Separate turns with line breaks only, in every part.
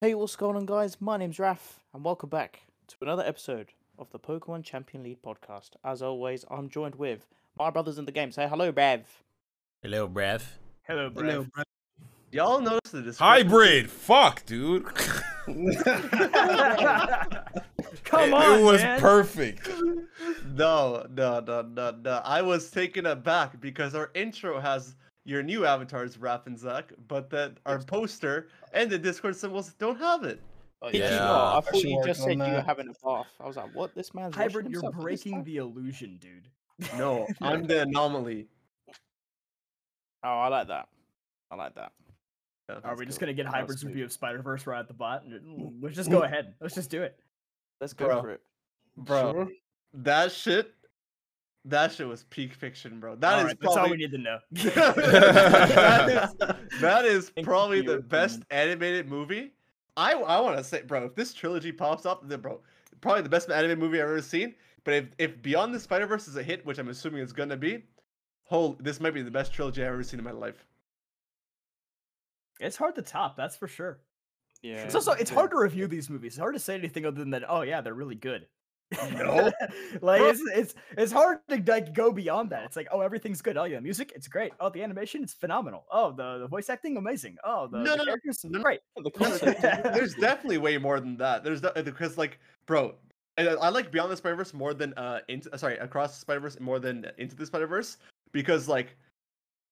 Hey, what's going on, guys? My name's Raf, and welcome back to another episode of the Pokemon Champion League podcast. As always, I'm joined with my brothers in the game. Say hello, Bev.
Hello, breath.
Hello, bro.
Hello, bro.
Y'all notice the discrepancy?
Hybrid. Fuck, dude.
Come
it,
on,
It was
man.
perfect.
no, no, no, no, no. I was taken aback because our intro has your new avatars, Raph and Zach, but that our poster and the Discord symbols don't have it.
Did you not?
Yeah.
I thought
Question
you
mark
just said
on
you were
that.
having a bath. I was like, what? This man's washing
Hybrid, you're
himself at this
breaking
time?
the illusion, dude.
No, I'm the anomaly.
Oh, I like that. I like that.
Yeah,
Are
that's
we just
cool.
gonna get
Oh,
Hybrid's
sweet.
review of Spider Verse right at the bot? And Let's just go ahead. Let's just do it.
Let's go
Bro.
for it.
bro? That shit, that shit was peak fiction, bro. That is
Alright, that's all we
probably
need to know.
that, is, that is
you
probably
for your
the best animated movie. I I want to say, bro, if this trilogy pops up, then bro, probably the best animated movie I've ever seen. But if if Beyond the Spider Verse is a hit, which I'm assuming it's gonna be, whole this might be the best trilogy I've ever seen in my life.
It's hard to top, that's for sure.
Yeah.
It's also it's hard to review these movies. It's hard to say anything other than that. Oh yeah, they're really good.
No.
like
Bro.
it's it's it's hard to like go beyond that. It's like oh everything's good. Oh yeah, the music it's great. Oh the animation it's phenomenal. Oh the, the voice acting amazing. Oh the,
No,
the
no, no,
characters
no, no.
great.
The
No, no,
concept.
no, no, There's definitely way more than that. There's de- because like, bro, and I I like Beyond the Spider Verse more than uh, into, uh, sorry, Across the Spider Verse more than Into the Spider Verse because like,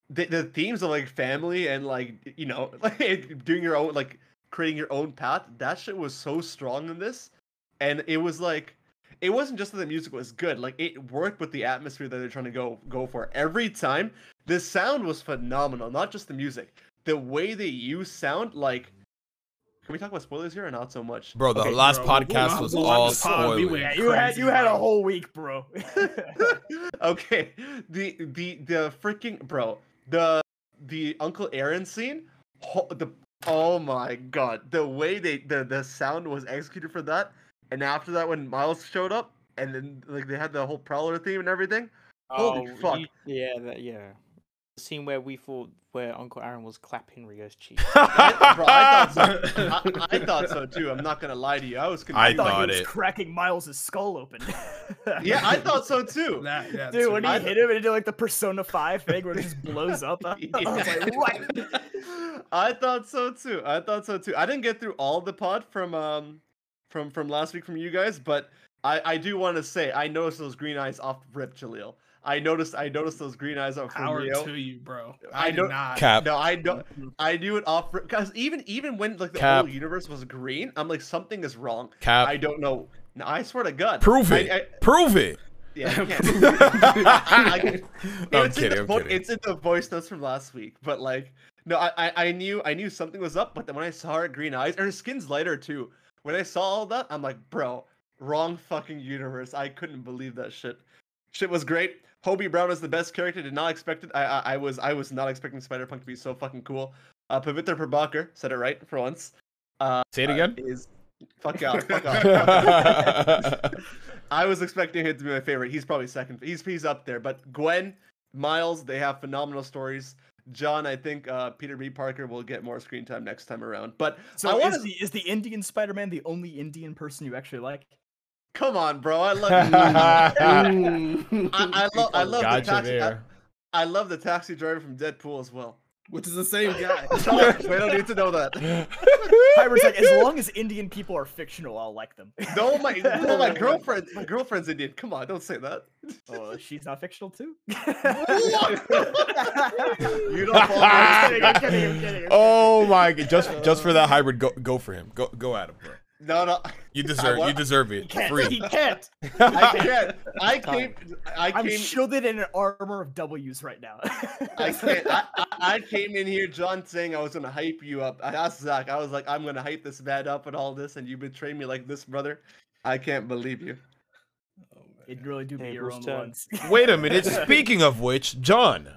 the the themes of like family and like you know like doing your own like creating your own path. That shit was so strong in this, and it was like. It wasn't just that the music was good; like it worked with the atmosphere that they're trying to go go for. Every time, the sound was phenomenal. Not just the music, the way they use sound. Like can we talk about spoilers here or not so much?
Bro, the
Okay,
last
bro, we-
podcast
we-
was
we-
all
this pod, we
spoilers.
went-
Yeah, you had
Crazy
you had a
bro.
whole week, bro.
okay. The the the freaking bro, the the Uncle Aaron scene, ho- the oh my god, the way they the the sound was executed for that, and after that when Miles showed up, and then like they had the whole Prowler theme and everything. Holy fuck.
you- Oh, yeah, that, yeah. The scene where we thought where Uncle Aaron was clapping Rio's cheek.
I, bro, I, thought so. I, I thought so too. I'm not gonna lie to you. I was confused.
I thought he
Thought
was
it.
cracking Miles' skull open.
yeah, I thought so too.
That- that's
Dude, when he
I-
hit him and he did like the Persona 5 thing where it just blows up, I, I was like, what?
I thought so too. I thought so too. I didn't get through all the pod from um from from last week from you guys, but I I do want to say I noticed those green eyes off Rip Jaleel. I noticed I noticed those green eyes off from
power
Leo.
to you, bro.
I
I,
don't-
did not.
Cap.
No, I don't. I knew it off because even even when like
Mm-hmm.
the
Cap.
whole universe was green, I'm like something is wrong.
Cap.
I don't know. No, I swear to God.
Prove
I-
it.
I-
Prove it.
yeah, I can't. I
I'm
can- No, it's in
kidding.
the
I'm
vo-
kidding.
It's in the voice notes from last week, but like, no, I, I, I knew, I knew something was up, but then when I saw her green eyes, and her skin's lighter too. When I saw all that, I'm like, bro, wrong fucking universe. I couldn't believe that shit. Shit was great. Hobie Brown is the best character. Did not expect it. I, I, I was, I was not expecting Spider Punk to be so fucking cool. Uh, Pavitra Prabhakar said it right for once.
Say it
uh,
again.
Is fuck out, fuck out.
Cap.
I was expecting him to be my favorite. He's probably second. He's he's up there. But Gwen, Miles, they have phenomenal stories. John, I think uh, Peter B. Parker will get more screen time next time around. But I
So
want
is
to
the, is the Indian Spider Man the only Indian person you actually like?
come on, bro. I love I, I love I love the
Gotcha
taxi. I-
there.
I, love the taxi driver from Deadpool as well.
Which is the same guy.
we don't need to know that.
Hybrid's like, as long as Indian people are fictional, I'll like them.
No, my no, my girlfriend, my girlfriend's Indian. Come on, don't say that.
Oh, she's not fictional too?
You don't. follow my-
kidding, I'm kidding, I'm kidding, I'm
Oh my god. Just just for that hybrid, go go for him. Go go at him, bro.
no, no.
You deserve
want-
you deserve it.
He
Free.
can't.
I can't. I came. I
I'm
came.
shielded in an armor of W's right now.
I can't. I, I, I came in here, John, saying I was gonna hype you up. I asked Zach. I was like, I'm gonna hype this man up and all this, and you betray me like this, brother. I can't believe you.
It'd really do be your
Tables
own
turn.
ones.
Wait a minute. Speaking of which, John,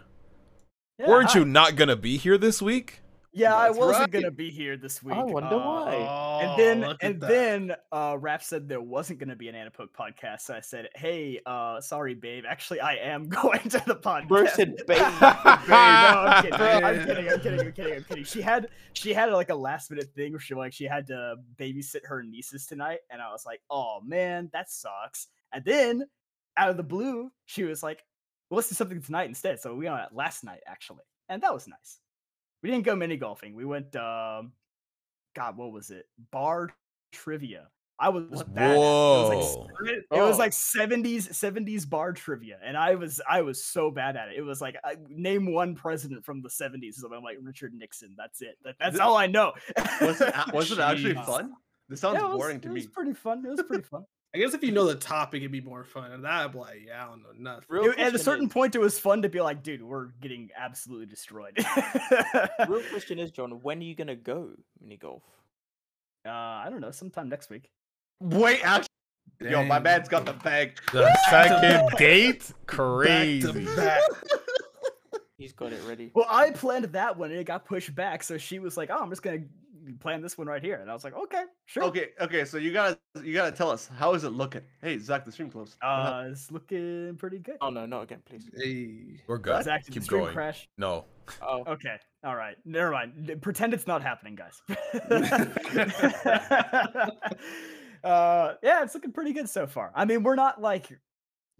Yeah,
weren't
hi.
you not gonna be here this week?
Yeah, I
That's
wasn't
right.
gonna be here this week. Uh,
I wonder why.
Oh,
And then
look at
and
that.
then uh Raph said there wasn't gonna be an Anapoke podcast. So I said, Hey, uh sorry, babe. Actually I am going to the podcast.
Bro said, "Babe."
Babe, no, I'm, kidding. I'm
Babe.
kidding, I'm kidding, I'm kidding, I'm kidding. She had she had like a last minute thing where she like she had to babysit her nieces tonight, and I was like, Oh man, that sucks. And then out of the blue, she was like, well, let's do something tonight instead. So we went out last night actually, and that was nice. We didn't go mini golfing. We went, um, God, what was it? Bar trivia. I was bad. at it. It was
Whoa.
like, it was
Oh.
like 70s 70s bar trivia, and I was I was so bad at it. It was like I, name one president from the 70s. So I'm like Richard Nixon. That's it. That- that's
Th-
all I know.
Was it, a- was it actually
Jeez.
fun? This sounds
Yeah, it was-
boring to
It
me.
was pretty fun. It was pretty fun.
I guess if you know the topic, it'd be more fun. And that, like, yeah, I don't know nothing.
Real
It- at a
question
certain
is-
point, it was fun to be like, dude, we're getting absolutely destroyed.
Real question is, John, when are you gonna go mini golf?
Uh, I don't know, sometime next week.
Wait, actually, yo, my
Dang.
man's got the bag.
The second date?
Back to
Crazy.
back.
He's got it ready.
Well, I planned that one and it got pushed back, so she was like, "Oh, I'm just gonna plan this one right here," and I was like, "Okay, sure."
Okay, okay, so you gotta you gotta tell us how is it looking? Hey, Zach, the stream closed. What happened?
Uh, it's looking pretty good.
Oh no, not again, please.
Hey.
We're good.
Zach, did the
Keep
stream
going.
crash?
No.
Oh,
Okay, all right, never mind. D- Pretend it's not happening, guys. uh, yeah, it's looking pretty good so far. I mean, we're not like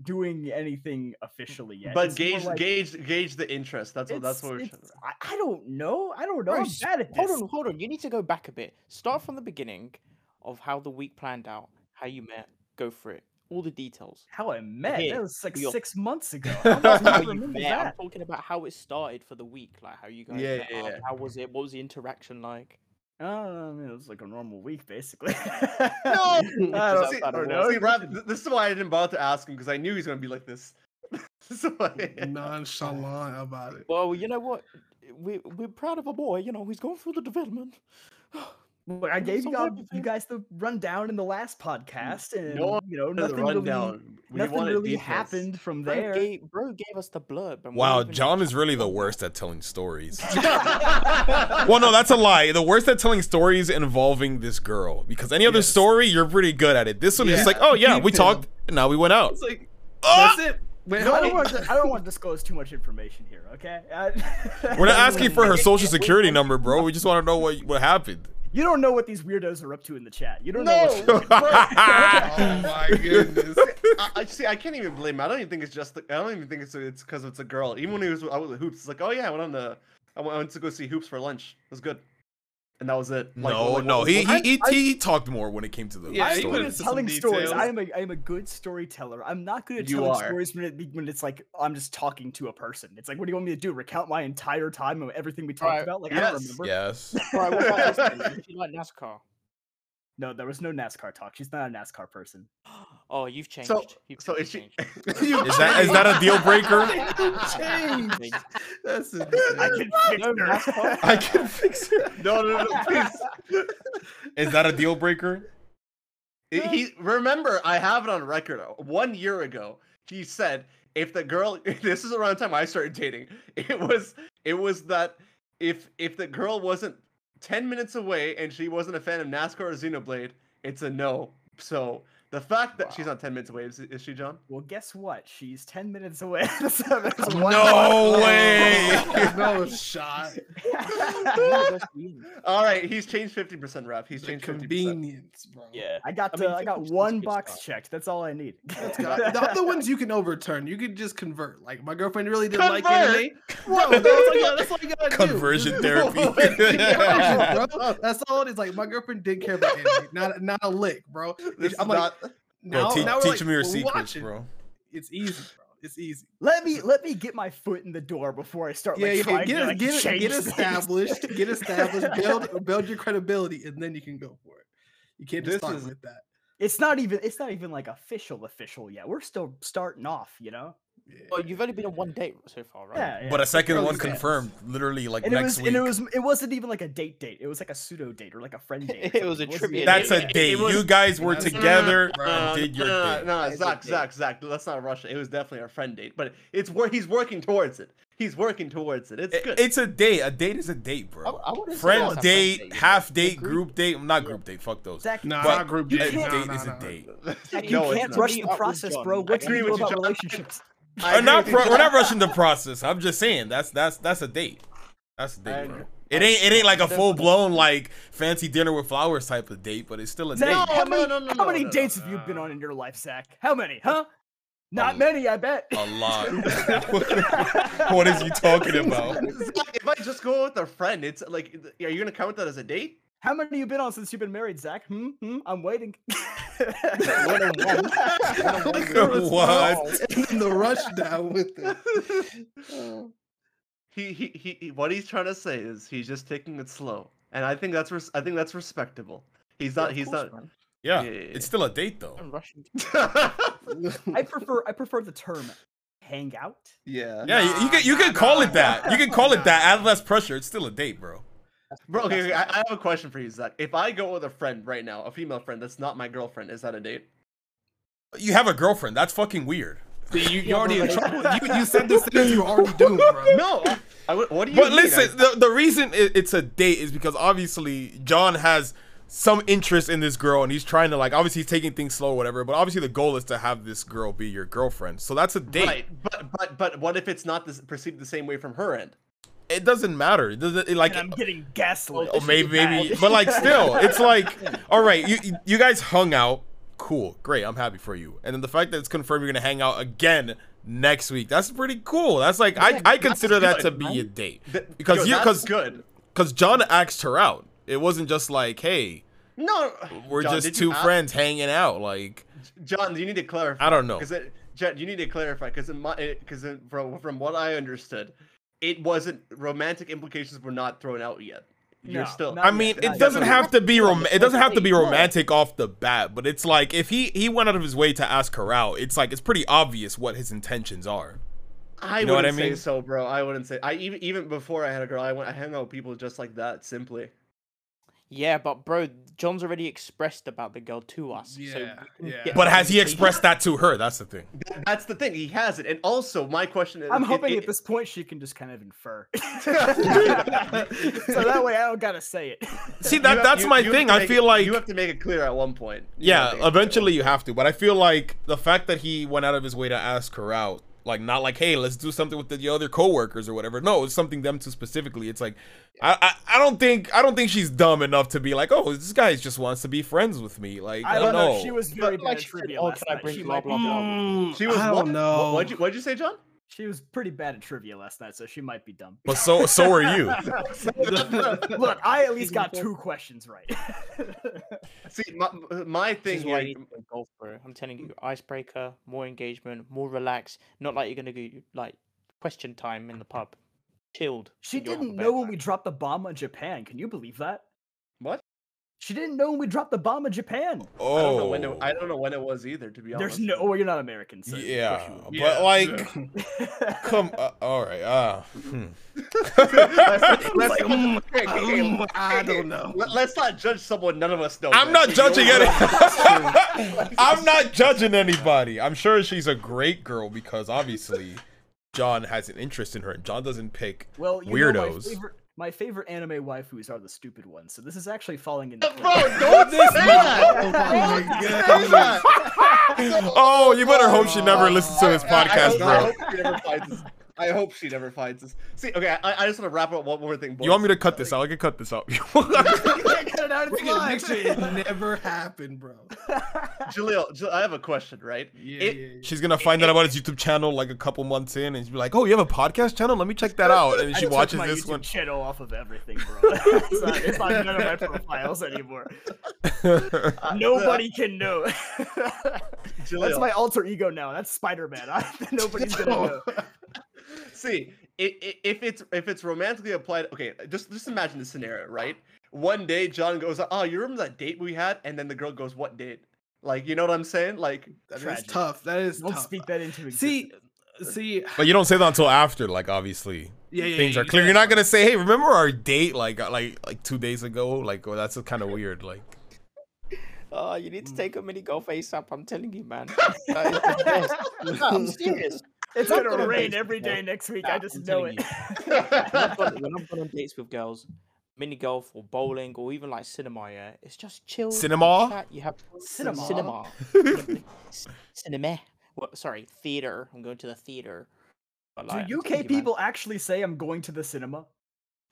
doing anything officially yet.
but
It's more
gauge
like-
gauge gauge the interest. That's what that's
it's-
what we're.
it's- I, I don't know. I don't know.
Bro,
I'm
s-
bad at
hold
this.
on, hold on. You need to go back a bit. Start from the beginning of how the week planned out, how you met. Go for it. All the details.
How I met?
Here,
That was like
your-
six months ago. How am I supposed to
How you
remember
met.
that?
I'm talking about how it started for the week, like how you guys.
Yeah,
met
yeah,
up,
yeah.
How was it? What was the interaction like?
Uh, I mean, it was like a normal week, basically.
No,
I don't-
see,
I don't
know.
see, Rob, th- this is why I didn't bother to ask him because I knew he's gonna be like this. so,
Nonchalant about it.
Well, you know what? We we're proud of our boy. You know, he's going through the development.
Well, I
I'm
gave
so
you, guys,
happy for
you
you.
guys the rundown in the last podcast, and
no one
you know
the
nothing really,
rundown. We
nothing
wanted
really
details.
happened from
Bro
there.
gave, bro gave us the blurb. and we
Wow,
even-
John is really the worst at telling stories.
yeah,
Well, no, that's a lie. The worst at telling stories involving this girl. Because any other
Yes.
story, you're pretty good at it. This one is just
Yeah,
like, oh yeah, we
detail.
talked, and now we went out.
It's like,
Ah!
that's it. Wait,
No, I
how
don't
did-
want to. I don't want to disclose too much information here. Okay. I-
We're not asking for her
Wait,
social
wait, wait,
security
wait.
number, bro. We just want to know what what happened.
You don't know what these weirdos are up to in the chat. You don't know.
No.
What
Oh my goodness.
I, I see. I can't even blame. him. I don't even think it's just. The, I don't even think it's it's because it's a girl. Even when he was I was at hoops, it's like, oh yeah, I went on the. I went, I went to go see hoops for lunch. It was good, and that was it. Like,
no,
like,
no,
what-
he,
what-
he, he, he talked more when it came to the
Yeah,
I'm
he
good
would've
at
stories.
said some
telling stories.
details.
I am a I am a good storyteller. I'm not good at
You
telling
are.
stories when it be- when it's like I'm just talking to a person. It's like, what do you want me to do? Recount my entire time of everything we talked
Right.
about? Like I don't
Yes.
remember.
Yes.
Right, what about this then? Did you like NASCAR?
No, there was no NASCAR talk. She's not a NASCAR person.
Oh, you've changed.
So-
you've
so
totally
is she-
changed.
Is that is that a deal breaker?
Change.
Changed.
That's insane.
I can fix
No,
her.
NASCAR?
I can fix it.
no, no, no, no, please.
Is that a deal breaker?
He- He remember I have it on record. uh, One year ago, he said if the girl this is around the time I started dating, it was it was that if if the girl wasn't ten minutes away and she wasn't a fan of NASCAR or Xenoblade, it's a no. So the fact that she's not ten minutes away is, is she John?
well, guess what? She's ten minutes away. So there's one-
No way.
no shot.
All right, he's changed fifty percent, Raph. He's
The
changed fifty percent.
convenience, bro.
yeah.
I got
I
to, I,
mean,
got
50%
one
good
box
stuff.
checked. That's all I need.
That's got the other ones you can overturn. You could just convert. Like my girlfriend really didn't like anime. Bro, that's all you gotta, that's all you gotta
Conversion
do.
therapy.
Conversion, bro. That's all it is. Like my girlfriend didn't care about anime. Not not a lick, bro.
This
I'm
is
like
not-
now,
Bro, te-
now we're
teach
like,
me your
we're
secrets,
watching.
bro.
It's easy, bro. It's easy.
Let me let me get my foot in the door before I start.
Yeah,
like,
yeah.
trying
Get
to, like,
get
change
get
things.
established. Get established. Build build your credibility, and then you can go for it. You can't just
This
start
is-
with that.
It's not even it's not even like official official yet. We're still starting off, you know.
Well, you've only been on one date so far, right?
Yeah, yeah,
But a
it's like
second one
Rosecrans.
confirmed, literally like
And it
next
was,
week.
and it was, it wasn't even like a date date. It was like a pseudo date or like a friend date. or
It was a
something. wasn't
trivia
even
date.
That's a
date.
date.
It was-
You guys were
That's-
together
No,
and did your
no,
date.
no,
did
Uh, Zach,
date.
Zach, Zach. Let's not rush it. It was definitely a friend date, but it's where he's working towards it. He's working towards it. It's
It-
good.
It's a date. A date is a date,
I,
bro.
I wouldn't say that's
Friend
a
date,
date.
half date, group date. Not group date. Fuck those.
Zach,
Nah,
But
not group
you
A
date.
can't-
Nah,
date
nah,
is
nah.
a date.
Zach, you
No, it's
can't
not.
rush
Me
the
up with
process,
John.
bro.
I
What do
agree
you
with
know
you,
about
John.
relationships?
I
We're
agree
Uh, not
with you,
pro- we're
John.
not rushing the process. I'm just saying that's that's that's a date. That's a date,
agree.
bro. It ain't it ain't like a full blown like fancy dinner with flowers type of date, but it's still a
Zach,
date.
No,
how
no,
many,
no, no,
how
no,
many
no,
dates
no,
have you been
no.
on in your life, Zach? How many, huh? Not
Um,
many, I bet.
A lot. what is you talking about?
Zach, if I just go out with a friend, it's like, are you gonna count that as a date?
How many you been on since you've been married, Zach? Hmm? hmm? I'm waiting.
One on one. One on one.
what?
In the rush down with it.
Oh.
he, he, he, he- what he's trying to say is he's just taking it slow, and I think that's res- I think that's respectable. He's not.
Of
he's
course,
not.
man.
Yeah,
Yeah, yeah, yeah.
it's still a date though.
I'm rushing.
I prefer I prefer the term hang out.
yeah.
Yeah, you, you could you could call it that. You could call it that. Add less pressure. It's still a date, bro.
Bro, okay, okay, I, I have a question for you, Zach. If I go with a friend right now, a female friend that's not my girlfriend, is that a date?
You have a girlfriend. That's fucking weird.
See, you, you're already in trouble. You, you said this thing you already do, bro.
No. I- I, would- what do you?
But
mean? I-
listen, the, the reason it, it's a date is because obviously John has some interest in this girl and he's trying to like obviously he's taking things slow or whatever but obviously the goal is to have this girl be your girlfriend so that's a date
right, but but but what if it's not this, perceived the same way from her end?
it doesn't matter it doesn't, it, like
And I'm getting gaslit.
oh, maybe maybe but like still it's like all right you you- you guys hung out cool great i'm happy for you and then the fact that it's confirmed you're gonna hang out again next week that's pretty cool that's like i i consider that
good,
to be a date
Th- yo,
because you
that's
because
good.
because John asked her out. It wasn't just like, hey,
No,
we're
John,
just
did you
two
ask-
friends hanging out. Like,
John, you need to clarify.
I don't know.
Because Jet, you need to clarify because because eh, from from what I understood, it wasn't romantic implications were not thrown out yet. You're
No,
still.
not
I mean,
yet,
it
not
doesn't
yet.
have to be rom- it doesn't have to be
No.
romantic off the bat, but it's like if he he went out of his way to ask her out, it's like it's pretty obvious what his intentions are.
I
You know what I
wouldn't
mean?
say so, bro. I wouldn't say. I even even before I had a girl, I went I hung out with people just like that simply.
Yeah, but bro, John's already expressed about the girl to us. so we
Yeah,
can
yeah.
get
But
that
has he
easily.
expressed that to her? That's the thing.
Th- That's the thing. He has it, and also my question is.
I'm
it-
hoping
it-
at this point she can just kind of infer. so that way I don't gotta say it.
See,
you
that
have-
that's
you-
my
you have
thing.
to
I
make
feel
it-
like
you have to make it clear at one point. You
Yeah,
have to make it clear.
eventually you have to, but I feel like the fact that he went out of his way to ask her out, like not like, hey, let's do something with the, the other coworkers or whatever. No, it's something them two specifically. It's like, I, I I don't think I don't think she's dumb enough to be like, oh, this guy just wants to be friends with me. Like I, don't know.
She was very
But
bad
like
at
she said,
trivia
"Oh,
last
can I
night.
bring
She
blah,
might
blah,
be-
Mm,
blah?"
She was
Mm, I
what?
don't know.
What, what'd you What'd you say, John?
She was pretty bad at trivia last night, so she might be dumb.
but so so are you.
Look, I at least got two questions right.
See, my, my
This
thing
is why
here,
you need to play golf, bro. I'm telling you, icebreaker, more engagement, more relaxed. Not like you're gonna go like question time in the pub, chilled.
she
in your
didn't
bed
know when
back.
we dropped the bomb on Japan. Can you believe that?
What?
She didn't know when we dropped the bomb on Japan.
Oh,
I don't know when it, I don't know when it was either. To be honest,
There's no. Well, you're not American, so of course
yeah,
you
but
Yeah,
like,
yeah.
come, uh, all right, ah, hmm.
let's,
Like,
not-
mm,
okay, okay, okay,
mm, I don't know.
let- let's not judge someone none of us know.
I'm
man.
not judging
Oh, You know
any.
what?
I'm not judging anybody. I'm sure she's a great girl because obviously John has an interest in her. and John doesn't pick
Well, you know my
weirdos.
favorite, my favorite anime waifus are the stupid ones, so this is actually falling in.
Bro,
place.
don't say
Oh
that.
my
Don't say
god.
that.
oh, you better hope she never listens to this
I- I
podcast,
hope- I
bro.
hope she never finds this. I hope she never finds this. See, okay, I, I just want to wrap up one more thing. Boys.
You want me to cut this out? I can cut this out.
We can make sure it never happened, bro.
Jaleel, Jaleel, I have a question, right?
Yeah,
It-
yeah, yeah.
she's gonna find out about his YouTube channel like a couple months in, and she'll be like, "Oh, you have a podcast channel? Let me check that out." Oh, And
I
she
took
watches
my
this
YouTube
one.
channel off of everything, bro. it's, not, it's on none of my profiles anymore.
I-
Nobody can know.
Jaleel,
That's my alter ego now. That's Spider Man. Nobody's gonna know.
See, i- i- if it's if it's romantically applied, okay, just just imagine the scenario, right? One day John goes, "Oh, you remember that date we had?" And then the girl goes, "What date?" Like, you know what I'm saying? Like,
That is
Tragic.
tough. That is
Don't
tough.
speak that into existence.
See, See,
But you don't say that until after, like obviously
yeah, yeah,
things
yeah,
are
you
clear.
can't-
You're not gonna say, "Hey, remember our date like uh, like like two days ago?" Like, well, that's kind of weird. Like,
Oh, you need to take a mini golf face up. I'm telling you, man. That is the best. No, I'm serious.
It's
Not
gonna
gonna
rain
waste
every
it,
day
though.
next week.
Nah,
I just
I'm
know
telling
it.
you. when I've gone- when I've gone on dates with girls, mini golf or bowling or even like cinema, yeah, it's just chill. you
Cinema?
chat, You have
Cinema.
cinema, C- cinema. Well, sorry, theater. I'm going to the theater. But, like, I'm
Do
telling
UK
you, man,
people actually say I'm going to the cinema?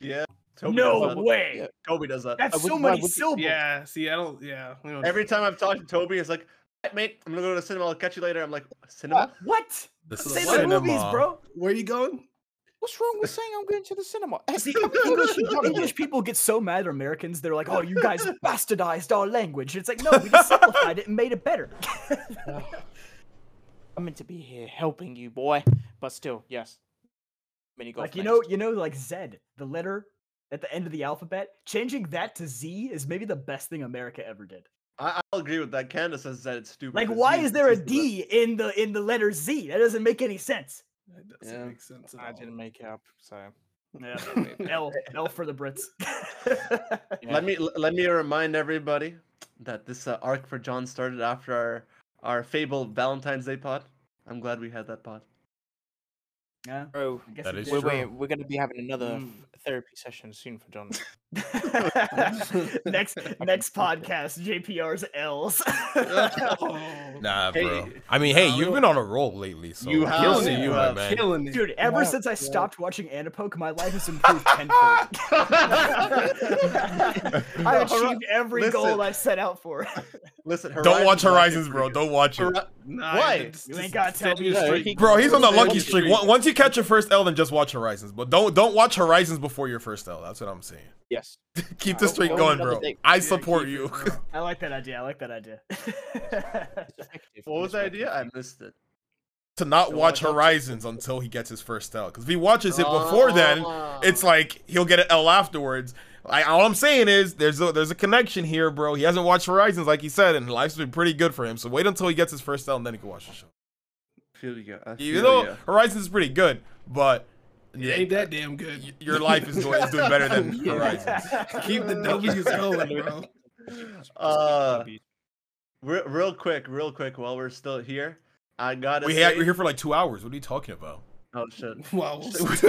Yeah. Toby
No
Does that.
way.
yeah.
Toby does that.
That's
would-
so
why
many
would you-
syllables.
Yeah, see, I don't. Yeah, we don't
Every time I've talked to Toby, it's like, "Hey, mate, I'm gonna go to the cinema. I'll catch you later. I'm like, cinema?
What?
this
Say the movies, bro.
Where you going?
What's wrong with saying I'm going to the cinema?
See, English, English people get so mad at Americans. They're like, "Oh, you guys bastardized our language." It's like, no, we just simplified it and made it better.
I'm meant to be here helping you, boy. But still, yes. Mini golf.
like you
next.
know, you know, like Z, the letter at the end of the alphabet. Changing that to Z is maybe the best thing America ever did.
I- I'll agree with that. Candace says that it's stupid.
Like,
The
why
Z
is there a
the best.
D in the in the letter Z? That doesn't make any sense.
That doesn't
Yeah.
make sense at
I
all.
didn't make it up, so.
Yeah. L L for the Brits.
Yeah.
Let me l- let me remind everybody that this uh, arc for John started after our our fabled Valentine's Day pod. I'm glad we had that pod.
yeah.
Oh,
I guess
That
it
is
did.
we're,
true.
we're, we're going to be having another f- therapy session soon for John.
next next podcast, JPR's L's.
Oh,
Nah,
Hey,
bro. I mean, hey,
nah,
you've
we-
been on a roll lately, so
You
kudos
have,
to
you
you,
have.
my man.
killing it.
Dude, ever since I stopped watching Anapoke, my life has improved tenfold. I achieved every
Listen.
goal I set out for.
Listen,
Don't watch
Horizon's
Horizons, bro. Don't watch it,
Hori-
Nah,
Why?
it's-
You ain't
it's
gotta tell
set
me
you
that.
straight.
bro. He's on the lucky
Lucky
streak.
streak.
Once- Once you catch your first L, then just watch Horizons. But don't don't watch Horizons before your first L. That's what I'm saying.
Yes.
Keep the
Don't-
streak
don't
going,
another
bro.
date.
I
Yeah,
support
keep it,
you.
bro.
I like that idea. I like that idea.
It's effective
What
in this
was the
way.
idea? I missed it.
to not
Don't
watch
watch Hellsing.
Horizons until he gets his first L. Because if he watches it before then, it's like he'll get an L afterwards. Like all I'm saying is there's a there's a connection here, bro. He hasn't watched Horizons like he said, and life's been pretty good for him. So wait until he gets his first L and then he can watch the show.
feel you. I feel
You know,
ya.
Horizons is pretty good, but
It
yeah,
ain't that damn good.
y- your life is doing, is doing better than
Yeah.
Horizons.
Keep the W's going, bro.
Uh, re- real quick, real quick. While we're still here, I gotta.
We ha-
say,
we're here for like two hours. What are you talking about?
Oh shit!
Wow.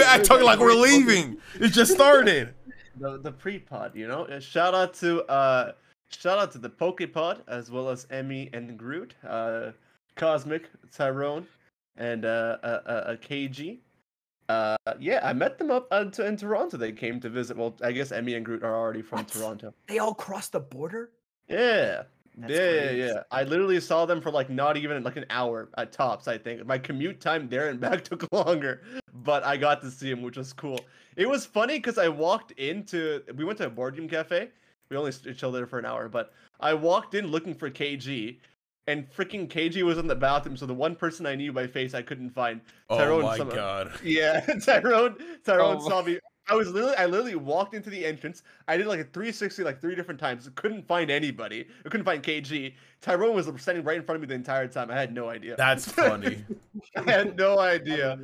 I'm talking like we're leaving. It just started.
The the pre pod, you know. Uh, Shout out to uh, shout out to the Pokepod as well as Emmy and Groot, uh, Cosmic Tyrone, and uh, uh, uh, uh KG. Uh, yeah, I met them up uh, to, in Toronto. They came to visit. Well, I guess Emmy and Groot are already from
What?
Toronto.
they all crossed the border?
Yeah.
That's
yeah, yeah,
crazy.
yeah. I literally saw them for like not even like an hour at tops. I think my commute time there and back took longer, but I got to see them, which was cool. It was funny because I walked into we went to a board game cafe. We only st- chilled there for an hour, but I walked in looking for KG, and freaking KG was in the bathroom. So the one person I knew by face I couldn't find.
Oh
Tyrone
my
summoned.
god.
Yeah, Tyrone. Tyrone
Oh.
saw me. I was literally, I literally walked into the entrance. I did like a 360 like three different times. Couldn't find anybody. I couldn't find KG. Tyrone was standing right in front of me the entire time. I had no idea.
That's funny.
I had no idea.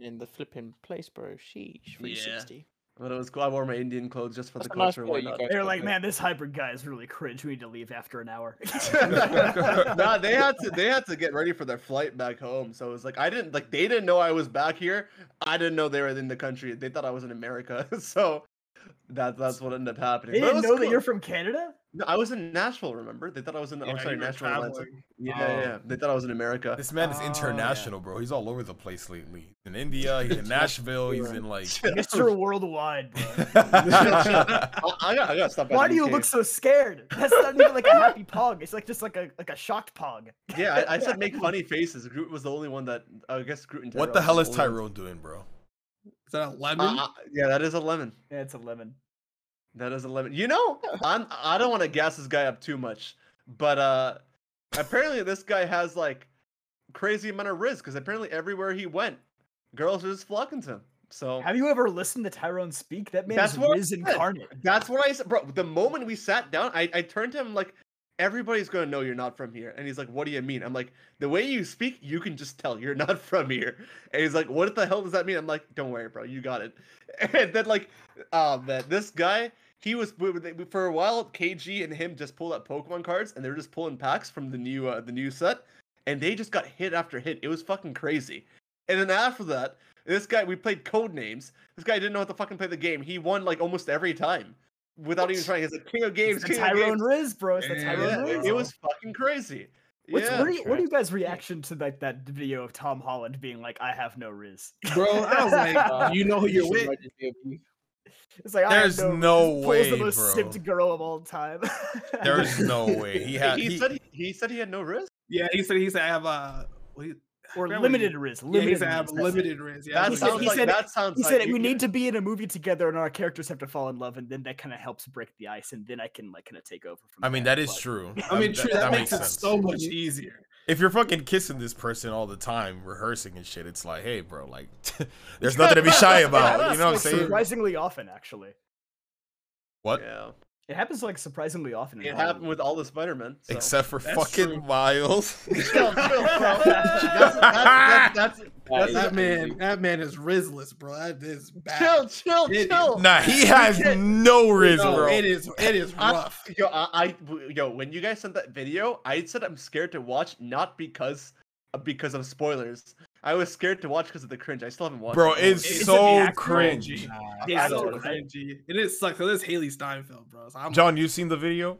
In the flipping place, bro. Sheesh. 360.
But it was cool. I wore my Indian clothes just for
That's
the
a nice
culture. and
boy you
whatnot.
guys
They're
got
like,
there.
man, this hybrid guy is really cringe. We need to leave after an hour.
nah, they had to they had to get ready for their flight back home. So it was like I didn't like they didn't know I was back here. I didn't know they were in the country. They thought I was in America. So that that's what ended up happening.
they
But it
didn't
was
know that
cool.
you're from Canada?
No, I was in Nashville. Remember? They thought I was in.
Yeah,
I'm sorry,
you were
Nashville. Atlanta.
traveling.
Yeah,
Oh.
yeah, yeah. They thought I was in America.
This man is
Oh, yeah.
international, bro. He's all over the place lately. He's in India, he's in Nashville, he's in like.
Mr. Worldwide, bro.
I, I gotta, I gotta stop. by
Why do
the
you
UK.
look so scared? That's not even like a happy pog. It's like just like a like a shocked pog.
Yeah, I, I said make funny faces. Groot was the only one that I guess Groot and
what the hell
were
is
only ones-
Tyrone doing, bro?
Is that a lemon?
Uh,
Uh-uh.
uh, yeah, that is a lemon.
Yeah, it's a lemon.
That is a lemon. You know, I'm. I don't want to gas this guy up too much, but uh, apparently this guy has like crazy amount of risk because apparently everywhere he went, girls are just flocking to him. So
Have you ever listened to Tyrone speak? That man
That's
is
what I
Riz
said.
incarnate.
That's what I said, bro. The moment we sat down, I, I turned to him like, everybody's gonna know you're not from here. And he's like, What do you mean? I'm like, the way you speak, you can just tell you're not from here. And he's like, What the hell does that mean? I'm like, Don't worry, bro, you got it. And then like, oh man, this guy, he was for a while, KG and him just pulled up Pokemon cards and they were just pulling packs from the new uh, the new set, and they just got hit after hit. It was fucking crazy. And then after that, this guy we played code names. This guy didn't know how to fucking play the game. He won like almost every time without even trying. He's like king of games,
It's the
king of
Tyrone
games.
Riz, bro. It's the
Yeah,
Tyrone
Yeah,
Riz.
it was fucking crazy.
What's,
yeah.
what, are you, what are you guys' reaction to like that video of Tom Holland being like, "I have no Riz"?
bro. I was
Uh,
like, you know who you're with.
It's like
There's
I have
no
Riz. Paul's
way,
the most
bro.
simped girl of all time.
There's no way he had.
he,
He,
said he, he said he had no risk.
Yeah, he said he said I have uh, what he-
or
Yeah,
limited Riz.
yeah, he
Limited.
said I have
Riz, that's it.
limited risk. Yeah,
That
he
said-
sounds
he
like
said-
that sounds.
He
like
said it,
you
we
get-
need to be in a movie together, and our characters have to fall in love, and then that kind of helps break the ice, and then I can like kind of take over from.
I mean,
there,
that is
but-
true.
I mean,
That-
true.
That,
That, makes,
makes
it
sense.
so much easier.
if you're fucking kissing this person all the time, rehearsing and shit, it's like, hey, bro, like, there's nothing to be shy about. You know what I'm
Like,
saying?
Surprisingly often, actually,
What?
Yeah,
it happens like surprisingly often. in
it
Hollywood.
happened with all the Spider-Man. So.
Except for
That's
fucking
true.
Miles.
No, no, bro, that's- that's- that's- that's-
That
That,
is crazy.
man, that man is rizzless, bro. That is bad.
Chill, chill,
It-
chill.
nah, he has
can't-
no riz,
No,
bro.
It is. It is
I-
rough.
Yo, I, I, w- yo, when you guys sent that video, I said I'm scared to watch, not because, uh, because of spoilers. I was scared to watch because of the cringe. I still haven't watched.
Bro,
it, honestly.
it's
It's
so
an actual
cringe.
G.
I
It's so
don't know.
cringy. It is sucks. This is Haley Steinfeld, bro. So I'm
John, you seen the video?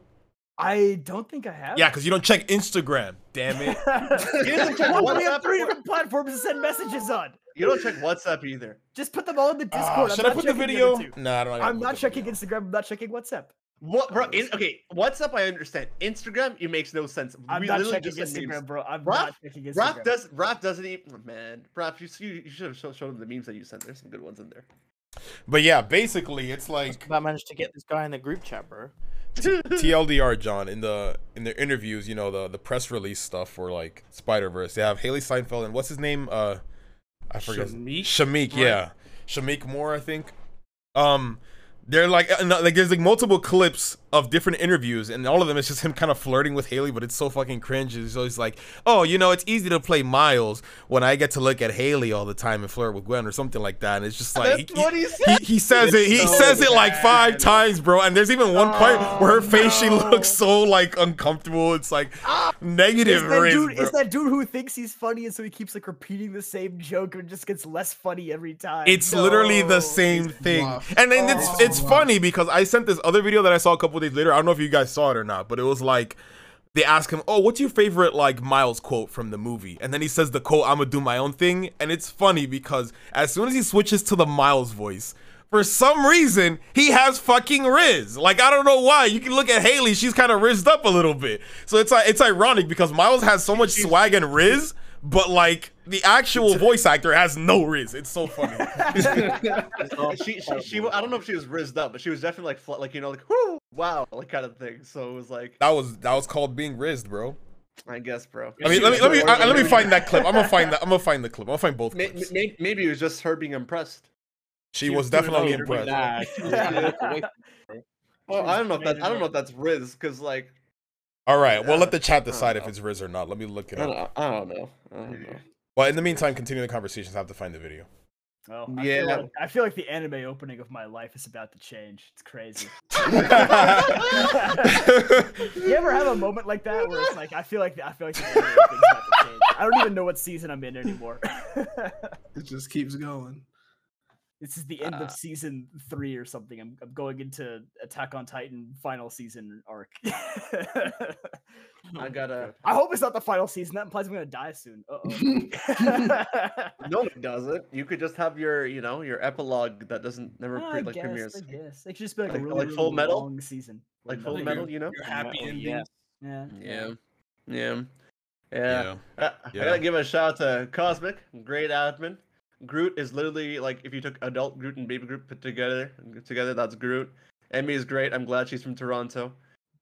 I don't think I have.
Yeah, because you don't check Instagram. Damn it.
You don't check
Well, we have
WhatsApp
three
or-
different platforms to send messages on.
you don't check WhatsApp either.
Just put them all in the
Ah,
Discord. I'm
should I
not
put the
checking
video?
other two.
Nah, I don't. I gotta
I'm
put
not
the
checking
video.
Instagram. I'm not checking WhatsApp.
What, bro? In, okay, WhatsApp I understand. Instagram it makes no sense.
I'm
we
not
literally
checking
just said
Instagram,
memes.
bro. I'm
Raph-
not checking Instagram.
Raph does. Raph doesn't even. oh, Man, Raph, you you, you should have show- shown him the memes that you sent. There's some good ones in there.
But yeah, basically, it's like
I managed to get this guy in the group chat, bro.
TLDR, John, in the in the interviews, you know, the the press release stuff for like Spider Verse, they have Haley Steinfeld and what's his name? Uh, I forget.
Shamik?
Shamik,
Right.
yeah, Shamik Moore, I think. Um, they're like uh, no, like there's like multiple clips of different interviews, and all of them it's just him kind of flirting with Haley, but it's so fucking cringe. It's always like, oh, you know, it's easy to play Miles when I get to look at Haley all the time and flirt with Gwen or something like that. And it's just like
That's what he
he, he says it. He
so
says it like five
bad.
times, bro. And there's even one part where her face she looks so like uncomfortable. It's like
It's
negative
that,
race,
dude,
bro.
it's that dude who thinks he's funny and so he keeps like repeating the same joke and just gets less funny every time.
It's literally
No.
the same thing,
Oh, rough.
and then
Oh,
it's
it's
it's
rough.
funny because I sent this other video that I saw a couple days later. I don't know if you guys saw it or not, but it was like they ask him, "Oh, what's your favorite like Miles quote from the movie?" And then he says the quote, "I'm gonna do my own thing," and it's funny because as soon as he switches to the Miles voice. For some reason, he has fucking Riz. Like I don't know why. You can look at Haley; she's kind of rizzed up a little bit. So it's like it's ironic because Miles has so much swag and Riz, but like the actual voice actor has no Riz. It's so funny.
she, she, she, I don't know if she was rizzed up, but she was definitely like, fl- like you know, like, whoo, wow, like kind of thing. So it was like,
That was that was called being rizzed, bro.
I guess, bro.
I mean, let me let me I, I- let me find that clip. I'm gonna find that. I'm gonna find the clip. I'm gonna find both
May-
clips.
may- maybe it was just her being impressed.
She was definitely impressed.
Nah, she was trying to look away from her.
Well,
She
I
was
don't know if that. I don't know if
made
that's Riz, because like,
All right, well,
Yeah.
let the chat
don't
decide if
know.
it's rizz or not. Let me look it
I
up.
don't, I don't know. I don't know.
But in the meantime, continue the conversations. I have to find the video.
Oh, I
Yeah.
Feel like, I feel like the anime opening of my life is about to change. It's crazy. you ever have a moment like that where it's like I feel like I feel like the anime opening's about to change. I don't even know what season I'm in anymore.
It just keeps going.
this is the end
Uh.
of season three or something. I'm, I'm going into Attack on Titan final season arc.
I gotta.
I hope it's not the final season. That implies I'm gonna die soon. Uh-oh.
No, it doesn't. You could just have your, you know, your epilogue that doesn't never
I
create like
guess,
premieres,
I guess. It could just be like,
Like-
a really,
like
really
Full Metal?
long season.
like
with
Full
nothing.
Metal, you know.
Your happy ending.
Yeah.
Yeah. Yeah. Yeah.
Yeah.
Uh, I
Yeah.
gotta give a shout out to Cosmic, great admin. Groot is literally like if you took adult Groot and baby Groot put together, together that's Groot. Emmy is great. I'm glad she's from Toronto.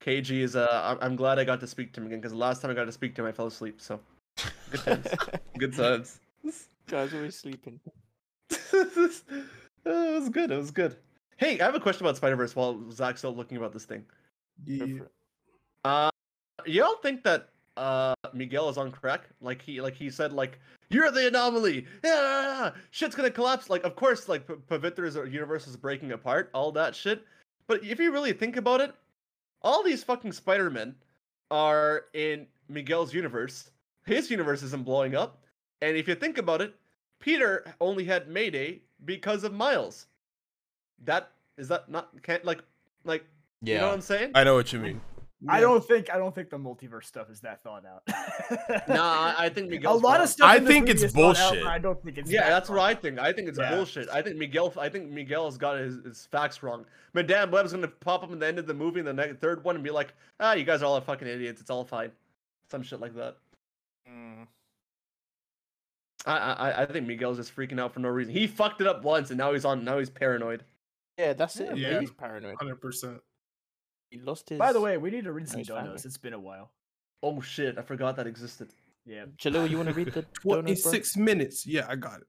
KG is uh, I'm- I'm glad I got to speak to him again because last time I got to speak to him I fell asleep. So good times, good times.
Oh, Guys always sleeping.
it was good. It was good. Hey, I have a question about Spider Verse while Zach's still looking about this thing.
Go
Yeah.
for it.
Uh, you don't think that uh Miguel is on crack? Like he like he said like you're the anomaly. Yeah, shit's gonna collapse. Like of course like P- Pavitra's universe is breaking apart. All that shit. But if you really think about it, all these fucking Spider-Men are in Miguel's universe. His universe isn't blowing up. And if you think about it, Peter only had Mayday because of Miles. That is that not can't like like you know what I'm saying?
I know what you mean.
I don't think I don't think the multiverse stuff is that thought out.
Nah, I- I think
a
Miguel's
lot
right.
of stuff.
I
in this
think
movie
it's
is thought out, but
bullshit.
I don't think it's.
Yeah,
that
that's what
thought
I
out.
think. I think it's
Yeah.
bullshit. I think Miguel. I think Miguel's got his, his facts wrong. Madame Web's gonna pop up in the end of the movie, in the next, third one, and be like, "Ah, you guys are all fucking idiots. It's all fine." Some shit like that.
Mm.
I I, I- I think Miguel's just freaking out for no reason. He fucked it up once, and now he's on. Now he's paranoid.
Yeah, that's it.
Yeah.
He's paranoid.
Hundred percent.
He lost his.
By the way, we need to read some
Nice family.
donuts. It's been a while.
Oh shit! I forgot that existed.
Yeah.
Jalil, you want to read the donut, bro?
Twenty-six minutes. Yeah, I got it.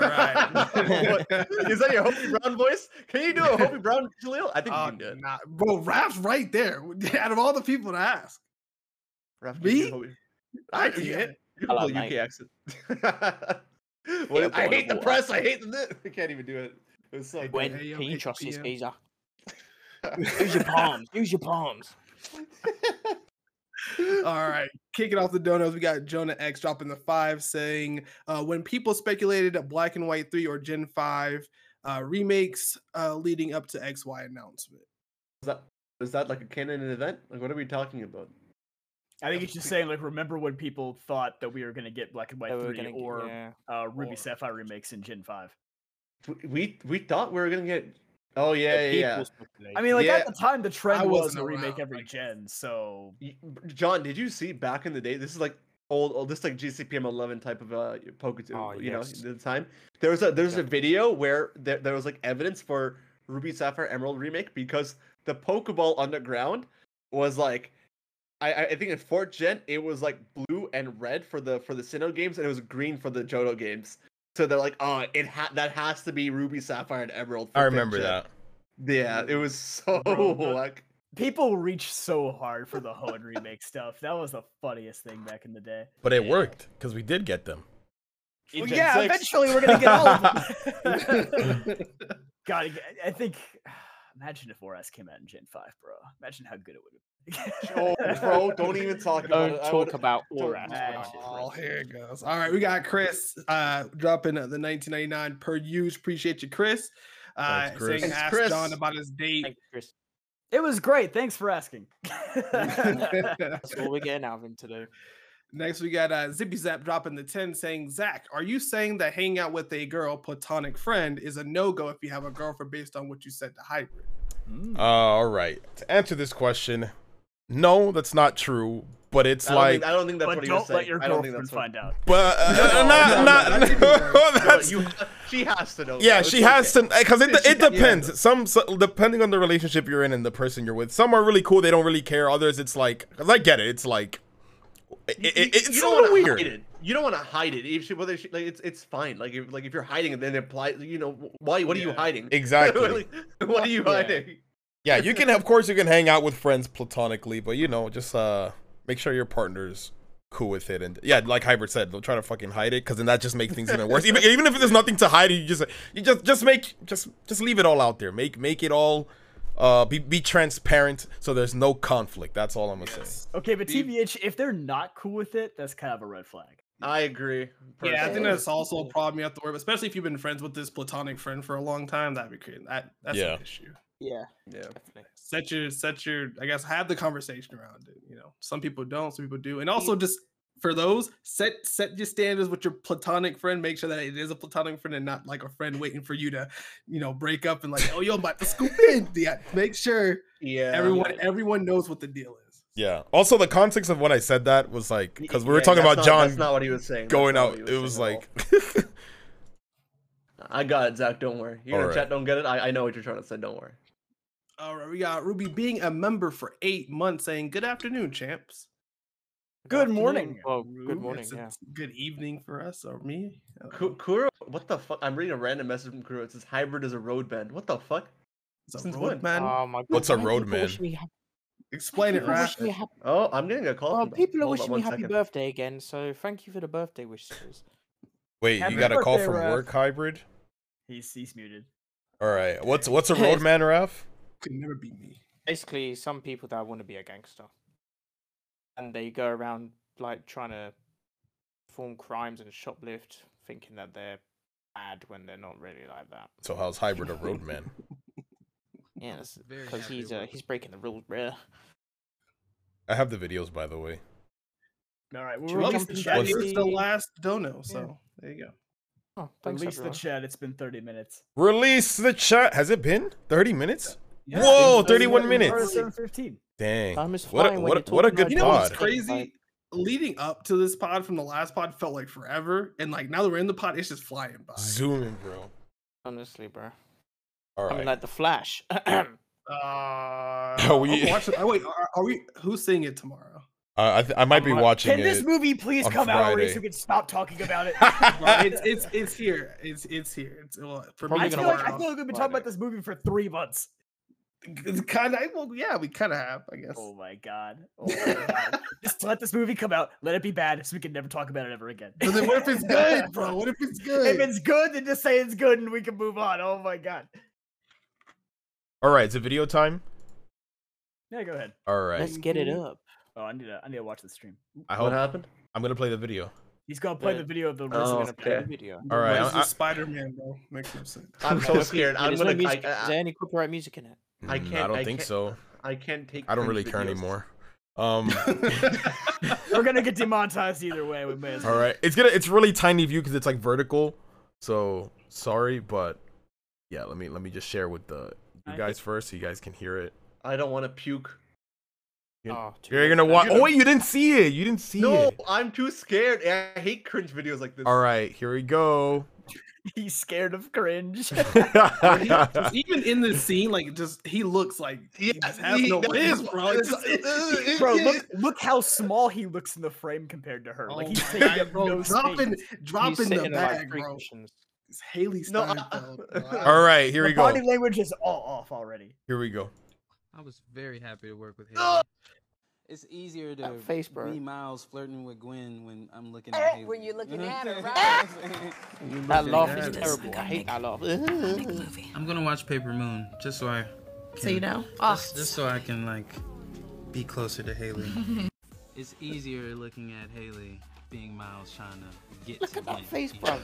What-
right.
Is that your Hopi Brown voice? Can you do a Hopi Brown, Jaleel? I think
Uh,
you can do it.
nah, bro, Rap's right there. Out of all the people to ask,
Raph, can you do
me?
Hopi-
I
I can.
can't.
You can
Hello,
pull a
mate.
UK accent. What if- I
boy,
hate the
boy.
press. I hate the. thi- I can't even do it. It was so good.
When
Hey, yo,
can you
it's
trust this
PM.
geezer? Use your palms. Use your palms.
All right, kicking off the donuts, we got Jonah X dropping the five, saying, uh, "When people speculated at Black and White three or Gen five uh, remakes uh, leading up to X Y announcement."
Is that is that like a canon event? Like, what are we talking about?
I think it's just saying like remember when people thought that we were gonna get Black and White
That we're
three
gonna get-
or
yeah.
uh, Ruby
or-
Sapphire remakes in Gen five.
We- We we thought we were gonna get. Oh yeah, yeah.
People's population.
I mean, like
Yeah.
at the time, the trend was
wasn't
a remake
around,
every
like-
gen. So
yeah. Y- John, did you see back in the day? This is like old, old this is like GCPM 11 type of uh Pokemon.
Oh,
you
yes.
know, at the time there was a there's a video where there, there was like evidence for Ruby Sapphire Emerald remake because the Pokeball underground was like. I, I- I think in Fort Gen it was like blue and red for the for the Sinnoh games and it was green for the Johto games. So they're like, oh, it ha- that has to be Ruby Sapphire and Emerald. for
I
Fifth
remember
Gen."
that.
Yeah, it was so
Bro, the-
like
people reach so hard for the Hoenn remake stuff. That was the funniest thing back in the day.
But it worked because we did get them.
Well,
Gen
yeah,
6.
eventually we're gonna get all of them. God, I- I think. Imagine if 4S came out in Gen five, bro. Imagine how good it
oh,
would have. been.
bro, don't even talk about
Don't
it. I
talk
would-
about
don't-
aura.
That's what
Oh, here it goes. All right, we got Chris uh, dropping uh, the 1999 per use. Appreciate you, Chris. Uh,
Thanks, Chris.
Saying
Thanks,
asked
Chris.
John about his date.
Thank you, Chris.
It was great. Thanks for asking. Mm.
That's all we're getting out of him today.
Next, we got uh, Zippy Zap dropping the 10 saying, Zach, are you saying that hanging out with a girl, platonic friend, is a no go if you have a girlfriend based on what you said to hybrid?
Uh, all right. To answer this question, no, that's not true. But it's
I don't,
like,
think, I don't think that's
but
what he was
don't
saying.
let your
I don't think
girlfriend
that's what-
find out.
but uh,
No,
uh, not,
no, no,
not.
that's incorrect. No,
No,
that's,
you, she has to know.
yeah,
bro,
she
it's
has
okay.
to because it,
She
it
got- yeah.
depends. Some, so- depending on the relationship you're in and the person you're with, some are really cool. They don't really care. Others, it's like because I get it. It's like it,
You-
it,
you-
it's
you
a
don't
little
wanna
weird.
hide it. You don't want to hide it. If she, whether she, like, it's it's fine. Like if like if you're hiding it, then it apply. You know wh- why? What are you
Yeah.
hiding?
Exactly.
Like, what are you
Yeah.
hiding?
Yeah, you can of course you can hang out with friends platonically, but you know, just uh make sure your partner's cool with it and yeah, like Hybrid said, don't try to fucking hide it because then that just makes things even worse. Even even if there's nothing to hide, you just you just just make just just leave it all out there. Make make it all uh be be transparent so there's no conflict. That's all I'm gonna say.
Okay, but
Do you-
TBH, if they're not cool with it, that's kind of a red flag.
I agree.
Yeah, I think
personally.
that's also a problem you have to worry about, especially if you've been friends with this platonic friend for a long time. That'd be crazy. That, that's
Yeah.
an issue.
Yeah,
Yeah.
definitely.
Set your, set your, I guess, have the conversation around it. You know, some people don't, some people do. And also, just for those, set set your standards with your platonic friend. Make sure that it is a platonic friend and not like a friend waiting for you to, you know, break up and like, oh, yo, I'm about to scoop in. Yeah, make sure
Yeah.
everyone everyone knows what the deal is.
Yeah. Also the context of when I said that was like because we were
Yeah,
talking
that's
about
not-
John
That's not what he was saying. That's
going
not what
out.
he
It was
saying at all.
like
I got it, Zach. Don't worry. You're in
Alright.
chat. Don't get it. I, I know what you're trying to say. Don't worry.
All right, we got Ruby being a member for eight months, saying good afternoon, champs.
Good
afternoon. uh,
morning,
Well,
Ruby,
Oh, good morning.
it's-
Yeah.
it's good evening for us or me. Uh, I don't
Ku-
know.
Kuro, what the fuck? I'm reading a random message from Kuro. It says hybrid is a road band. What the fuck?
It's a
since
road
when?
man.
Oh my god.
What's a
why do
road
people wish
man?
we had-
Explain it,
People
Raph.
wish me hap-
Oh, I'm getting a call.
well,
from-
people are
hold on
wishing me
one
happy
second.
birthday again, so thank you for the birthday wishes.
Wait,
Happy
you got a call
birthday,
from
Raph.
work hybrid?
He's he's muted.
All right. What's what's a
Yeah, it's-
roadman, Raph?
Could never be me.
Basically, some people that want to be a gangster, and they go around like trying to perform crimes and shoplift, thinking that they're bad when they're not really like that.
So how's hybrid a roadman?
Yes,
Very
because
happy
he's uh,
with-
he's breaking the rules, bruh.
I have the videos by the way.
All right,
Should
we're
we jump
Well,
into
releasing
it's
the
the
chat.
Japanese?
the
Jesse.
last dono, so there you go.
Oh, thanks,
Release the
everyone.
chat. It's been 30 minutes.
Release the chat. Has it been 30 minutes?
Yeah,
Whoa,
Oh,
it's-
31
We're at
minutes.
7:15.
Dang.
Time is
What a,
flying when
what a,
you're
what a
talking about
good
You
it.
know what's
pod.
crazy? Leading up to this pod from the last pod felt like forever, and like now that we're in the pod, it's just flying by.
Zooming, bro.
Honestly, bro.
All
I mean,
right.
like the Flash.
Uh,
we-
I'm watching, oh, wait, are, are we? Who's seeing it tomorrow?
Uh, I, th- I might be
I'm like,
watching
Can this
it.
movie please
on
come out already
Friday.
so we can stop talking about it?
Well, it's it's it's here. It's it's here. It's well, for
Probably
me.
I
gonna
feel, like,
watch
I
it
tomorrow.
feel like we've been talking about
Friday.
this movie for three months.
Kind of. Well, yeah, we kind of have, I guess.
Oh my god. Oh my god. Just let this movie come out. Let it be bad so we can never talk about it ever again.
But then what if it's good, bro? What if it's good?
if it's good, then just say it's good and we can move on. Oh my god.
All right. Is it video time?
Yeah, go ahead.
All right.
Let's get it up.
Oh, I need to I need to watch the stream.
I
What
hope
happened?
I'm going to play the video.
He's gonna play
Uh,
the video of the
We're
Oh,
gonna play the
okay.
video.
All right, I- I-
Spider Man, bro. Makes no sense.
I'm so scared. I'm
There's no
gonna. I,
music- Is
I,
there any copyright music in it?
I
Mm,
can't-
I don't
I
think
can't-
so.
I can't take.
I don't
cringe
really care
videos.
anymore. Um.
We're gonna get demonetized either way. We may as
All
well.
right. It's gonna. It's really tiny view because it's like vertical. So sorry, but yeah. Let me let me just share with the you
I
guys first, so you guys can hear it.
I don't want to puke.
You're-
Oh, too
You're
late
gonna
for that.
watch. Oh wait, you didn't see it. You didn't see
No,
it.
I'm too scared. I hate cringe videos like this.
All right. Here we go.
He's scared of cringe.
He- 'cause even in this scene, like just he looks like he
Yeah,
just has
he-
no
that-
limbs, bro. It's uh, just-
it's-
Bro, look look how small he looks in the frame compared to her. Like
Oh
he's
my
taking
God,
up
bro,
no space.
dropping,
He's
dropping the
sitting on, like,
bag,
three
bro.
cushions.
It's Haley
No, I-
Steinfeld. bro.
All right. Here
The
we
body
go.
language is all off already.
Here we go.
I was very happy to work with him.
Ah!
It's easier
That
to
face, bro.
be Miles flirting with Gwen when I'm looking
Eh,
at Haley.
when you're looking
You know
at her,
what I'm saying?
That laugh
at
is
it.
terrible. I hate that laugh.
Make a movie.
I'm gonna watch Paper Moon just so I
So you know. Oh,
just, just so I can like be closer to Haley. it's easier looking at Haley being Miles trying to get
Look
to
at that
Gwen,
face,
you
bro.
know?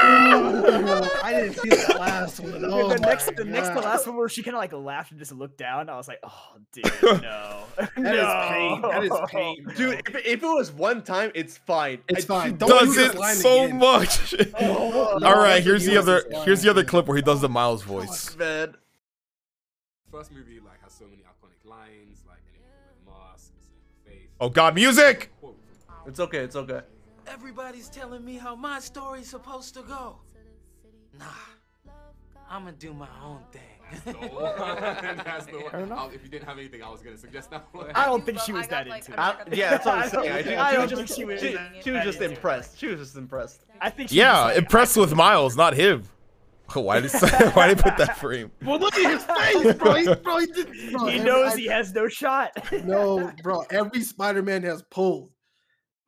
I didn't see the last one. Oh
the next,
my
the next to
God.
last one where she kind of like laughed and just looked down. I was like, oh, dude, no,
That is pain.
no.
That is pain, bro.
Dude, if, if it was one time, it's fine.
It's
I-
fine. Don't
Does
use
it
this line
so
again.
much.
No,
All right.
don't
Here's the
use
other.
this line
Here's the other
again.
clip where he does the Miles voice.
Man.
First movie like has so many iconic lines, like anything with masks and faith.
Oh God, music.
Quote from
It's okay. It's okay.
Everybody's telling me how my story's supposed to go. Nah, I'm gonna do my own thing.
Thor. That's the one. Um, if you didn't have anything, I was gonna suggest that one.
Ah.
I don't think she
I
was
got,
that
like,
into
I
it.
I- yeah, that's what I'm saying. I,
I
think-
don't- I don't
she was
think she was
She,
that-
she was
that
just
into it.
impressed. She was just impressed.
I think. she was
Yeah,
like,
impressed with Miles, not him. Why did Why did they put that frame?
Well, look at his face, bro. He's, bro, he did, bro
He
every-
knows
I-
he has no shot.
No, bro. Every Spider Man has pulled.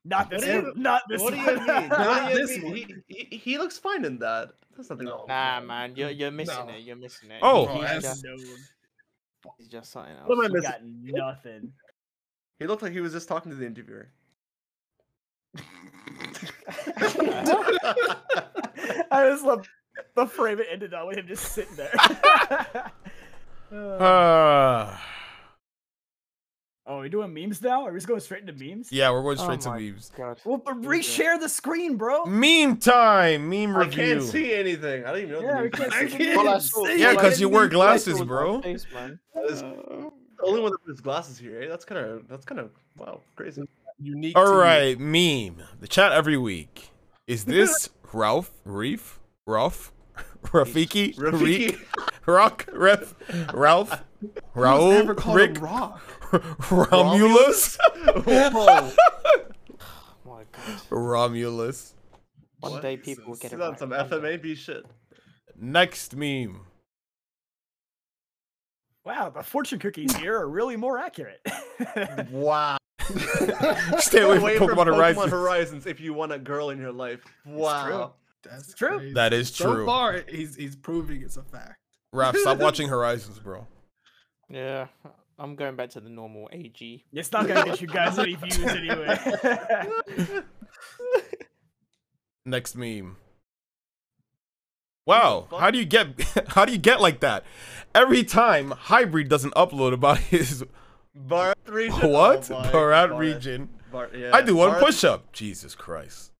Not this.
What do you-
one, Not this.
What do you
one.
mean? What do you
this
mean?
one.
He, he, he looks fine in that. There's nothing
No.
wrong.
Nah, man, you're you're missing
No.
it. You're missing it.
Oh.
Bro,
he's
that's-
just,
No,
he's just something else.
What am I
he
missing?
got nothing.
He looked like he was just talking to the interviewer.
I just love the frame it ended on with him just sitting there.
Uh,
oh, are we doing memes now? Are we just going straight into memes?
yeah, we're going
Oh
straight to
my
memes.
God.
Well, but reshare the screen, bro.
Meme time. Meme
I
review.
can't see anything. I don't even know.
Yeah, we
the name.
can't
I
see
can't
All I
see
saw-
it.
Yeah,
all I
'cause you
didn't
wear
even- all I saw
glasses,
was my
bro.
face, man.
There's- The only one that wears glasses here. Eh? That's kind of. That's kind of. Wow, crazy.
Unique. to
All
you.
right, meme. The chat every week. Is this Ralph, Reef, Ralph, Rafiki,
Rafiki.
Reek, Rock, Ref, Ralph,
Who's ever
Raul,
called
Rick,
him Rock?
Romulus,
Whoa.
Oh my god.
Romulus.
One
What
day
is
people will
this?
get
This
it.
is on
Right.
some FMAB shit.
Next meme.
Wow, the fortune cookies here are really more accurate.
Wow.
Stay away from Pokemon Horizons.
Horizons if you want a girl in your life. Wow.
That's
true.
crazy.
That is
So
true.
far, he's he's proving it's a fact.
Raph, stop watching Horizons, bro.
Yeah, I'm going back to the normal AG.
it's not gonna get you guys any views anyway.
Next meme. Wow, how do you get how do you get like that? Every time Hybrid doesn't upload about his
Bart region. oh
what?
my
Barat
God.
region.
Bart, yeah.
I do one
Bart-
push up. Jesus Christ.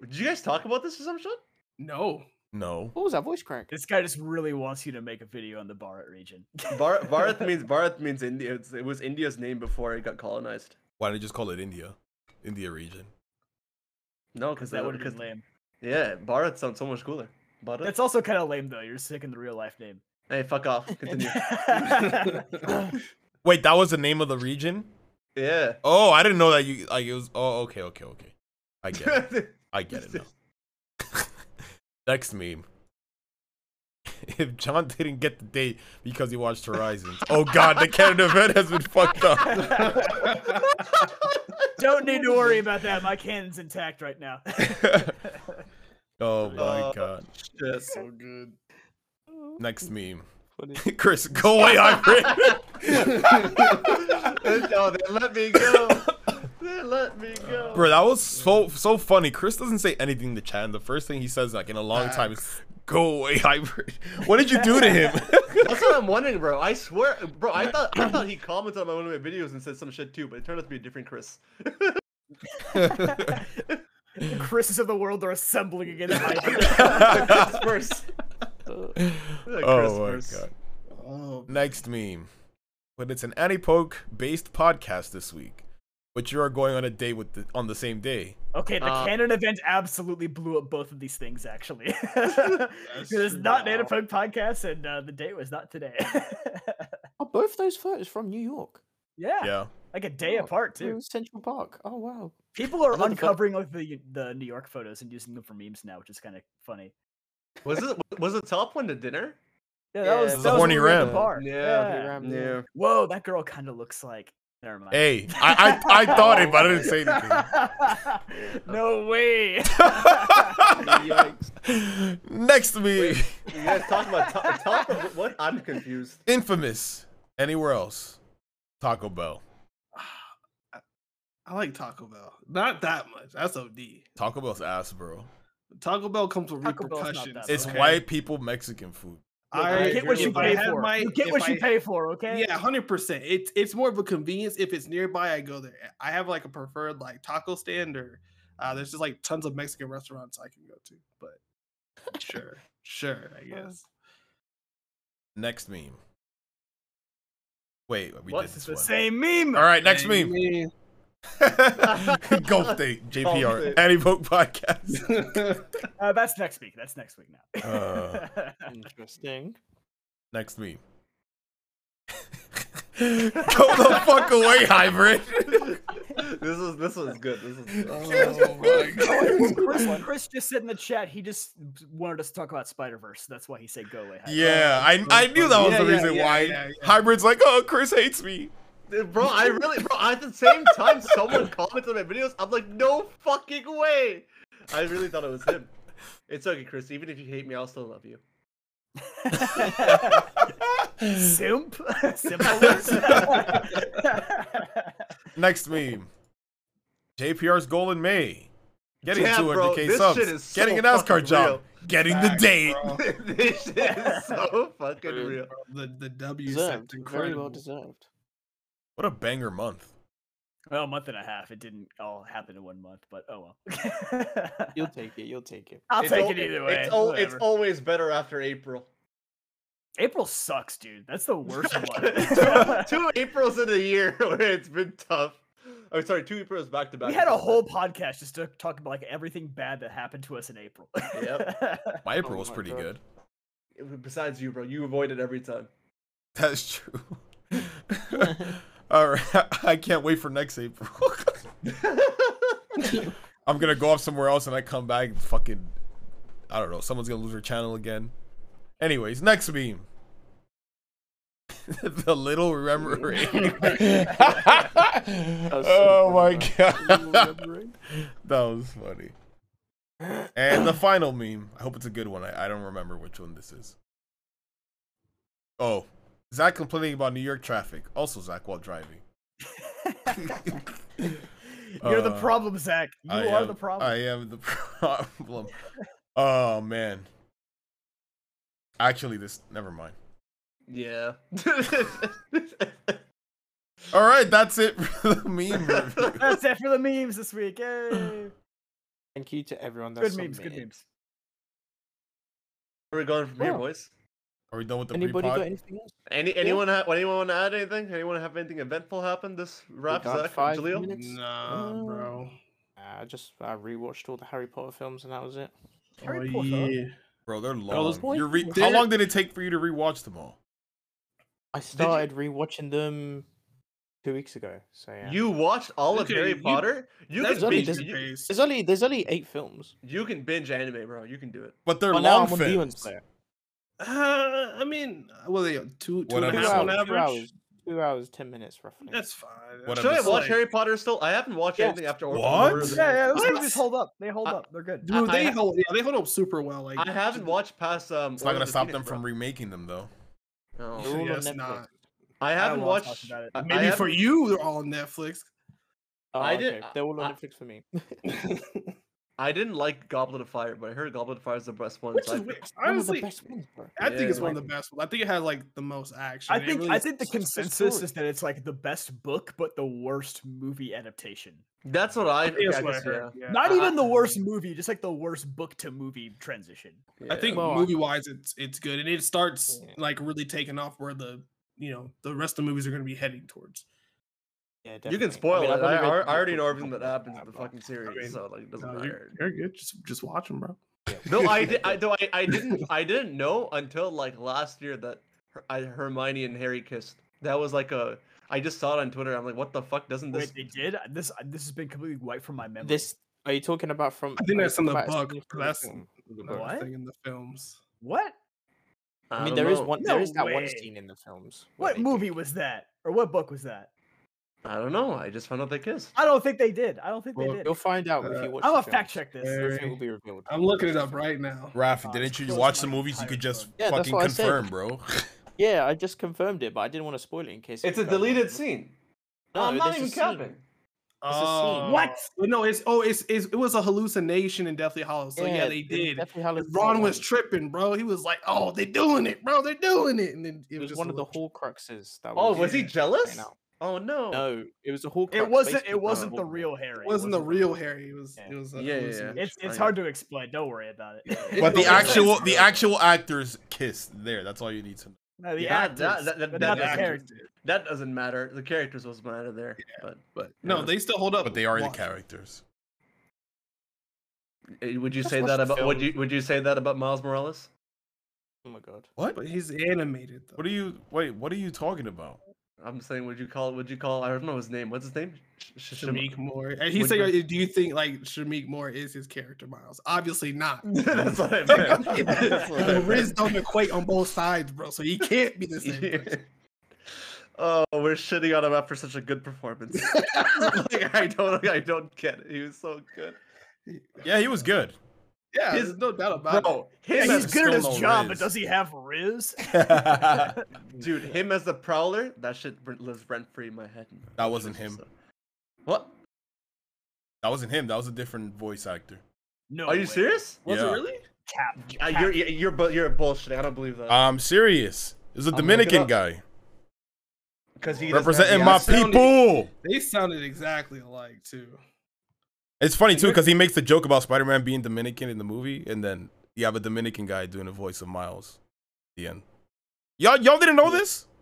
Did you guys talk about this or some shit?
No.
No.
What was that voice crack?
this guy just really wants you to make a video on the Bharat region.
Bharat, Bharat means Bharat means India. It's, it was India's name before it got colonized.
Why don't you just call it India? India region.
No,
Because
because
that would have
because
been lame.
yeah, Bharat sounds so much cooler. Bharat.
That's also kind of lame though. You're sick in the real life name.
Hey, fuck off. Continue.
Wait, that was the name of the region?
yeah.
Oh, I didn't know that you like it was oh okay, okay, okay. I get it. I get it now. Next meme. If John didn't get the date because he watched Horizons. Oh god, the Canada event has been fucked up.
Don't need to worry about that. My cannon's intact right now.
oh my
Uh,
god.
That's so good.
Next meme.
Funny.
Chris, go away, Ivory.
no, they let me go. They let me go.
Bro, that was so so funny. Chris doesn't say anything to Chan. The first thing he says like in a long time is go away, Ivory. What did you do to him?
That's what I'm wondering, bro. I swear, bro. I thought I thought he commented on my one of my videos and said some shit too, but it turned out to be a different Chris.
The Chris's of the world are assembling against my
Chris first.
oh my god.
Oh,
Next meme. But it's an Anipoke based podcast this week. But you are going on a date with the, on the same day.
Okay, the
Uh,
Um,
canon event absolutely blew up both of these things, actually. It is not an Anapunk podcast, and uh, the date was not today.
Are Oh, both those photos from New York?
yeah,
Yeah.
like a day
Oh,
apart,
they're
mm.
too.
in Central Park. Oh wow.
People are
Another pho-
uncovering like the, the New York photos and using them for memes now, which is kind of funny.
Was it was the top one to dinner?
Yeah, that was
Yeah,
that
the
was when
horny
we were at the
ram.
bar.
Yeah,
yeah.
Ram,
Yeah.
Whoa, that girl kind of looks like. Never mind.
Hey, I, I, I thought it, but I didn't say anything.
no way.
Next meme.
You guys talking about top, top of what? I'm confused.
Infamous. Anywhere else? Taco Bell.
I like Taco Bell. Not that much. That's OD.
Taco Bell's ass, bro.
Taco Bell comes with
Taco Bell's not that
repercussions.
bad.
It's
Okay.
white people Mexican food.
I
You get what you
if I
pay
had
for.
my-
you get
if
what
I-
you pay for, okay?
Yeah, hundred percent. It's it's more of a convenience. If it's nearby, I go there. I have like a preferred like taco stand or uh, there's just like tons of Mexican restaurants I can go to. But sure, sure, I guess.
Next meme. Wait, we
What?
did
It's
this
the
one.
same meme.
All right, next
Hey,
meme.
man.
Golf date, JPR,
date.
Anti-Vote podcast.
Uh, that's next week. That's next week now.
Uh.
Interesting.
Next meme. Go the fuck away, hybrid.
This is this was good. This is good.
Oh
Chris, Chris just said in the chat he just wanted us to talk about Spider Verse. That's why he said go away. Hyde."
yeah, I I knew that was
Yeah,
the
yeah,
reason
yeah,
why
yeah, yeah.
hybrid's like, oh, Chris hates me.
Dude, bro, I really, bro, at the same time, someone commented on my videos. I'm like, no fucking way. I really thought it was him. It's okay, Chris. Even if you hate me, I'll still love you.
Simp. Simp. alert.
Next meme. JPR's goal in May. Getting
Damn, bro,
200k
this
subs.
shit is so
getting an NASCAR
fucking
job.
real.
Getting the date.
this shit is so fucking
Brilliant.
real.
the the W
Deserved.
sounds
Very well
incredible.
deserved.
What a banger month.
well, a month and a half. It didn't all happen in one month, but oh well.
You'll take it. You'll take it.
I'll
It's
take
al-
it either way.
It's, al- it's
whatever.
always better after April.
April sucks, dude. That's the worst
two,
one.
two Aprils in a year where it's been tough. Oh, sorry, two Aprils back to back.
we had a whole podcast just to talk about like everything bad that happened to us in April.
Yep.
My April
Oh
was
my
pretty
God.
good.
Besides you, bro, you avoid it every time.
That's true. All right, I can't wait for next April. I'm gonna go off somewhere else and I come back and fucking I don't know, someone's gonna lose their channel again. Anyways, next meme. the little remembering.
was
oh
so
my
funny,
god, that was funny. And the final meme. I hope it's a good one. I, I don't remember which one this is. Oh, Zach complaining about New York traffic. Also, Zach while driving.
You're the
Uh,
problem, Zach. You
I
are
am-
the problem.
I am the problem. oh man. Actually, this. Never mind.
Yeah.
All right, that's it for the meme review.
That's it for the memes this week. Yay.
Thank you to everyone that
good memes, good
submitted.
memes.
Where are we going from here,
Oh.
boys?
Are we done with the
Anybody
pre-pod?
got anything else?
Any anyone ha- anyone want to add anything? Anyone have anything eventful happen this wrap,
got
Zach,
five
Jaleel?
minutes.
Nah,
Oh.
bro.
Uh, I just I rewatched all the Harry Potter films and that was it.
Oh,
Harry Potter.
yeah.
Bro, they're
those
long. You're re-
boys-
How
They're-
long did it take for you to rewatch them all?
I started rewatching them two weeks ago. So yeah.
You watched all of
Okay,
Harry
you-
Potter? You
That's
can
only
binge.
just-
You,
pace.
There's only there's only eight films.
you can binge anime, bro. You can do it.
But they're
Well, now
long
I'm on Demon
films.
Slayer.
Uh, I mean, what are they? Two, two and a
Whatever.
half on
Two hours, two
average.
hours, two hours, ten minutes roughly.
That's fine.
What
Should I
episode?
watch Harry Potter still? I haven't watched
Yes.
anything after Orphan
What?
Orphan.
Yeah, yeah, those
What?
movies hold up. They hold
I-
up. They're good.
Dude,
I-
they
I-
hold. Yeah, they hold up super well. Like
I haven't watched past um.
It's not
Order
gonna
of the
stop
Phoenix,
them from
bro.
remaking them though.
No.
They're all on
yes,
Netflix.
not.
I
don't
haven't
wanna talk
watched.
about it.
I- I
Maybe for
haven't-
you, they're all on Netflix.
Oh,
I did-
okay. They're all on
I-
Netflix for me.
I didn't like Goblet of Fire, but I heard Goblet of Fire is the best one.
Which
so I
is
picked-
weird.
One of the
honestly.
best ones, bro.
I think it's one of
Yeah.
the best. ones. I think it had like the most action.
I
It
think
really
I
is
think the
such a good
consensus
story.
is that it's like the best book, but the worst movie adaptation.
That's what I.
I think
okay,
that's
I
what I
guess,
heard.
yeah.
yeah.
Not
I-
even the worst movie, just like the worst book to movie transition.
I think
Well, I-
movie wise, it's it's good, and it starts
Yeah.
like really taking off where the you know the rest of the movies are going to be heading towards.
Yeah,
You can
definitely.
spoil
mean,
it.
I've
I,
only read
I,
the
I already
book,
know
so
everything
I'm
that
not
happens
that
in the
bad,
fucking series,
mean,
so like it doesn't
No, you're,
matter.
you're good. Just just watch them, bro.
No, I did. I, though I, I didn't. I didn't know until like last year that Her- I, Hermione and Harry kissed. That was like a. I just saw it on Twitter. I'm like, what the fuck? Doesn't this?
Wait, they did this. This has been completely wiped from my memory.
This are you talking about from?
I think
are you
that's in
talking
the
about a
book,
scene from
but
the
that's-
film?
Another
What?
thing in the films?
what?
I mean,
don't
there is
know.
one.
No
there is that one
way.
scene in the films. where
What
they do
movie
kiss.
was that, or what book was that?
I don't know. I just found out they kissed.
I don't think they did. I don't think they
Well,
did.
You'll find out if
Uh,
you watch.
I'm
the
gonna
films.
fact check this.
Uh,
Everything will be revealed.
I'm looking it up right now.
Raph,
Uh,
didn't you
spoils
watch
my
the movies? You could
entire
just
book.
Yeah, that's
fucking
what I said.
confirm, bro.
Yeah, I just confirmed it, but I didn't want to spoil it in case.
It's
you
a
guys wanted
deleted
to-
scene.
No,
I'm not
there's a
even
scene.
capping.
It's a scene.
Uh,
What?
But no, it's oh, it's, it's it was a hallucination in Deathly Hollows. So yeah, they
there's
did.
Deathly Hallows Part
Ron was
One.
tripping, bro. He was like, "Oh, they're doing it, bro. They're doing it." And then it
It was
was just
one
a
of the
little-
Horcruxes that.
Oh,
was
was he
in-
jealous?
right now.
Oh no.
No, it was a Horcrux.
It wasn't.
basically
It
from
wasn't the
Hogwarts.
real Harry.
It wasn't the real Harry. It was.
Yeah.
It was.
Yeah,
A
yeah, yeah.
hallucination.
It's
I
it's
know.
hard to explain. Don't worry about it.
But the
It's-
actual the actual actors kissed there. That's all you need to know.
No, the
Yeah,
actors,
that-
but
that-
not
that-
the
the
that-
actors
characters.
did,
That doesn't matter. The characters was matter there, but
But no,
Yeah.
they still
Oh,
hold up.
But they are the
Watch.
characters.
Uh, would you
Just
say
watch
that
the
about would
films.
you would you say that about Miles Morales?
Oh my god.
What?
But he's animated though.
What are you? Wait, what are you talking about?
I'm saying would you call would you call I don't know his name. What's his name? Sh- Sh- Shim-
Shamik Moore? And he's
Would-
saying, like, "Do you think like Shamik Moore is his character, Miles? Obviously not."
That's what I
That's
meant.
The Riz don't equate on both sides, bro. So he can't be the same. person.
oh, we're shitting on him after such a good performance. like, I don't, I don't get it. He was so good,
Yeah, he was good.
Yeah,
His-
there's no doubt about
bro.
Yeah,
Him
He's
he's
as,
good at
still
his
no
job,
Riz.
but does he have Riz?
that
dude, him as the prowler. That shit br- lives rent free in my head.
That wasn't him.
What?
wasn't him. That was a different voice actor.
No.
Are you
way.
serious?
it. Was
Yeah.
it really?
Cap.
Uh,
cap.
you're you're you're, bu- you're bullshitting. I don't believe that.
I'm serious. It was Um, a
I'm looking
Dominican
up.
guy
Because he doesn't have
representing
the
my
accent.
sounded-
people.
They sounded exactly alike too.
It's funny too because he makes the joke about Spider-Man being Dominican in the movie, and then you have a Dominican guy doing the voice of Miles. At the end. Y'all, y'all didn't know this?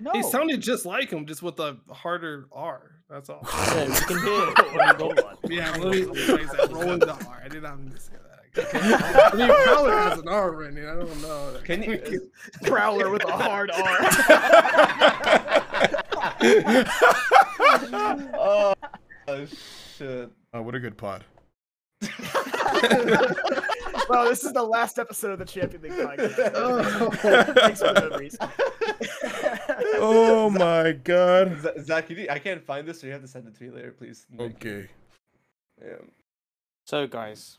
No.
He sounded just like him, just with a harder R. That's all.
Yeah, you can hear it when you go on.
Yeah, let me, let me say that. Rolling the R. I did not mean to say that. I mean, Prowler has an R in it. I don't know.
Can you?
Prowler with a hard R.
oh, oh, shit.
Oh, what a good pod.
Well, this is the last episode of the Champion League podcast. Thanks for the memories.
Oh my god.
Z- Zach, you need, I can't find this, so you have to send it to me later, please. Nick.
Okay.
Yeah.
So, guys,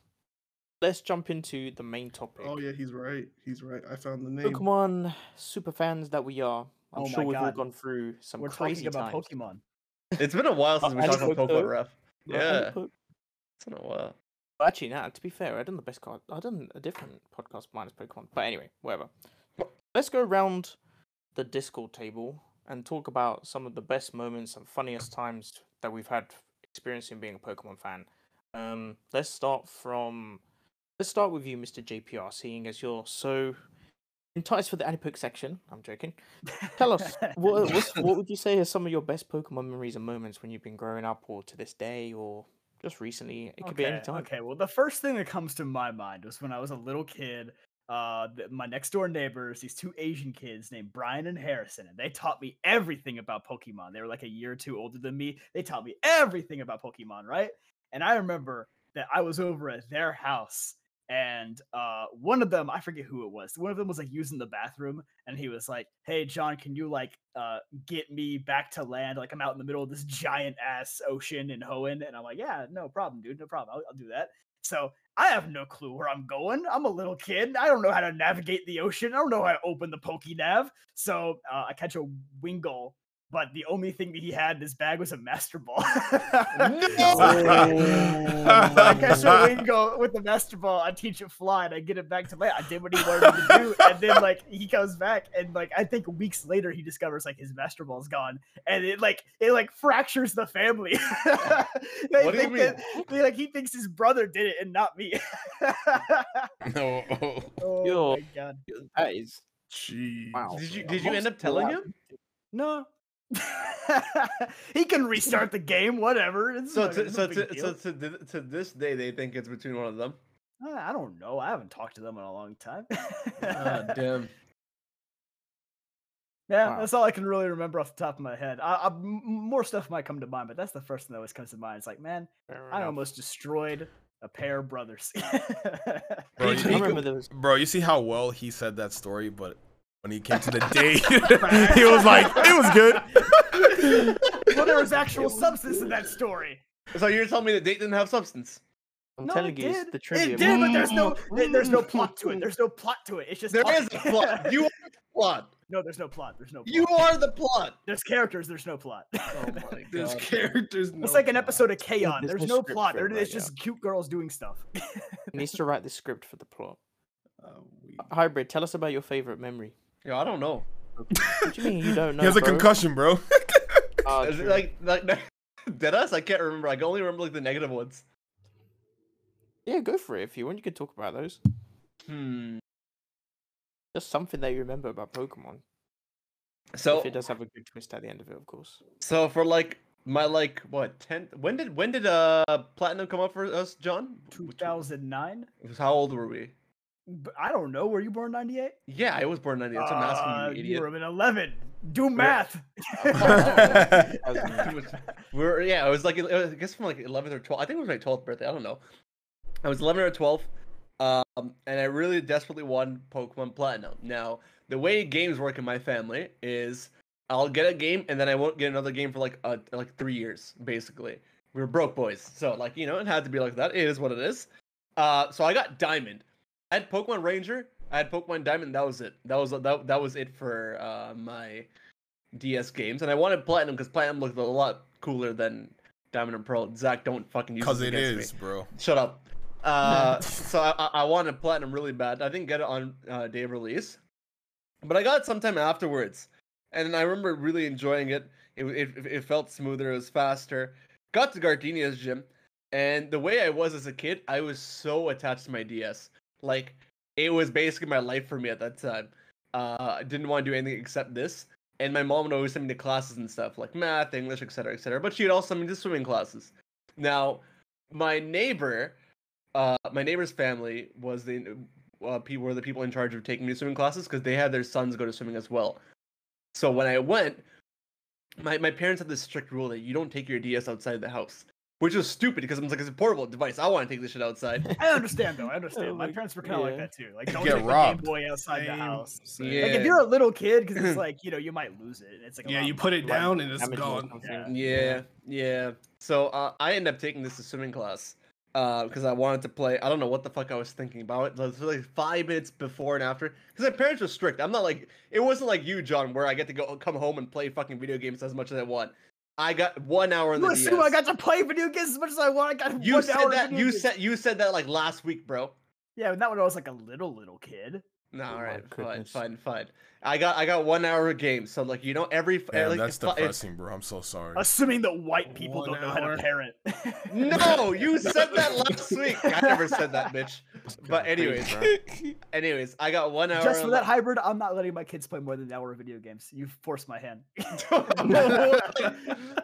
let's jump into the main topic.
Oh yeah, he's right. He's right. I found the name.
Pokemon super fans that we are. I'm
Oh my
sure we've all
God.
gone through some
We're
crazy
talking about
times.
Pokemon.
It's been a while since we
I
talked
just looked
about
up.
Pokemon Ref.
Right, and
Yeah.
Po-
It's been a while.
Well, Actually, nah, to be fair, I've done the best card. I've done a different podcast minus Pokemon. But anyway, whatever. Let's go around the Discord table and talk about some of the best moments and funniest times that we've had experiencing being a Pokemon fan. Um, let's start from. Let's start with you, Mr. JPR, seeing as you're so enticed for the Adipoke section. I'm joking. Tell us, what, what's, what would you say are some of your best Pokemon memories and moments when you've been growing up, or to this day, or just recently? It could be any time.
Okay, well, the first thing that comes to my mind was when I was a little kid. Uh, th- my next door neighbors, these two Asian kids named Brian and Harrison, and they taught me everything about Pokemon. They were like a year or two older than me. They taught me everything about Pokemon, right? And I remember that I was over at their house, and uh, one of them, I forget who it was, one of them was like using the bathroom, and he was like, "Hey, John, can you like uh, get me back to land? Like I'm out in the middle of this giant ass ocean in Hoenn." And I'm like, "Yeah, no problem, dude, no problem. I'll, I'll do that." So I have no clue where I'm going. I'm a little kid. I don't know how to navigate the ocean. I don't know how to open the Pokénav. So uh, I catch a Wingull, but the only thing that he had in his bag was a Master Ball. So I catch a Wingo with the master ball. I teach it fly, and I get it back to land. I did what he wanted me to do, and then like he comes back, and like I think weeks later he discovers like his master ball's gone, and it like it like fractures the family. they
What do you
think that- they, like he thinks his brother did it and not me.
No.
oh
Yo.
my god!
That is
Jeez.
wow.
Did you did you end up telling him?
No. he can restart the game, whatever. It's
So
no-
to,
it's
so
no big
to,
deal.
so to, th- to this day they think it's between one of them.
Uh, I don't know. I haven't talked to them in a long time.
Ah, damn.
Yeah,
Wow.
that's all I can really remember off the top of my head. I, I- m- more stuff might come to mind, but that's the first thing that always comes to mind. It's like, man, I almost destroyed a pair of brothers.
Bro,
I
you- you-
remember there was
Bro, you see how well he said that story, but when he came to the day, he was like, it was good.
well, there was actual substance in that story.
So you're telling me the date didn't have substance?
I'm
no,
telling
it
you, it's
did.
the trivia.
It did, but there's no, there- there's no plot to it. There's no plot to it. It's just
There
funny.
is a plot. You are the plot.
no, there's no plot. There's no. Plot.
You are the plot.
There's characters. There's no plot.
my
There's characters.
Oh, it's
no
like an
plot.
episode of K-On!
there's
There's,
no
no
script
plot.
for it
There- It's
right now.
just cute girls doing stuff.
He needs to write the script for the plot.
Oh, we-
Hybrid, tell us about your favorite memory.
Yo, I don't know.
What do you mean you don't know?
he has a
bro?
concussion, bro.
Ah,
Is it
true.
like like dead us? I can't remember. I can only remember like the negative ones.
yeah, go for it if you want. You can talk about those.
Hmm.
Just something that you remember about Pokemon.
So
if it does have a good twist at the end of it, of course.
so for like my like what tenth? When did when did uh platinum come up for us, John? Which-
2009.
How old were we?
B- I don't know. Were you born '98?
Yeah, I was born ninety. That's what I'm
Uh,
asking you,
You
idiot. Oh,
were in 11. Do math.
It was- we were yeah, it was like it was- I guess from like 11th or 12th. I think it was my 12th birthday. I don't know. I was 11 or 12, um, and I really desperately wanted Pokemon Platinum. Now the way games work in my family is I'll get a game and then I won't get another game for like uh, like three years basically. We were broke boys, so like you know it had to be like that. It is what it is. Uh, so I got Diamond. I had Pokemon Ranger. I had Pokemon Diamond. That was it. That was that, that was it for uh, my DS games, and I wanted Platinum because Platinum looked a lot cooler than Diamond and Pearl. Zach, don't fucking use
Because
this
it
against me.
is, bro.
Shut up. Uh, so I, I- I wanted platinum really bad. I didn't get it on uh, day of release, but I got it sometime afterwards, and I remember really enjoying it. It w- it, it felt smoother. It was faster. Got to Gardenia's gym, and the way I was as a kid, I was so attached to my DS. Like it was basically my life for me at that time. Uh, I didn't want to do anything except this. And my mom would always send me to classes and stuff like math, English, etc., etc. But she'd also send me to swimming classes. Now, my neighbor, uh, my neighbor's family was the uh, people were the people in charge of taking me to swimming classes because they had their sons go to swimming as well. So when I went, my my parents had this strict rule that you don't take your DS outside the house. which was stupid because I'm like, it's a portable device. I want to take this shit outside.
I understand though. I
Oh,
understand. My parents were kind of like
yeah.
that too. Like, don't
Get
take
robbed.
the Game Boy outside the
Same,
house.
same.
Yeah.
Like, if you're a little kid, because it's like you know you might lose it. and It's like a
Yeah,
lot
you
of
put it
like,
down and it's
damage or
gone.
something.
Yeah, yeah. So uh, I ended up taking this to swimming class because I wanted to play. I don't know what the fuck I was thinking about. It was like five minutes before and after because my parents were strict. I'm not like it wasn't like you, John, where I get to go come home and play fucking video games as much as I want. I got one hour in
You
the
assume
DS.
I got to play video games as much as I want. I got
you
one
said
hour of
that.
video
You
games.
said you said that like last week, bro.
yeah, not when I was like a little little kid.
No,
Oh
all
my
right, fine,
goodness.
fine, fine. I got I got one hour of game, so like you know every f-
Damn,
like,
that's
if I- if-
depressing, bro. I'm so sorry.
Assuming that white people
One
don't know how
hour.
to parent.
No, you said that last week. I never said that, bitch.
Kinda
But
crazy,
anyways,
bro.
anyways, I got one hour.
Just for
on
that hybrid, I'm not letting my kids play more than an hour of video games. You forced my hand. uh,
la-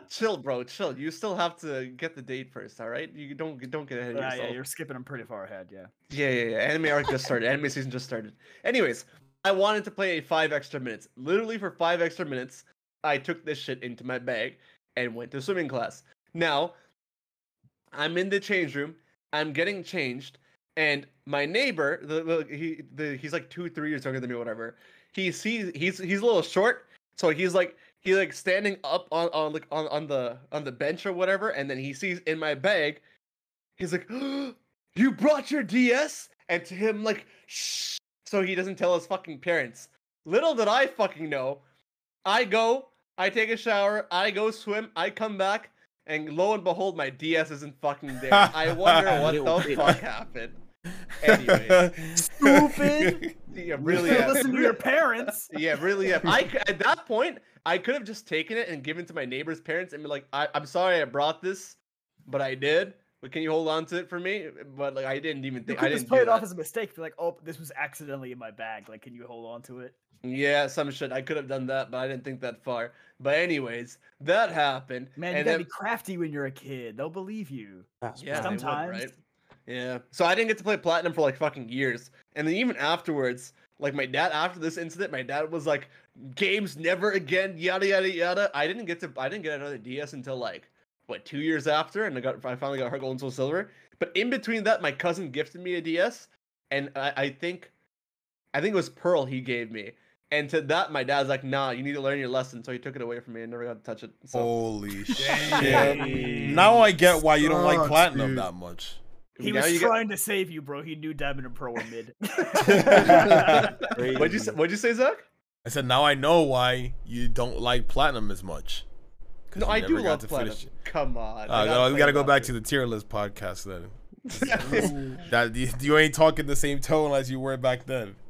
chill, bro. Chill. You still have to get the date first, all right? You don't don't get ahead of
Yeah,
yourself.
yeah, you're skipping them pretty far ahead. Yeah.
Yeah, yeah, yeah. Anime arc just started. Anime season just started. Anyways, I wanted to play five extra minutes. Literally for five extra minutes, I took this shit into my bag and went to swimming class. Now, I'm in the change room. I'm getting changed, and my neighbor, the, the he, the he's like two, three years younger than me, whatever. He sees he's he's a little short, so he's like he like standing up on on like on, on the on the bench or whatever, and then he sees in my bag. He's like, you brought your DS? And to him, like, shh, so he doesn't tell his fucking parents. Little did I fucking know. I go, I take a shower, I go swim, I come back, and lo and behold, my DS isn't fucking there. I wonder what
Little
the
bitch.
fuck happened. Anyways,
Stupid.
yeah, really,
You
yeah.
listen to your parents.
Yeah, really. Yeah. I c- at that point, I could have just taken it and given it to my neighbor's parents and be like, I, "I'm sorry, I brought this, but I did. But can you hold on to it for me?" But like, I didn't even
You
think. I
could
didn't
just play
do
it off
that.
as a mistake. Be like, oh, this was accidentally in my bag. Like, can you hold on to it?
Yeah, some shit. I could have done that, but I didn't think that far. But anyways, that happened.
Man, you
and
gotta
then,
be crafty when you're a kid. They'll believe you.
That's
yeah,
mad.
they would,
sometimes.
right? Yeah. So I didn't get to play platinum for like fucking years, and then even afterwards, like my dad after this incident, my dad was like, "Games never again," yada yada yada. I didn't get to. I didn't get another DS until like what two years after, and I got I finally got her gold and soul silver. But in between that, my cousin gifted me a DS, and I, I think, I think it was Pearl he gave me. And to that, my dad's like, "Nah, you need to learn your lesson." So he took it away from me and never got to touch it. So.
Holy shit! Now I get why you don't like
Sucks,
platinum
dude.
that much.
He
Now
was
you get-
trying to save you, bro. He knew Diamond and Pearl were mid.
what'd you say, what'd you say, Zach?
I said now I know why you don't like platinum as much. 'Cause
No,
you
I
never
do
got
love
to
platinum.
finish it.
Come on.
Uh, no, we gotta go back to the tier list podcast then. That you, you ain't talking the same tone as you were back then.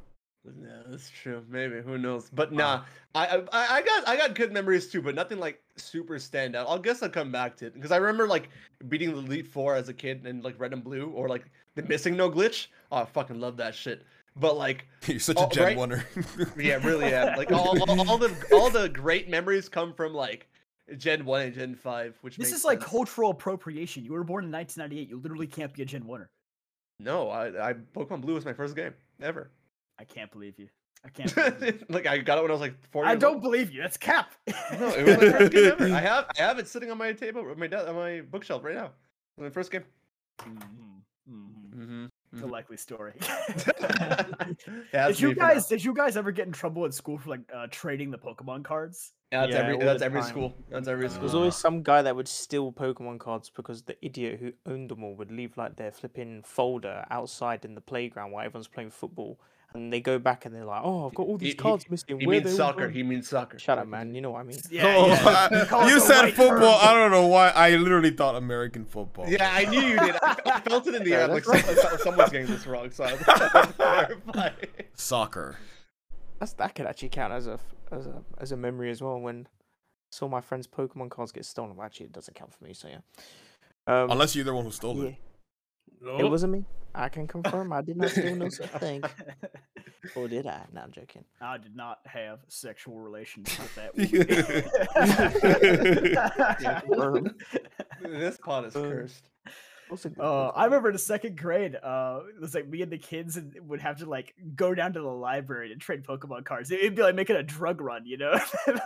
Yeah, that's true. Maybe who knows? But nah, I, I I got I got good memories too, but nothing like super standout. I will guess I'll come back to it because I remember like beating the Elite Four as a kid and like Red and Blue or like the Missing No Glitch. Oh, I fucking love that shit. But like,
You're such
Oh,
a gen
right?
winner.
yeah, really, yeah. Like all, all, all the all the great memories come from like Gen One and Gen Five, which
this
makes
is like
sense.
cultural appropriation. You were born in 1998. You literally can't be a Gen 1er.
no, I, I Pokemon Blue was my first game ever.
I can't believe you. I can't. Believe you.
like I got it when I was like four.
I
years
don't believe you. That's cap.
No, it was my first game ever. I have I have it sitting on my table, on my de- on my bookshelf right now. It's My first game.
Mhm, mhm.
Mm-hmm.
It's a likely story.
yeah,
did you guys? Did you guys ever get in trouble at school for like uh, trading the Pokemon cards?
That's
Yeah,
every.
all
That's
the
every
time.
school. That's every
There was
school.
always some guy that would steal Pokemon cards because the idiot who owned them all would leave like their flipping folder outside in the playground while everyone's playing football, and they go back and they're like, "Oh, I've got all
He-
these
he-
cards missing."
He
Where
means
they all
soccer.
gone?"
He means soccer.
Shut up, man. You know what I mean.
Oh,
Call it
you
the
said
right term.
football. I don't know why. I literally thought American football.
Yeah, I knew you did. I, I felt it in the air. I'm Like
that's
someone, someone's getting this wrong. So I'm terrified.
Soccer.
That's that could actually count as a f- as a as a memory as well. When saw my friend's Pokemon cards get stolen. Well, actually, it doesn't count for me. So yeah. Um,
Unless you're the one who stole
yeah,
it.
it wasn't me. I can confirm. I did not steal no such thing. Or did I? No, I'm joking.
I did not have sexual relations with that woman.
this pot is
Um,
cursed.
Uh, I remember in the second grade, uh, it was like me and the kids and would have to like go down to the library to trade Pokemon cards. It- It'd be like making a drug run, you know?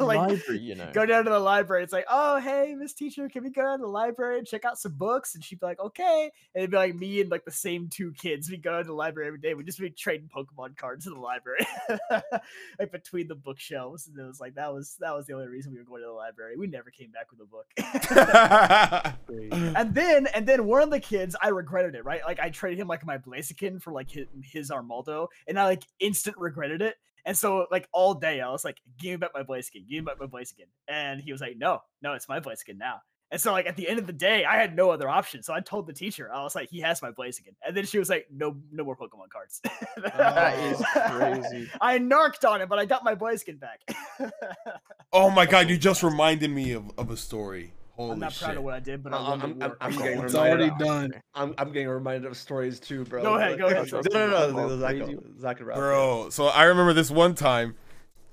like
library, you know.
go down to the library. It's like, oh hey, Miss Teacher, can we go down to the library and check out some books? And she'd be like, okay. And it'd be like me and like the same two kids. We go to the library every day. We'd just be trading Pokemon cards in the library, like between the bookshelves. And it was like that was that was the only reason we were going to the library. We never came back with a book. and then and then one of the kids, I regretted it, right? Like I traded him like my Blaziken for like his, his Armaldo, and I like instant regretted it. And so like all day I was like, give me back my Blaziken, give me back my Blaziken. And he was like, no, no, it's my Blaziken now. And so like at the end of the day, I had no other option. So I told the teacher, I was like, he has my Blaziken. And then she was like, no, no more Pokemon cards.
That is crazy.
I narked on it, but I got my Blaziken back.
Oh my god, you just reminded me of, of a story. Holy
I'm not
shit.
proud of what I did, but I won
I'm-
the
I'm- I'm-
war.
I'm getting
It's
reminded-
already done.
I'm, I'm getting reminded of stories too, bro.
Go ahead, go ahead.
No, no, no,
Oh,
no, Zach,
crazy.
Zach can wrap it.
Bro, so I remember this one time.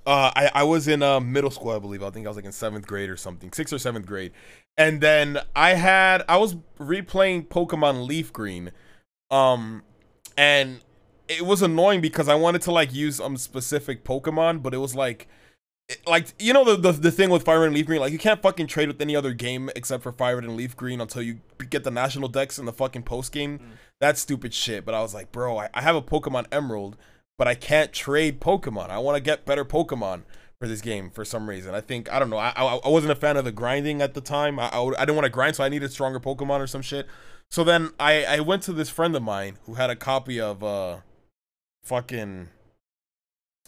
Uh, I, I was in uh, middle school, I believe. I think I was like in seventh grade or something, sixth or seventh grade. And then I had I was replaying Pokemon Leaf Green, um, and it was annoying because I wanted to like use um specific Pokemon, but it was like, it- like you know the, the the thing with Fire Red and Leaf Green, like you can't fucking trade with any other game except for Fire Red and Leaf Green until you get the national decks in the fucking post game. That stupid shit. But I was like, bro, I, I have a Pokemon Emerald but I can't trade Pokemon. I want to get better Pokemon for this game for some reason. I think I don't know. I I, I wasn't a fan of the grinding at the time. I I, would- I didn't want to grind, so I needed stronger Pokemon or some shit. So then I I went to this friend of mine who had a copy of uh fucking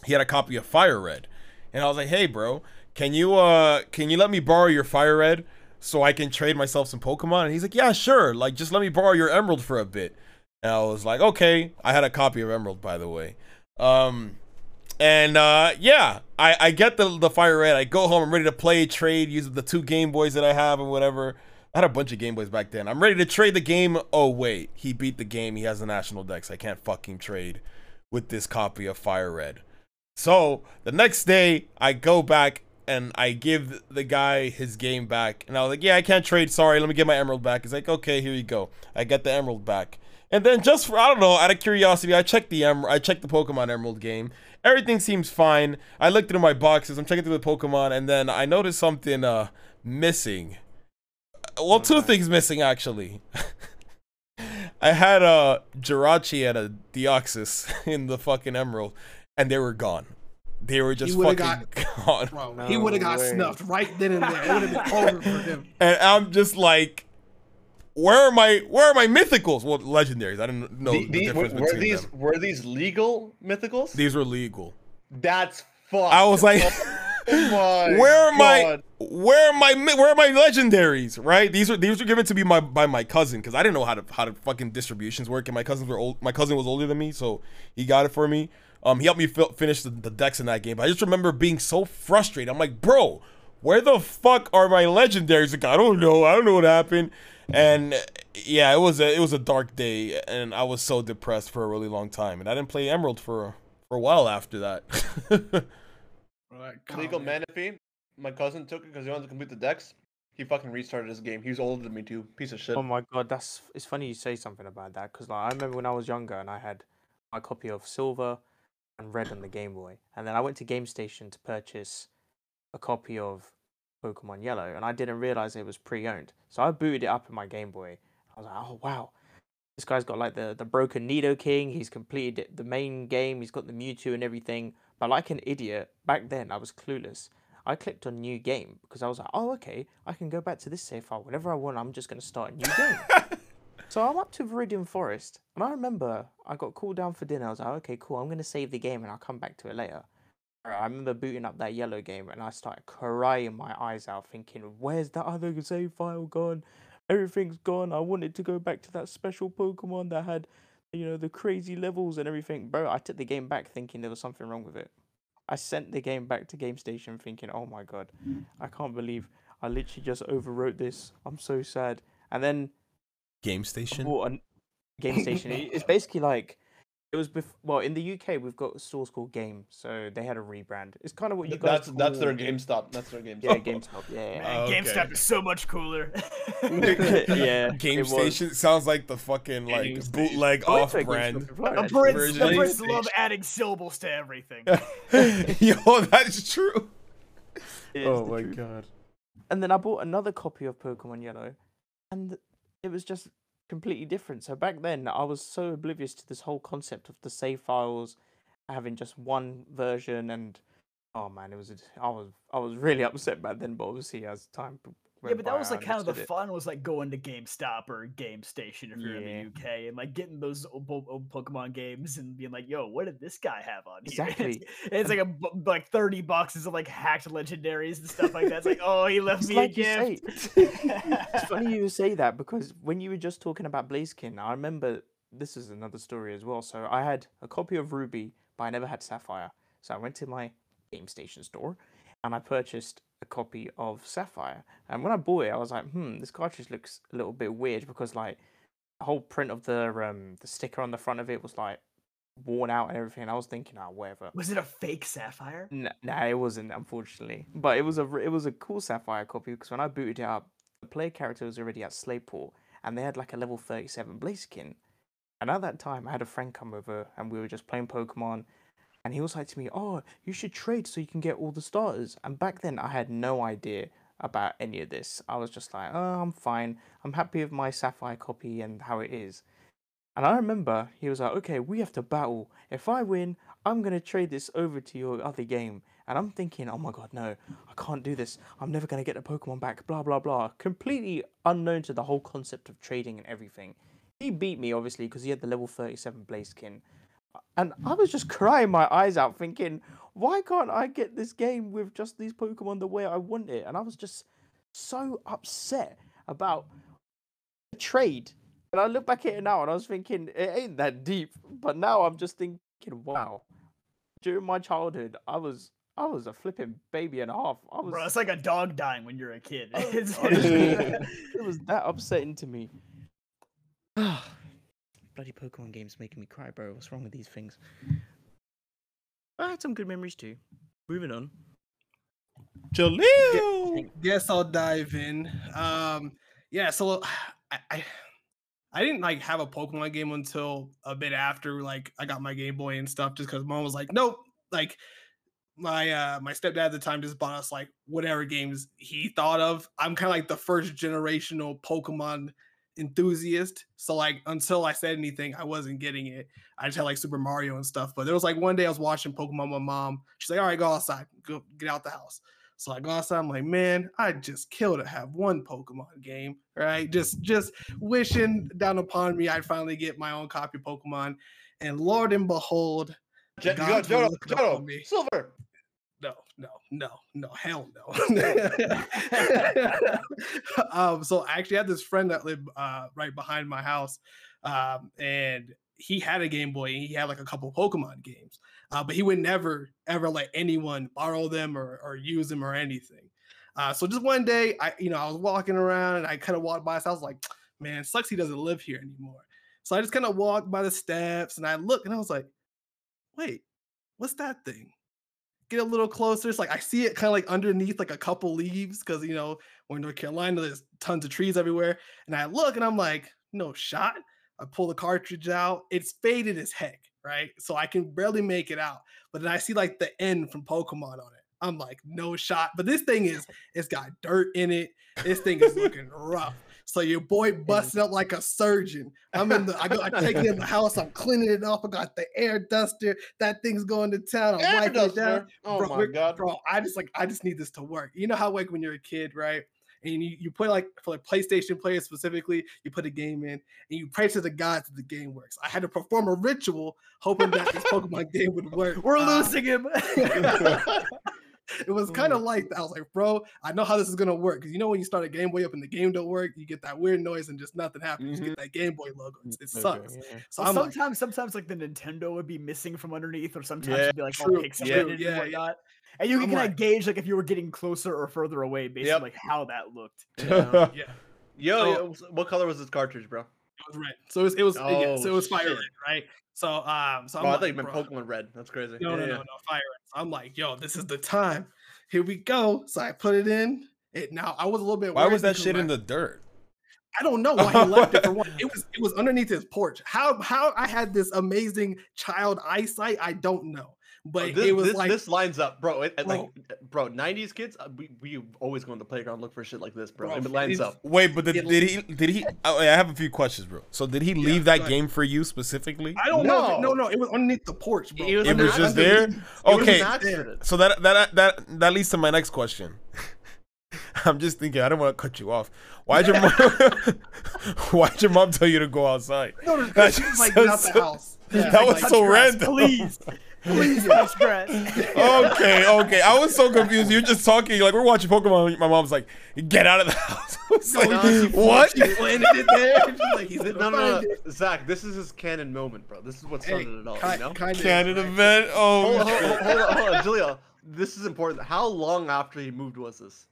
he had a copy of Fire Red, and I was like, hey bro, can you uh can you let me borrow your Fire Red? So I can trade myself some Pokemon, and he's like, "Yeah, sure. Like, just let me borrow your Emerald for a bit." And I was like, "Okay." I had a copy of Emerald, by the way. Um, and uh, yeah, I, I get the the fire red. I go home. I'm ready to play, trade, use the two Game Boys that I have and whatever. I had a bunch of Game Boys back then. I'm ready to trade the game. Oh wait, he beat the game. He has the national decks. I can't fucking trade with this copy of Fire Red. So the next day, I go back and I give the guy his game back. And I was like, yeah, I can't trade. Sorry, let me get my emerald back. He's like, okay, here you go. I get the emerald back. And then just for, I don't know, out of curiosity, I checked the emerald. I checked the Pokemon Emerald game. Everything seems fine. I looked through my boxes. I'm checking through the Pokemon, and then I noticed something uh missing. Uh, Well, two things missing actually. I had a Jirachi and a Deoxys in the fucking Emerald, and they were gone. They were just
woulda
fucking gone.
Bro, he would have got
way.
snuffed right then and there. It would have been over for him.
and I'm just like, where are my where are my mythicals? Well, legendaries. I didn't know
The-
the
the- were,
difference
were
between
these
them.
were these legal mythicals?
These were legal.
That's fucked. Oh
I was like,
my
where are my
God.
where are my mi- where are my legendaries? Right? These were these were given to me my, by my cousin because I didn't know how to how to fucking distributions work, and my cousins were old. My cousin was older than me, so he got it for me. Um, he helped me fi- finish the, the decks in that game. But I just remember being so frustrated. I'm like, bro, where the fuck are my legendaries? Like, I don't know. I don't know what happened. And uh, yeah, it was a it was a dark day, and I was so depressed for a really long time. And I didn't play Emerald for for a while after that.
Bro, that
legal
comment.
manaphy. My cousin took it because he wanted to complete the decks. He fucking restarted his game. He was older than me too. Piece of shit.
Oh my god, that's it's funny you say something about that because like I remember when I was younger and I had my copy of Silver and Red on the Game Boy, and then I went to Game Station to purchase a copy of Pokemon Yellow, and I didn't realize it was pre-owned, so I booted it up in my Game Boy. I was like, oh wow, this guy's got like the the broken Nido King. He's completed it- the main game. He's got the Mewtwo and everything. But like an idiot back then, I was clueless. I clicked on new game because I was like, oh, okay, I can go back to this save file whenever I want. I'm just going to start a new game. so I'm up to Viridian Forest, and I remember I got called down for dinner. I was like, okay, cool, I'm going to save the game and I'll come back to it later. Bro, I remember booting up that yellow game and I started crying my eyes out, thinking, where's that other save file gone? Everything's gone. I wanted to go back to that special Pokemon that had, you know, the crazy levels and everything. Bro, I took the game back thinking there was something wrong with it. I sent the game back to Game Station thinking, oh my god, I can't believe I literally just overwrote this. I'm so sad. And then
Game Station.
bought a Game Station. It- It's basically like It was bef- well in the UK we've got stores called Game, so they had a rebrand. It's kind of what you
Th-
guys.
that's- that's their
call-
GameStop. That's their
Yeah,
GameStop.
GameStop. Yeah, yeah.
Man, GameStop is so much cooler.
yeah,
Game
it was.
Station sounds like the fucking like
Station.
bootleg
Oh, it's
off
like
brand.
GameStop, right,
The
actually.
Brits, the
Version.
Brits love adding syllables to everything.
Yo, that's true.
It is
Oh
the
my
truth.
god.
And then I bought another copy of Pokemon Yellow, and it was just completely different. So back then, I was so oblivious to this whole concept of the save files having just one version, and oh man, it was a d- I was I was really upset back then. But obviously, as time p- went
Yeah, but
by,
that was
I
like kind of the
understood it.
fun was like going to GameStop or Game Station if you're
Yeah.
in the UK and like getting those old, po- old Pokemon games and being like, "Yo, what did this guy have on here?" And
Exactly.
it's, and it's like a bu- like thirty boxes of like hacked legendaries and stuff like that. It's like, "Oh, he left
It's
me
like
a
you
gift."
say, it's funny you say that because when you were just talking about Blaziken, I remember this is another story as well. So I had a copy of Ruby, but I never had Sapphire. So I went to my game station store and I purchased a copy of Sapphire. And when I bought it, I was like, hmm, this cartridge looks a little bit weird because like the whole print of the um the sticker on the front of it was like worn out and everything. I was thinking, ah, whatever.
Was it a fake sapphire?
No, nah, it wasn't, unfortunately. But it was a r- it was a cool Sapphire copy because when I booted it up, the player character was already at Slayport, and they had like a level thirty seven Blaziken. And at that time, I had a friend come over, and we were just playing Pokemon, and he was like to me, "Oh, you should trade so you can get all the starters." And back then, I had no idea about any of this. I was just like, "Oh, I'm fine. I'm happy with my Sapphire copy and how it is." And I remember he was like, okay, we have to battle. If I win, I'm going to trade this over to your other game. And I'm thinking, oh my god, no, I can't do this. I'm never going to get the Pokemon back, blah, blah, blah. Completely unknown to the whole concept of trading and everything. He beat me, obviously, because he had the level 37 Blaziken. And I was just crying my eyes out, thinking, why can't I get this game with just these Pokemon the way I want it? And I was just so upset about a trade. And I look back at it now and I was thinking, it ain't that deep. But now I'm just thinking, wow. During my childhood, I was I was a flipping baby and a half. I was Oh,
Bro, it's like a dog dying when you're a kid. It's-
it was that upsetting to me. Bloody Pokemon games making me cry, bro. What's wrong with these things? I had some good memories too. Moving on.
Jaleel.
guess I'll dive in. Um, yeah, so I, I I didn't like have a Pokemon game until a bit after like I got my Game Boy and stuff, just because mom was like, nope, like my uh my stepdad at the time just bought us like whatever games he thought of. I'm kind of like the first generational Pokemon enthusiast. So like until I said anything, I wasn't getting it. I just had like Super Mario and stuff. But there was like one day I was watching Pokemon with my mom. She's like, all right, go outside, go get out the house. So I go outside. I'm like, man, I just kill to have one Pokemon game, right? Just, just wishing down upon me I'd finally get my own copy of Pokemon. And Lord and behold,
Je-
God's
Yo,
been
Jodo,
looking up on me.
Jodo, Silver.
no, no, no, no, hell no. um, so I actually had this friend that lived uh, right behind my house, um, and he had a Game Boy. And he had like a couple Pokemon games, uh, but he would never ever let anyone borrow them or, or use them or anything. Uh, so just one day, I you know I was walking around and I kind of walked by his house, like man, sucks he doesn't live here anymore. So I just kind of walked by the steps and I looked and I was like, wait, what's that thing? Get a little closer. It's like I see it kind of like underneath like a couple leaves because you know we're in North Carolina. There's tons of trees everywhere, and I look and I'm like, no shot. I pull the cartridge out. It's faded as heck, right? So I can barely make it out. But then I see like the N from Pokemon on it. I'm like, no shot. But this thing is, it's got dirt in it. This thing is looking rough. So your boy busted up like a surgeon. I'm in the, I, go, I take it in the house. I'm cleaning it off. I got the air duster. That thing's going to town. I'm
Air
wiping it down
Duster. Oh
bro,
my
we're-
god.
bro, I just like I just need this to work. You know how like when you're a kid, right? And you, you put like for like PlayStation players specifically, you put a game in and you pray to the gods that the game works. I had to perform a ritual hoping that this Pokemon game would work.
We're
Uh,
losing him.
it was
Mm.
kind of like that. I was like, bro, I know how this is gonna work. Cause you know when you start a Game Boy up and the game don't work, you get that weird noise and just nothing happens. You get
Mm-hmm.
that Game Boy logo. It's- It sucks. So
Well,
I'm like,
sometimes, sometimes like the Nintendo would be missing from underneath, or sometimes
Yeah,
it'd be like
true,
all
yeah,
pixelated and
yeah, yeah.
whatnot. And you
I'm
can kind
like-
of gauge like if you were getting closer or further away based
Yep.
on like how that looked.
yeah.
Yo,
So-
yo, Oh, what color was this cartridge, bro?
It was red. So it was, it was yeah,
Oh,
so it was fire
shit.
red, right? So um, so I'm
oh, I
like,
thought you meant
"Bruh."
Pokemon Red. That's crazy.
No,
Yeah,
no,
yeah.
no, no, fire. So I'm like, yo, this is the time. Here we go. So I put it in. It now I was a little bit.
Why
worried
was that
because
shit
my-
in the dirt?
I don't know why he left it for one. It was it was underneath his porch. How how I had this amazing child eyesight, I don't know.
Oh,
But
this,
it was
this,
like
this lines up, bro. It, it,
Bro.
Like, bro, '90s kids, uh, we we always go on the playground look for shit like this, bro.
Bro,
and it lines
it's-
up.
Wait, but did,
It-
did he? Did he? Oh, I have a few questions, bro. So did he leave
go
that
ahead.
game for you specifically?
I don't know. if it-
No.
No, no, it was underneath the porch, bro.
It was
It
an
was just there.
accident. It was an
Okay,
accident.
so that that that that leads to my next question. I'm just thinking. I don't want to cut you off. Why'd your mom, Why'd your mom tell you to go outside?
No, no,
That's
it's
just
like
so-
not the house.
that was so random.
Please, please touch grass.
okay, okay. I was so confused. You're just talking like we're watching Pokemon. My mom's like, "Get out of the house." I was like, what?
She planted it there. She's like, he's
No, no, no, Zach. This is his canon moment, bro. This is what started it all. you know?
kind
Canada event. Oh,
hold, hold, hold, hold on, hold on, Julia. This is important. How long after he moved was this?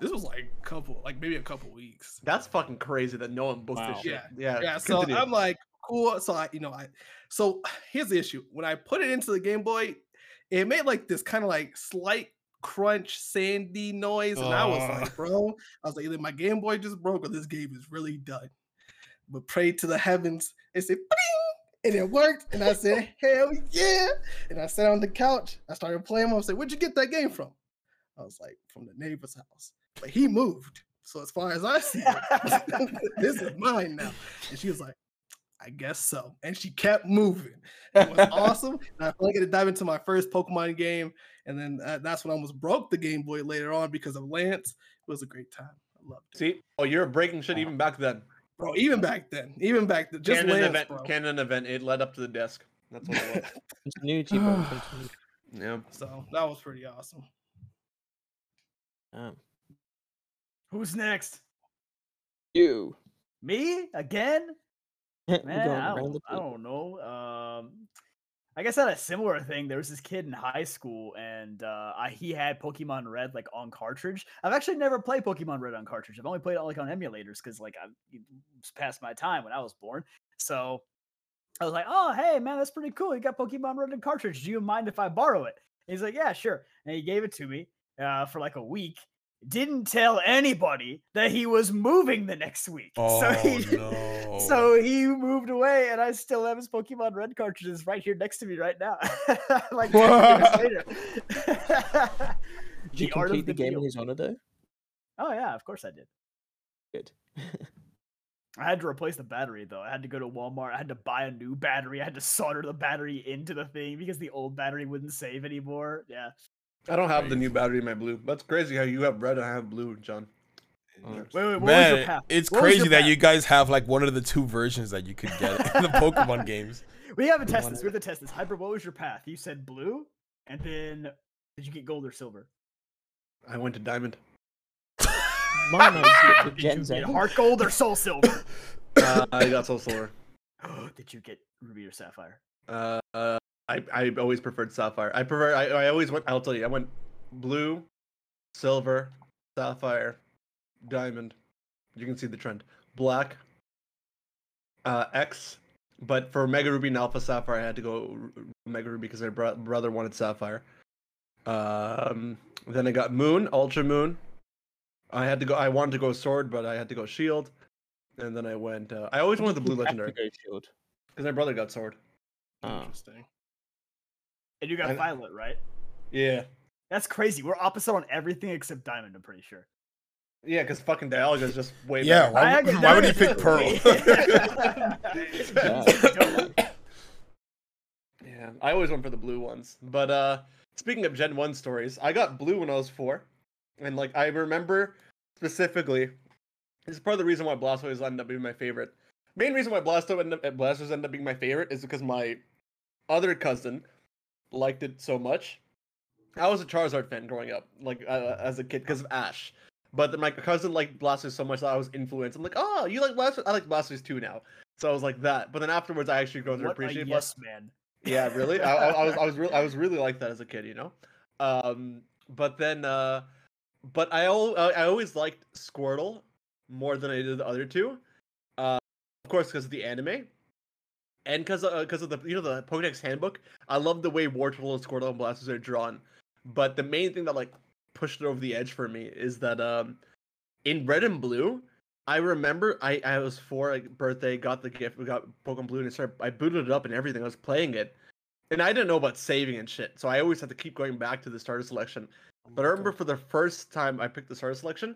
This was like a couple, like maybe a couple weeks.
That's fucking crazy that no one booked
Wow.
this shit. Yeah,
yeah. So
continue.
I'm like, cool. So I, you know, I. So here's the issue: when I put it into the Game Boy, it made like this kind of like slight crunch, sandy noise, and I was
Ugh.
like, bro, I was like, either my Game Boy just broke or this game is really done. But pray to the heavens. It said, "Bling," and it worked. And I said, hell yeah. And I sat on the couch. I started playing. I said, where'd you get that game from? I was like, from the neighbor's house. But he moved. So as far as I see it, this is mine now. And she was like, I guess so. And she kept moving. It was awesome. And I finally get to dive into my first Pokemon game. And then uh, that's when I almost broke the Game Boy later on because of Lance. It was a great time. I loved it.
see, oh, you're breaking shit even back then.
Bro, even back then, even back then, just
canon
Lance,
event.
bro.
Canon event. It led up to the desk. That's what it
Continuity, bro. continuity.
was. yeah.
So that was pretty awesome.
Damn.
Who's next?
You.
Me again?
We're
Man,
going
I
around
don't,
the
I
block.
don't know. Um, I guess I had a similar thing. There was this kid in high school, and uh, I, he had Pokemon Red like on cartridge. I've actually never played Pokemon Red on cartridge. I've only played it like on emulators because like I'm it was past my time when I was born. So I was like, "Oh, hey, man, that's pretty cool. You got Pokemon Red on cartridge. Do you mind if I borrow it?" And he's like, "Yeah, sure." And he gave it to me uh, for like a week. Didn't tell anybody that he was moving the next week.
Oh,
so he
no.
Oh.
so he moved away, and I still have his Pokemon Red cartridges right here next to me right now. like ten years later.
Did you
The art of
complete the
the
game
deal.
in his honor though?
oh yeah, of course I did.
Good.
I had to replace the battery though. I had to go to Walmart. I had to buy a new battery. I had to solder the battery into the thing because the old battery wouldn't save anymore. Yeah.
I don't have the new battery in my blue. That's crazy how you have red and I have blue, John.
Wait, wait, what was your
Man,
path?
it's
What was your
crazy that
path?
you guys have like one of the two versions that you could get in the Pokemon games.
We haven't tested
one
this. We have to test this. Hyper, what was your path? You said blue, and then did you get gold or silver?
I went to diamond.
Mine are the
Did you
Gen Z.
get heart gold or soul silver?
Uh, I got Soul Silver.
did you get ruby or sapphire?
Uh, uh, I I always preferred Sapphire. I prefer. I, I always went. I'll tell you. I went blue, silver, sapphire, diamond. You can see the trend. Black. Uh, X. But for Mega Ruby and Alpha Sapphire, I had to go Ru- Ru- Mega Ruby because my bro- brother wanted Sapphire. Um, then I got Moon, Ultra Moon. I had to go. I wanted to go Sword, but I had to go Shield. And then I went. Uh, I always wanted the Blue Legendary
Shield.
because my brother got Sword.
Oh.
Interesting.
And you got
I-
violet, right?
Yeah.
That's crazy. We're opposite on everything except diamond. I'm pretty sure.
Yeah, because fucking Dialga is just way
Yeah,
better.
I
why,
actually-
why would he pick Pearl?
that is-
Yeah, I always went for the blue ones. But uh speaking of Gen 1 stories, I got blue when I was four. And like I remember specifically, this is part of the reason why Blastoise ended up being my favorite. Main reason why Blasto ended up, Blastoise ended up being my favorite is because my other cousin liked it so much. I was a Charizard fan growing up, like uh, as a kid, because of Ash. But then my cousin liked Blastoise so much that I was influenced. I'm like, oh, you like Blastoise? I like Blastoise too now. So I was like that. But then afterwards, I actually grew to
what a
appreciate Blastoise.
yes man.
Yeah, really. I, I, I was, I was, re- I was really like that as a kid, you know. Um, but then, uh, but I, al- I I always liked Squirtle more than I did the other two. Uh, of course, because of the anime. and because because of the you know the Pokedex handbook, I love the way War Turtle and Squirtle and Blastoise are drawn. But the main thing that like pushed it over the edge for me is that um, in Red and Blue, I remember I I was for like birthday, got the gift, we got Pokemon Blue, and I started I booted it up and everything. I was playing it, and I didn't know about saving and shit, so I always had to keep going back to the starter selection. But I remember for the first time I picked the starter selection,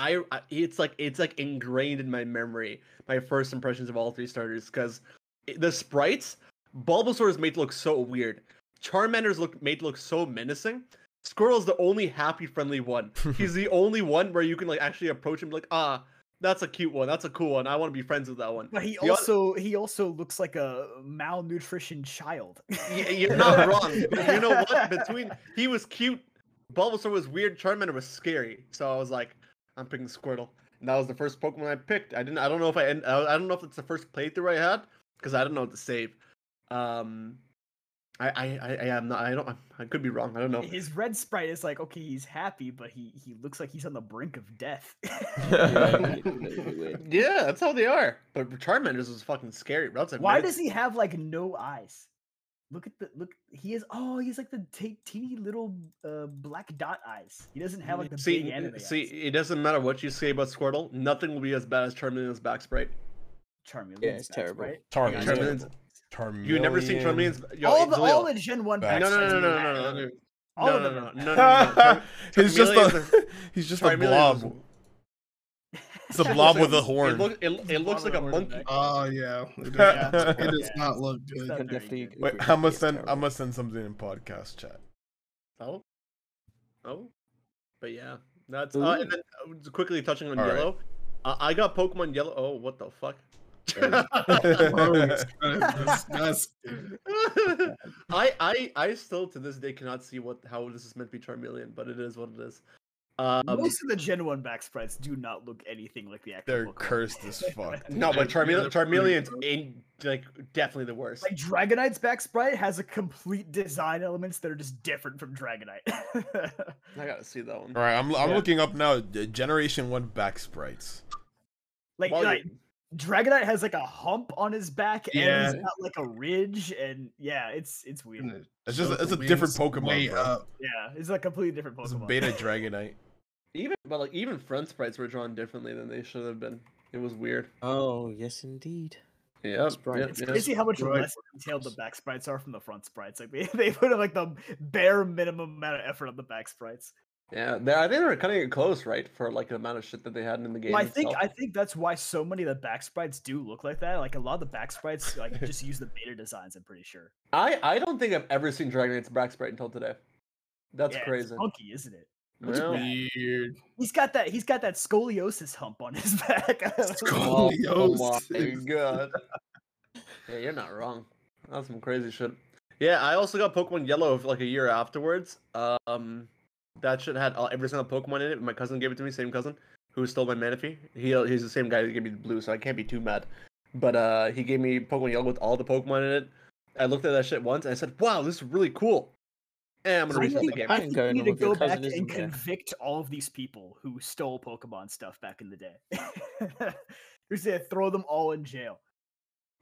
I, I it's like it's like ingrained in my memory my first impressions of all three starters because the sprites Bulbasaur is made to look so weird, Charmander is look made to look so menacing. Squirtle's the only happy friendly one. He's the only one where you can like actually approach him like ah that's a cute one that's a cool one I want to be friends with that one.
But he
The oth-
also he also looks like a malnutrition child.
Y- You're not wrong. But you know what? Between he was cute, Bulbasaur was weird, Charmander was scary. So I was like, I'm picking Squirtle, and that was the first Pokemon I picked. I didn't. I don't know if I. end- I I don't know if it's the first playthrough I had because I don't know what to save. Um, I I I, I am not. I don't. I could be wrong. I don't know.
His red sprite is like okay, he's happy, but he he looks like he's on the brink of death.
yeah, that's how they are. But Charmander's was fucking scary. Bro. That's a
Why
mad-
does he have like no eyes? Look at the look. He is oh, he's like the te- teeny little uh, black dot eyes. He doesn't have like the
Mm, See,
big anime.
see, it doesn't matter what you say about Squirtle. Nothing will be as bad as Charmander's back sprite.
Charmeleon.
Yeah, it's terrible.
Charmeleon.
Charmander's
Oh, Charmeleon.
You never seen Charmeleon's? Yo,
all the
Jaleel.
all the Gen One.
Back-
packs
No, no, no,
are
no, no,
bad.
no, no, no.
All
no,
of
no,
them
no,
are
no, no, no, no. Char-
he's just
Charmeleon's
a he's just a
Charmeleon's-
blob. It's
it
a
looks
blob
like
with a horn.
It, look, it, it looks like a monkey.
Oh yeah, it
Yeah.
does, it does not look
It's not
good.
very
definitely
good.
Wait,
agree
I'm gonna
with you,
send
Tara.
I'm gonna send something in podcast chat.
Oh, oh, but yeah, that's.
Ooh.
Uh, and then, uh, just quickly touching on
All right.
yellow, uh, I got Pokemon Yellow. Oh, what the fuck.
Oh, it's kind of disgusting.
I, I I still to this day cannot see what how this is meant to be Charmeleon, but it is what it is. Um,
Most of the Gen One back sprites do not look anything like the actual.
They're
Pokemon.
cursed as fuck.
no, but
Yeah,
Charmele-
they're pretty
Charmeleon's in, like definitely the worst.
Like Dragonite's back sprite has a complete design elements that are just different from Dragonite.
I gotta see that one.
All right, I'm I'm
Yeah.
looking up now. uh, Generation one back sprites.
like,
While
like
you-
Dragonite has like a hump on his back and
Yeah.
he's got like a ridge and yeah, it's it's weird.
And it
It's just
shows
it's
the
a different
wings
Pokemon,
way
bro.
up.
Yeah, it's a completely different
It's
Pokemon.
beta Dragonite.
Even but like even front sprites were drawn differently than they should have been. It was weird.
Oh yes, indeed.
Yeah,
Sprite.
yep,
It's
yep.
crazy how much
Right.
less detailed the back sprites are from the front sprites. Like they, they put in like the bare minimum amount of effort on the back sprites.
Yeah, they, I think they were cutting it close, right, for like the amount of shit that they had in the game.
Well, I think
itself.
I think that's why so many of the back sprites do look like that. Like a lot of the back sprites like just use the beta designs. I'm pretty sure.
I I don't think I've ever seen Dragonite's back sprite until today. That's
Yeah,
crazy.
It's funky, isn't it?
It's
Yeah.
weird.
He's got that. He's got that scoliosis hump on his back.
Oh, oh my
Scoliosis.
god. yeah, you're not wrong. That's some crazy shit. Yeah, I also got Pokemon Yellow like a year afterwards. Um, that shit had all, every single Pokemon in it. My cousin gave it to me, same cousin who stole my Manaphy. He uh, he's the same guy that gave me the blue, so I can't be too mad. But uh, he gave me Pokemon Yellow with all the Pokemon in it. I looked at that shit once and I said, "Wow, this is really cool." And I'm gonna
I
restart the
think,
game.
I
pattern
think we
going
need
on
to
with your
go back
cousin,
and
isn't there?
convict all of these people who stole Pokemon stuff back in the day. We're saying throw them all in jail.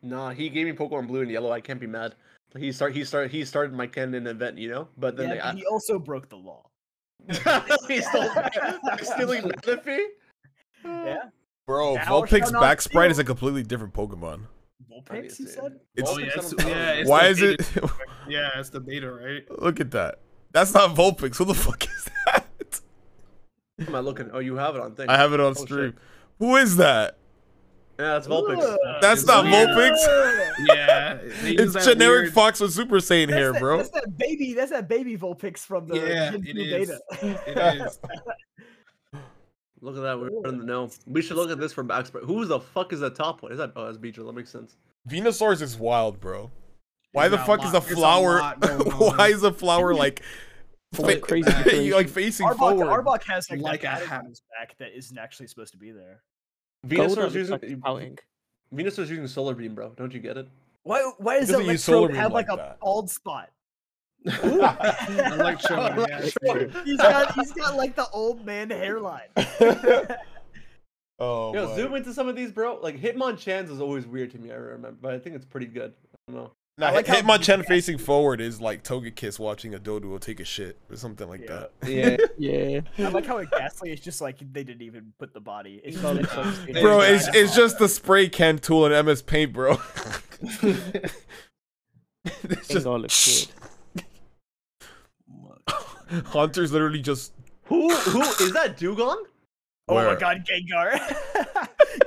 Nah, he gave me Pokemon Blue and Yellow. I can't be mad. He start he start he started my canon event, you know. But then
Yeah,
they,
but
I-
he also broke the law.
He stole by stealing Manaphy?
Yeah,
Bro,
Thou
Vulpix
shall not
back sprite is
steal.
a completely different Pokemon.
Vulpix, he
Obviously.
said.
It's-
Oh, yeah, it's, yeah, it's
Why
the
is
beta-
it?
Yeah, it's the beta, right?
Look at that. That's not Vulpix. Who the fuck is that?
Am I looking? Oh, you have it on thing.
I have it on
shit.
stream. Who is that?
Yeah, that's Vulpix.
Ugh.
That's
Uh,
not
It's weird.
Vulpix.
Yeah, they use that
It's generic
weird-
Fox with Super Saiyan
That's
hair,
that-
bro.
That's that baby. That's that baby Vulpix from the
Yeah,
Gen
it
2
is.
beta.
It is.
Look at that. We're in the know. We should look at this for backspray. Who the fuck is the top one? Is that? Oh, that's Beecher. That makes sense.
Venusaur's is wild, bro. Why
He's
the
got a
fuck is
lot-
a
there's a
flower?
lot going on.
Why is a flower like
Like
fa-
crazy
you, like facing
Arbok,
forward?
Arbok has like,
Like a
that pattern
hat.
on his back that isn't actually supposed to be there.
Venusaur's using
outing.
Venusaur's using solar beam, bro. Don't you get it?
Why? Why does
doesn't use
Electrode
Solar Beam
have like,
like
a
that.
bald spot?
Electro. yeah,
Electro.
true.
He's got he's got like the old man hairline.
Oh,
Yo,
my.
zoom into some of these, bro. Like Hitmonchan's is always weird to me. I remember, but I think it's pretty good. I don't know.
Nah,
I like how
Hitmonchan facing forward is like Togekiss watching a dodo take a shit or something like that.
Yeah.
Yeah.
I like how at Ghastly it's just like they didn't even put the body. It's just, it's just-
bro, it's it's just the spray can tool and MS Paint, bro. it's just
all looks
Hunter's literally just
Who who is that? Dugong?
Oh my
Where?
god, Gengar.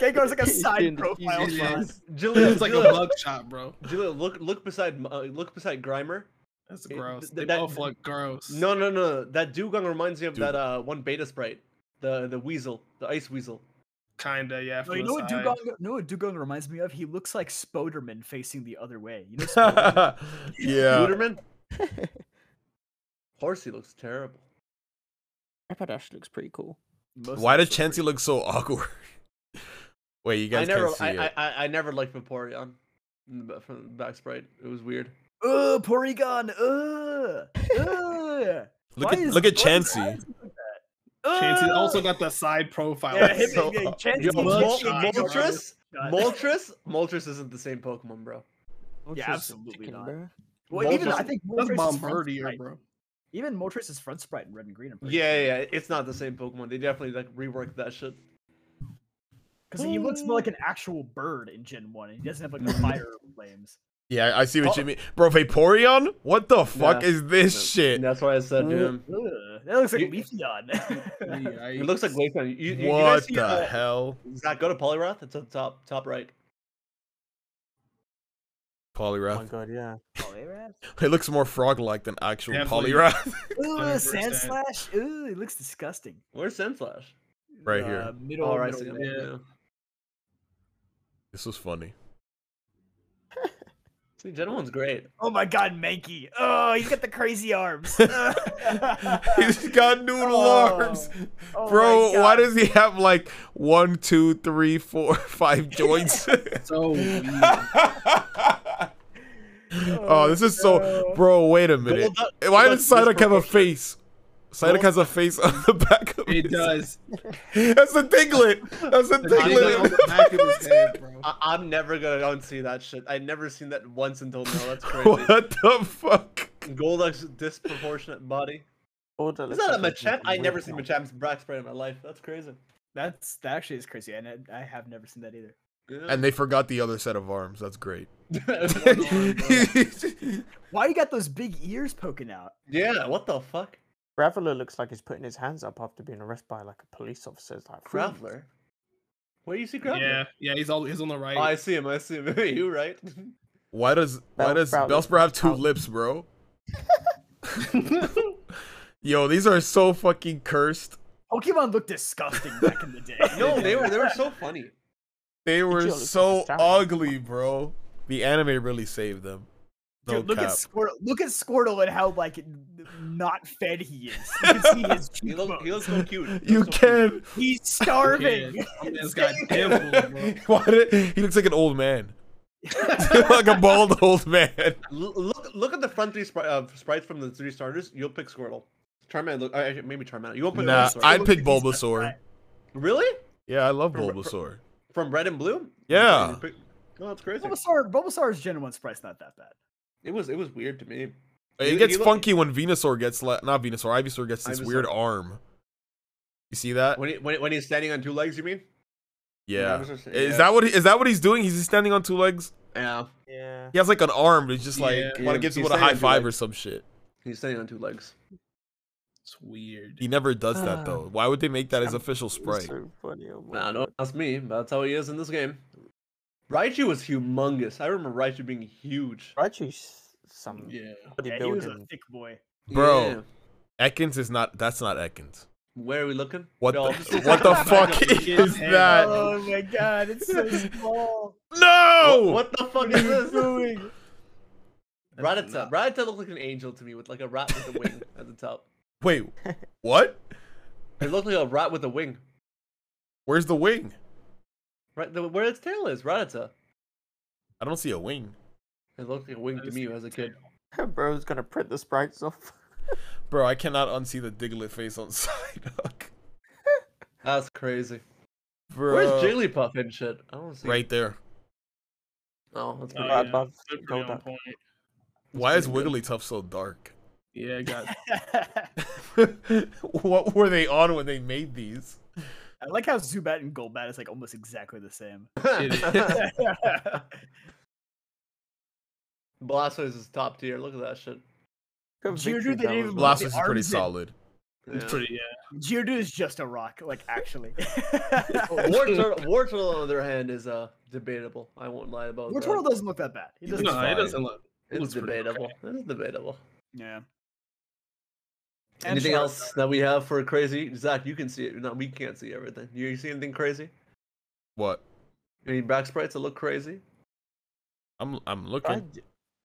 Gengar's like a side profile. shot.
Julia,
It's like a
Julia-
bug shot, bro.
Julia, look look beside uh, look beside Grimer.
That's
It-
gross.
th-
They
that-
both look gross.
No, no, no. That Dugong reminds me of
Dude.
that uh one Beta Sprite, the the weasel, the ice weasel.
kinda, yeah.
No,
from
you
the
know what
side.
Dugong? You know what Dugong reminds me of? He looks like Spoderman facing the other way. You know, Spoderman?
yeah.
Luderman. Horsey looks terrible.
Rapidash looks pretty cool.
Most
Why
of
does
us are
Chansey look so awkward? Wait, you
I
guys
never,
can't see
I,
it.
I, I, I never liked Vaporeon from the, from the back sprite. It was weird.
pretty- Ugh, Porygon. Ugh. Ugh.
look
Why
at
is-
look at
why is
Chansey.
Chansey like that?
Chansey
Ugh.
also got the side profile.
Yeah,
That's
him,
so-
yeah, Chansey
Yo,
Mug
looks
Mol-
shot,
like
bro.
Moltres,
God.
Moltres, Moltres isn't the same Pokemon, bro.
Yeah, absolutely not. Well,
Moltres-
even I think
That's
Moltres is front
Bombardier,
sprite.
bro.
Even Moltres is front sprite in red and green. I'm pretty
Yeah, yeah, yeah, it's not the same Pokemon. They definitely like reworked that shit.
because he looks more like an actual bird in Gen One, and he doesn't have like the fire flames.
Yeah, I see what
Oh.
you mean, bro. Vaporeon, what the fuck
Nah.
is this shit?
And that's why I said, dude.
Ugh, that looks like
Um, You-
Leafeon.
It looks like Glaceon. You, you, you
what
guys see,
the
uh,
hell?
Zach, go to Poliwrath. It's on top, top right.
Oh my
Polyrath.
god, yeah.
Poliwrath?
It looks more frog-like than actual
Definitely.
Polyrath.
Ooh, sand
100%.
slash. Ooh, it looks disgusting.
Where's Sandslash?
Right here.
Uh, middle,
Oh, right,
middle
Sam,
left.
yeah.
yeah.
this was funny.
See, Gen one's great.
Oh my god, Mankey. Oh, he's got the crazy arms.
He's got noodle
Oh.
arms.
Oh my
Bro, why
God.
does he have like one, two, three, four, five joints?
So weird.
oh, this is so. Bro, wait a minute.
Golduck-
Why does
Golduck's
Psyduck have a
disproportionate.
face? Psyduck has a face on the back of
it
his-
does.
That's a tiglet. That's a
The jiggle on the back of his
tiglet.
head, bro.
I- I'm never gonna unsee that shit. I've never seen that once until now. That's crazy.
What the fuck?
Golduck's disproportionate body. Is that a Machamp? I never seen Machamp's back spray in my life. That's crazy.
That's that actually is crazy, and I, I have never seen that either.
And they forgot the other set of arms. That's great.
Why you got those big ears poking out?
yeah, what the fuck?
Graveler looks like he's putting his hands up after being arrested by like a police officer. It's like, "Hmm,
Graveler? Where do you see Graveler?
Yeah, yeah, he's all he's on the right.
Oh, I see him. I see him. you right?
Why does why
Bellsprout
does
looks
Bellsprout have two
out.
lips, bro? Yo, these are so fucking cursed.
Pokemon looked disgusting back in the day.
no, they were they were so funny.
They were
Pidgeot looks
so
astounding.
ugly, bro. The anime really saved them. No
Dude, look
cap.
at Squirtle. Look at Squirtle and how like n- not fed he is. You can see his
He looked he
cheekbones.
looked so cute. He
you
looked so cute.
can.
He's
Yeah,
starving.
I mean, it's got dimples, bro.
Why did he looks like an old man? like a bald old man.
L- look look at the front three spri- uh, sprites from the three starters. You'll pick Squirtle. Charmander, look, uh, actually, maybe Charmander. You won't pick
Nah,
Bulbasaur.
I'd pick Bulbasaur.
really
Yeah, I love
For- for-
Bulbasaur.
from Red and Blue.
Yeah.
You pick- No, that's crazy.
Bulbasaur, Bulbasaur's Gen 1's price not that bad.
It was it was weird to me.
It
You-
gets
you look-
funky when Venusaur gets le- not Venusaur, Ivysaur gets this
Ivysaur.
weird arm. You see that?
When he, when, when he's standing on two legs, you mean?
Yeah.
Ivysaur sta-
Is
yeah.
that what he, is that what he's doing? He's just standing on two legs.
Yeah,
Yeah.
He has like an arm. But he's just like
Yeah.
want to give
He's
someone a
standing on
high
two
five or
legs.
some shit.
he's standing on two legs.
It's weird.
He never does that
Ah.
though. Why would they make that his official
It's
sprite?
so funny. oh my
Nah,
God.
don't ask me. But that's how he is in this game. Raichu was humongous. I remember Raichu being huge.
Raichu's some
Yeah.
Yeah, he was a
bodybuilding.
thick boy.
Bro.
Yeah.
Ekans is not. That's not Ekans.
where are we looking?
What
Yo,
the, what the fuck is that?
Oh my god, it's so small.
No.
What, what the fuck is this?
doing?
Rattata. Rattata looked like an angel to me with like a rat with a wing at the top.
Wait. What?
It looked like a rat with a wing.
Where's the wing?
Right the, where its tail is, Rattata.
I don't see a wing,
It looked like a wing to me as a kid.
Bro's gonna print the sprites off.
bro. I cannot unsee the Diglett face on Psyduck.
That's crazy. Where's
Bruh.
Jigglypuff and shit? I don't see.
Right there.
Oh, that's
Oh,
pretty.
yeah.
bad.
above
They're pretty
gold
on
up.
point.
Why is Wigglytuff so dark?
Yeah, I got
what were they on when they made these?
I like how Zubat and Golbat is like almost exactly the same.
it.
Blastoise is top tier. Look at that shit.
Geodude, they didn't even put the
Blastoise is pretty
arms in.
solid.
It's
Yeah.
pretty, yeah.
Geodude is just a rock, like actually.
Oh, War Turtle, War Turtle, on the other hand, is uh debatable. I won't lie about that.
Wartortle doesn't look that bad. He
He
doesn't.
No,
fine.
it doesn't look. it
It's
looks pretty
debatable. It's debatable.
Yeah. And
Anything
Charizard.
else that we have for crazy? Zach, you can see it. No, we can't see everything. You, you see anything crazy?
What?
Any back sprites that look crazy?
I'm I'm
Try,
looking.
I was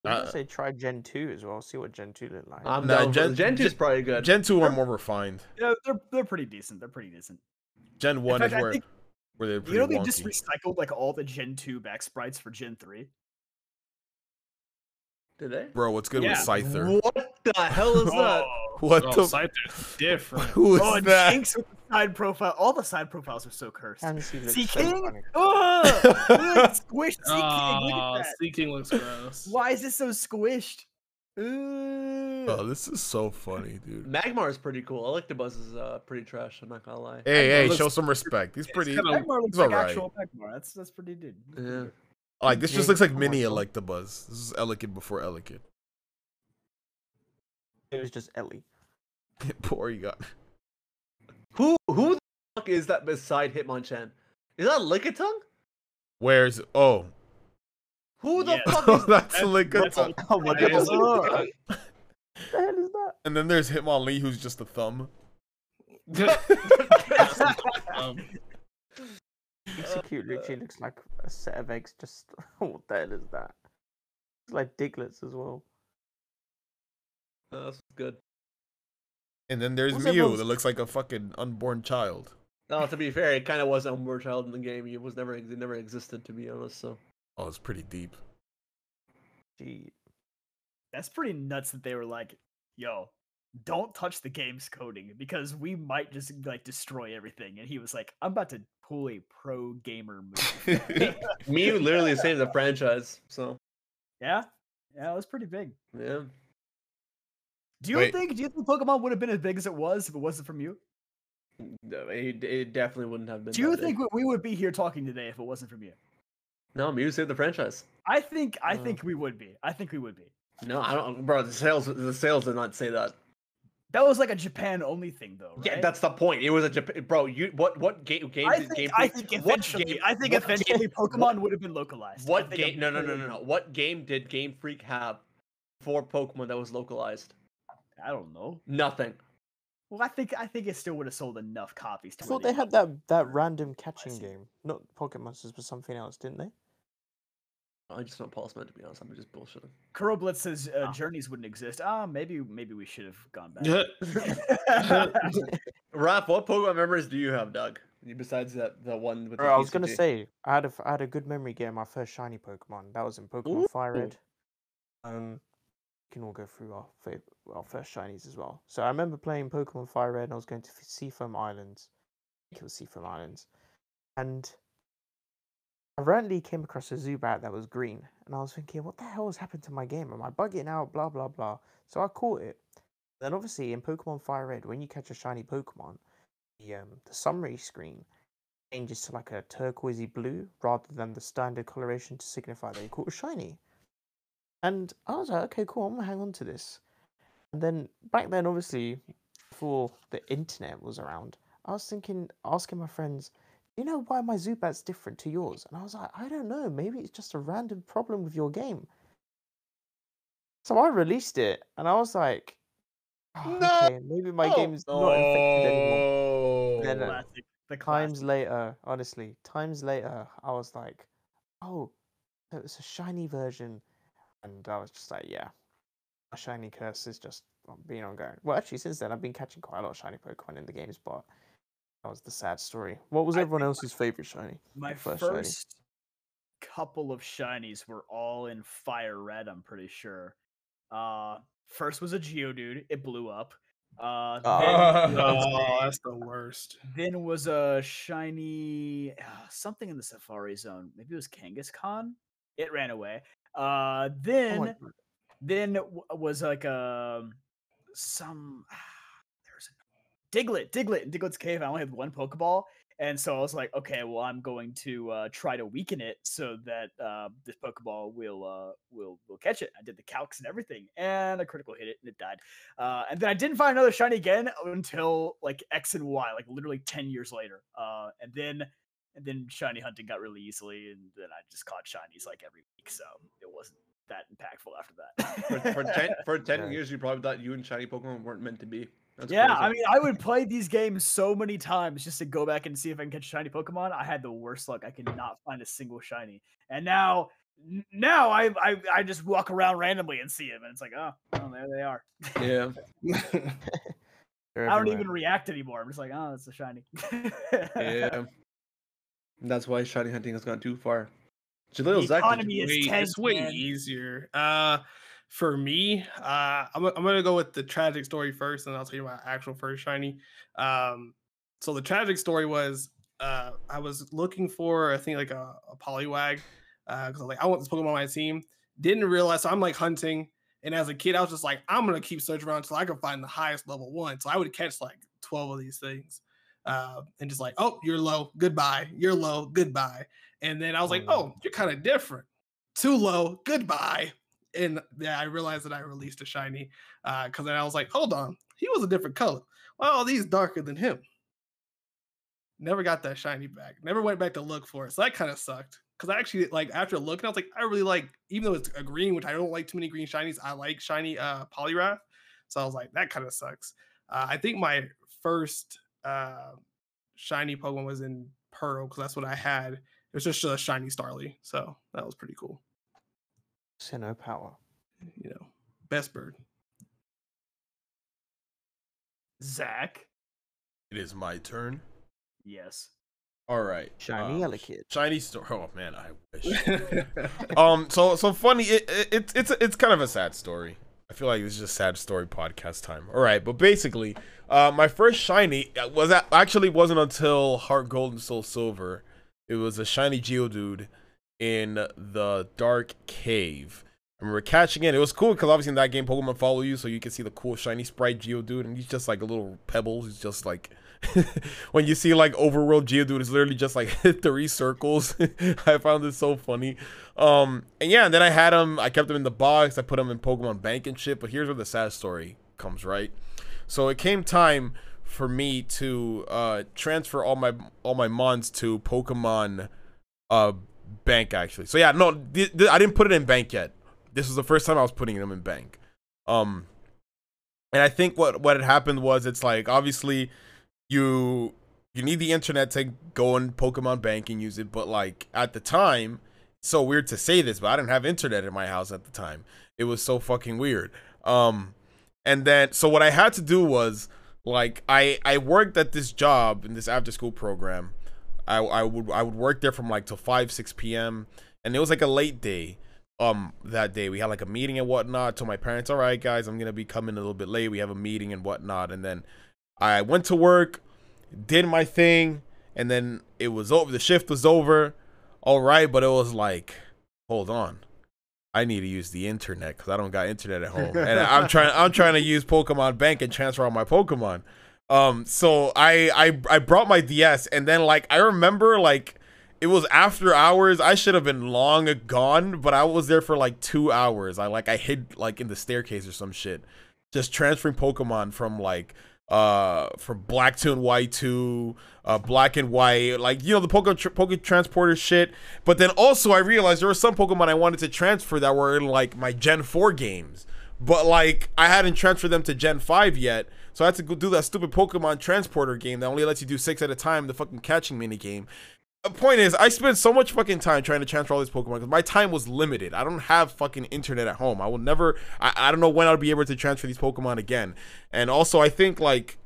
Uh,
gonna say try Gen two as well. See what Gen two looked like.
I'm
Nah,
down.
Gen-
Gen, Gen 2 is
Gen-
probably good.
Gen two are more refined.
Yeah, they're they're pretty decent. They're pretty decent.
Gen one
fact,
is
I
where
think-
where they're
you
pretty
know they just
wonky.
recycled like all the Gen two back sprites for Gen three.
Did they?
Bro, what's good
Yeah.
with Scyther?
What the hell is that?
What
oh,
the?
Scyther's different.
Who is
Oh, and
that?
Jinx with the side profile. All the side profiles are so cursed.
Pansy looks
Sea
so
King.
funny.
Ugh! Look, squished Sea King. Look
Oh,
at that.
Sea King looks gross.
Why is it so squished? Ooh.
Oh, this is so funny, dude.
Magmar is pretty cool. I like the buzz is uh, pretty trash. I'm not gonna lie.
Hey, hey,
looks-
show some respect. He's pretty.
kinda-
Magmar looks
he's
like
alright.
actual Magmar. That's that's pretty dude.
Yeah.
Like this just looks like
Oh my
mini
God.
Electabuzz. This is Elekid before Elekid.
It was just Ellie.
Poor you got.
Who who the fuck is that beside Hitmonchan? Is that Lickitung?
Where's oh?
Who the
Yes.
fuck
Oh,
is
that's
that's-
Elikid.
that's-
Oh my
That is
What
Lickitung.
the hell is that?
And then there's Hitmonlee, who's just a thumb.
um,
It's a cute. Literally looks like a set of eggs. Just what the hell is that? It's like Diglets as well.
Oh, that's good.
And then there's
What's
Mew
everyone's-
that looks like a fucking unborn child.
No, to be fair, it kind of was a more child in the game. It was never it never existed to be honest. So
Oh, it's pretty deep.
Gee,
That's pretty nuts that they were like, yo, don't touch the game's coding because we might just like destroy everything. And he was like, I'm about to pull a pro gamer move.
Mew literally saved the franchise. So
yeah? Yeah, it was pretty big.
yeah,
Do you
Wait.
think do you think Pokemon would have been as big as it was if it wasn't from you?
No, it, it definitely wouldn't have been.
Do you
that big.
think we- we would be here talking today if it wasn't from you?
No, Mew saved the franchise.
I think I
Uh,
think we would be. I think we would be.
No, I don't, bro. The sales the sales did not say that.
That was like a Japan only thing though, right?
Yeah, that's the point. It was a Jap- bro. You what what game game
I
did
think,
game
I think
what
eventually,
game-
I think
what game-
eventually
what-
Pokemon would have been localized. I
What
think
game? No, no, no, no,
eventually-
no. What game did Game Freak have for Pokemon that was localized?
I don't know.
Nothing.
Well, I think I think it still would have sold enough copies. To
I thought
really
they had that that random catching
see.
game, not Pocket Monsters, but something else, didn't they?
Oh, I just know Paul's meant to be honest. I'm just bullshitting.
Kuro Blitz says uh, journeys wouldn't exist. Ah, maybe maybe we should have gone back.
Raph, what Pokemon memories do you have, Doug? Besides that, the one with.
Bro,
the
I was gonna
TCG?
say I had a f- I had a good memory getting my first shiny Pokemon. That was in Pokemon Fire
Ooh.
Red. Um, we can all go through our fav- our first shinies as well. So I remember playing Pokemon Fire Red, and I was going to F- Seafoam Islands. I think it was Seafoam Islands, and I randomly came across a Zubat that was green, and I was thinking, what the hell has happened to my game? Am I bugging out? Blah blah blah. So I caught it. Then obviously in Pokemon Fire Red, when you catch a shiny Pokemon, the um the summary screen changes to like a turquoisey blue rather than the standard coloration to signify that you caught a shiny. And I was like, okay, cool, I'm gonna hang on to this. And then back then, obviously, before the internet was around, I was thinking, asking my friends, "Do you know why my Zubat's different to yours? And I was like, I don't know, maybe it's just a random problem with your game. So I released it and I was like, "Oh,
No!
okay, maybe my
No!
game's not infected anymore. Then, uh,
Classic. The
times
classic.
later, honestly, times later, I was like, oh, it was a shiny version. And I was just like, yeah, a shiny curse is just being ongoing. Well, actually, since then, I've been catching quite a lot of shiny Pokemon in the games, but that was the sad story. What was
I
everyone
think
else's favorite shiny?
My
the first
first,
shiny.
couple of shinies were all in fire red. I'm pretty sure. Uh, first was a Geodude. It blew up. Uh,
Ah.
Oh,
then,
that's the worst.
then was a shiny ah, something in the Safari Zone. Maybe it was Kangaskhan. It ran away. Uh,
Oh
then
God.
then w- was like um, a some ah, there's a Diglett, Diglett, in Diglett's cave. I only had one Pokeball, and so I was like, okay, well, I'm going to uh, try to weaken it so that uh, this Pokeball will uh, will will catch it. I did the calcs and everything, and a critical hit it, and it died. Uh, and then I didn't find another shiny again until like X and Y, like literally ten years later. Uh, and then and then shiny hunting got really easily, and then I just caught shinies like every week, so it wasn't that impactful after
For,
that.
for ten, for ten
Yeah.
years, you probably thought you and shiny Pokemon weren't meant to be. That's
yeah, I
crazy.
mean, I would play these games so many times just to go back and see if I can catch shiny Pokemon. I had the worst luck. I could not find a single shiny, and now, n- now I I, I just walk around randomly and see them, and it's like, oh, oh there they are.
yeah.
They're
I don't
everywhere.
even react anymore. I'm just like, oh, that's a shiny.
Yeah. That's why shiny hunting has gone too far. Jaleel
The
Zach, did
economy
you-
is
Wait,
tense,
it's way
man.
easier. Uh, for me, uh, I'm, I'm gonna go with the tragic story first, and I'll tell you my actual first shiny. Um, so the tragic story was, uh, I was looking for I think like a, a polywag, uh, because like I want this Pokemon on my team. Didn't realize, so I'm like hunting, and as a kid, I was just like, I'm gonna keep searching around until I can find the highest level one. So I would catch like 12 of these things, uh, and just like, oh, you're low, goodbye. You're low, goodbye. And then I was like, oh, you're kind of different too low. Goodbye. And yeah, I realized that I released a shiny because then I was like, hold on, he was a different color. Why are all these darker than him? Never got that shiny back. Never went back to look for it. So that kind of sucked. Because I actually like after looking, I was like, I really like, even though it's a green, which I don't like too many green shinies, I like shiny uh polyrath. So I was like, that kind of sucks. Uh, I think my first uh shiny Pokemon was in Pearl, because that's what I had. It was just a shiny Starly. So that was pretty cool.
Sinnoh power.
You know, best bird.
Zach.
It is my turn.
Yes.
All right.
Shiny
um,
yellow kid.
Shiny story. Oh man, I wish. um. So so funny. It, it it's it's it's kind of a sad story. I feel like it's just sad story podcast time. All right, but basically, uh, my first shiny uh, was a- actually wasn't until Heart Gold and Soul Silver. It was a shiny Geodude in the Dark Cave. I remember catching it. It was cool because obviously in that game, Pokemon follow you, so you can see the cool shiny sprite Geodude, and he's just like a little pebble. He's just like when you see like overworld Geodude, it's literally just like three circles. I found this so funny. Um, and yeah, and then I had him. I kept him in the box. I put him in Pokemon Bank and shit. But here's where the sad story comes, right? So it came time for me to uh, transfer all my all my mons to Pokemon uh, Bank actually. So yeah, no, th- th- I didn't put it in Bank yet. This was the first time I was putting them in Bank. Um, and I think what what had happened was it's like obviously you you need the internet to go in Pokemon Bank and use it, but like at the time, it's so weird to say this, but I didn't have internet in my house at the time. It was so fucking weird. Um and then so what I had to do was like I I worked at this job in this after school program. I I would I would work there from like till 5 6 p.m. and it was like a late day. Um, that day we had like a meeting and whatnot. I told my parents, all right, guys, I'm gonna be coming a little bit late. We have a meeting and whatnot. And then I went to work, did my thing, and then it was over. The shift was over. All right, but it was like, hold on, I need to use the internet because I don't got internet at home, and I'm trying. I'm trying to use Pokemon Bank and transfer all my Pokemon. Um, so I I I brought my DS, and then like I remember like it was after hours. I should have been long gone, but I was there for like two hours. I like I hid like in the staircase or some shit, just transferring Pokemon from like uh from black to and white to uh black and white like you know the Poke tr- Poke transporter shit but then also I realized there were some Pokemon I wanted to transfer that were in like my Gen 4 games but like I hadn't transferred them to Gen 5 yet so I had to go do that stupid Pokemon transporter game that only lets you do six at a time the fucking catching mini game the uh, point is, I spent so much fucking time trying to transfer all these Pokemon because my time was limited. I don't have fucking internet at home. I will never. I, I don't know when I'll be able to transfer these Pokemon again. And also, I think like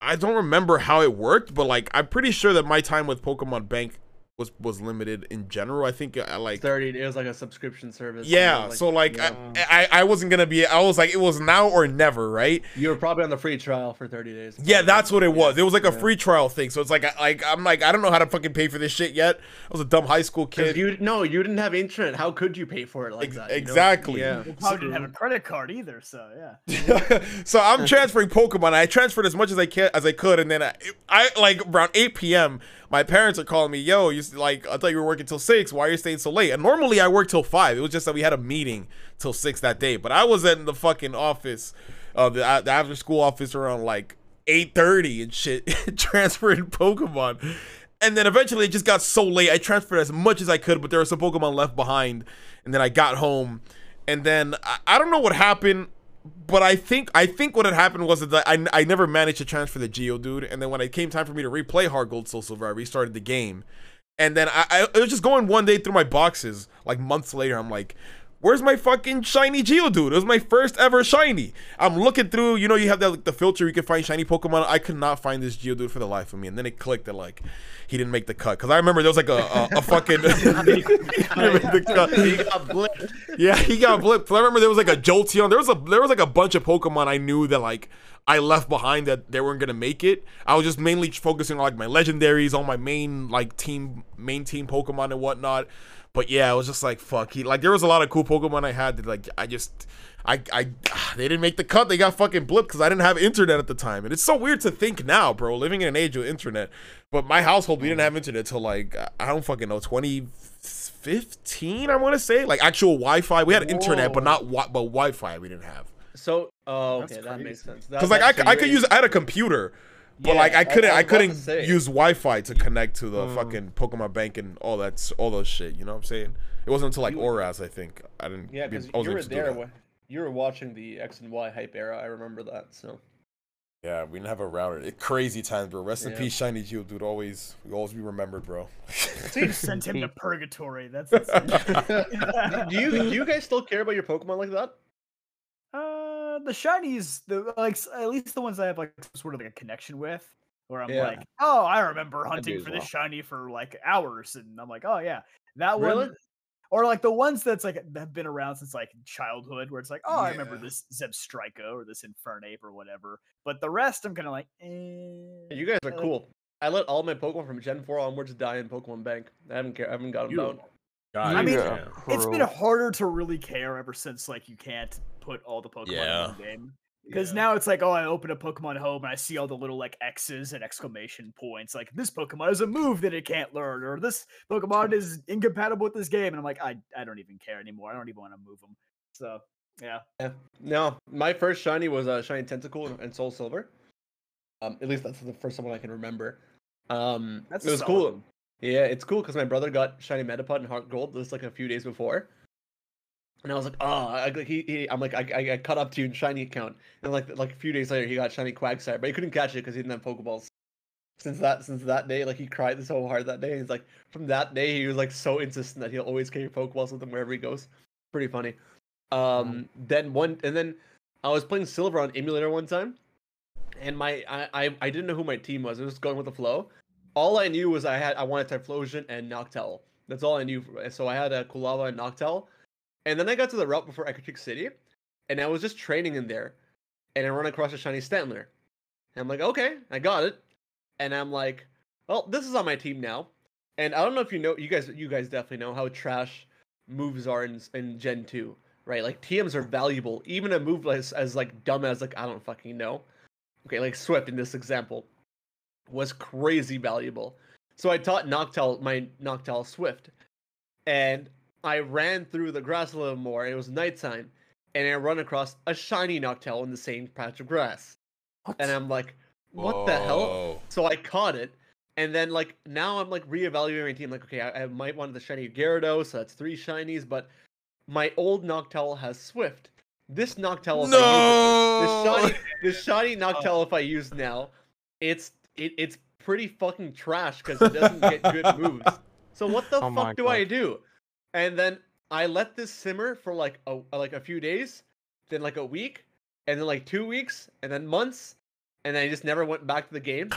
I don't remember how it worked, but like I'm pretty sure that my time with Pokemon Bank was was limited in general. I think uh, I like
thirty. It was like a subscription service. and
Yeah,
they're
so like
yeah.
I, I I wasn't gonna be. I was like, it was now or never, right?
you were probably on the free trial for thirty days.
Yeah, that's what it was. It was like a free trial thing. So it's like, I, like I'm like, I don't know how to fucking pay for this shit yet. I was a dumb high school
'Cause
kid.
you no, you didn't have internet. How could you pay for it like that? you know?
exactly.
Yeah.
Well,
Probably didn't have a credit card either, so yeah.
so I'm transferring Pokemon. I transferred as much as I can as I could, and then I, I like around 8 p.m. My parents are calling me, "Yo, you s- like I thought you were working till six. Why are you staying so late?" And normally I work till five. It was just that we had a meeting till six that day, but I was in the fucking office, uh, the, uh, the after school office around like 8:30 and shit, transferring Pokemon. And then eventually it just got so late. I transferred as much as I could, but there were some Pokemon left behind. And then I got home, and then I, I don't know what happened but I think I think what had happened was that I, I never managed to transfer the Geodude, and then when it came time for me to replay Hard Gold Soul Silver, I restarted the game, and then I, I it was just going one day through my boxes like months later. I'm like, where's my fucking shiny Geodude? It was my first ever shiny. I'm looking through, you know, you have that like, the filter you can find shiny Pokemon. I could not find this Geodude for the life of me, and then it clicked that like he didn't make the cut because I remember there was like a a, a fucking. he didn't make the cut.
He got blipped.
Yeah, he got blipped. 'Cause I remember there was like a Jolteon. There was a there was like a bunch of Pokemon I knew that like I left behind that they weren't gonna make it. I was just mainly focusing on like my legendaries, on my main like team main team Pokemon and whatnot. But yeah, I was just like fuck. He like there was a lot of cool Pokemon I had that like I just I I they didn't make the cut. They got fucking blipped because I didn't have internet at the time. And it's so weird to think now, bro, living in an age of internet. But my household we didn't have internet till like I- I don't fucking know twenty 15 i want to say like actual wi-fi we had internet but not wi- but wi-fi we didn't have
So, oh, okay, that makes sense. That-
because like I,
that's
c-
so
I could
you're-
use i had a computer but
Yeah,
like i
I-
couldn't
I
i,
was about to
couldn't
say. Mm.
use wi-fi to connect to the fucking pokemon bank and all that s- all those shit you know what i'm saying it wasn't until like oras i think i didn't
Yeah,
be-
because
I wasn't
you were
able to do
there.
that.
When, you were watching the X and Y hype era. I remember that. So
yeah we didn't have a router it, crazy times bro rest in
Yeah.
peace shiny Geo, dude always we always be remembered bro
Dude sent him to purgatory. That's insane.
do you do you guys still care about your Pokemon like that?
Uh, the shinies, the like s- at least the ones I have like some sort of like a connection with, where I'm
Yeah.
like, oh, I remember
I do
hunting
as
for this
well.
shiny for like hours, and I'm like, oh yeah, that
Really?
one, or like the ones that's like that have been around since like childhood, where it's like, oh, I remember
Yeah.
this Zebstrika or this Infernape or whatever, but the rest I'm kind of like, eh.
You guys are
I like-
cool. I let all my Pokemon from Gen 4 onwards die in Pokemon Bank. I haven't care. I haven't got them
You-
down.
I mean,
Yeah.
it's been
Cruel.
harder to really care ever since like you can't put all the Pokemon
Yeah.
in one game. Because now it's like, oh, I open a Pokemon home and I see all the little like X's and exclamation points. Like this Pokemon is a move that it can't learn, or this Pokemon is incompatible with this game. And I'm like, I, I don't even care anymore. I don't even want to move them. So yeah,
Yeah. Eh, No, my first shiny was uh, shiny tentacle and- and soul silver. Um, at least that's the first one I can remember. Um,
That's
it was
solid.
cool. Yeah, it's cool because my brother got shiny Metapod and Heart Gold just like a few days before, and I was like, oh, I, like, he, he, I'm like, I, I, I caught up to you in shiny account, and like, like a few days later, he got shiny Quagsire, but he couldn't catch it because he didn't have Pokeballs. Since that, since that day, like he cried so hard that day, and he's like, from that day, he was like so insistent that he'll always carry Pokeballs with him wherever he goes. Pretty funny. Um, then one, and then I was playing Silver on emulator one time, and my I, I I didn't know who my team was. I was just going with the flow. All I knew was I had I wanted Typhlosion and Noctowl. That's all I knew. for- So I had a Kulava and Noctowl, and then I got to the route before Echotrick City, and I was just training in there, and I run across a shiny Stantler, and I'm like, okay, I got it, and I'm like, well, this is on my team now, and I don't know if you know, you guys, you guys definitely know how trash moves are in in Gen two right? Like TMs are valuable. Even a move as, as like dumb as like I don't fucking know. Okay, like Swift in this example was crazy valuable. So I taught Noctowl my Noctowl Swift, and I ran through the grass a little more. It was nighttime, and I run across a shiny Noctowl in the same patch of grass, and I'm like, "What the hell?"
Whoa.
So I caught it, and then like now I'm like reevaluating my team. Like, okay, I, I might want the shiny Gyarados, so that's three shinies, but my old Noctowl has Swift. This Noctowl, if I use it, the shiny, the shiny
Oh.
Noctowl, if I use now, it's it, it's pretty fucking trash because it doesn't get good moves. So what the
Oh my
fuck do I do? And then I let this simmer for like a like a few days, then like a week, and then like two weeks, and then months, and then I just never went back to the game.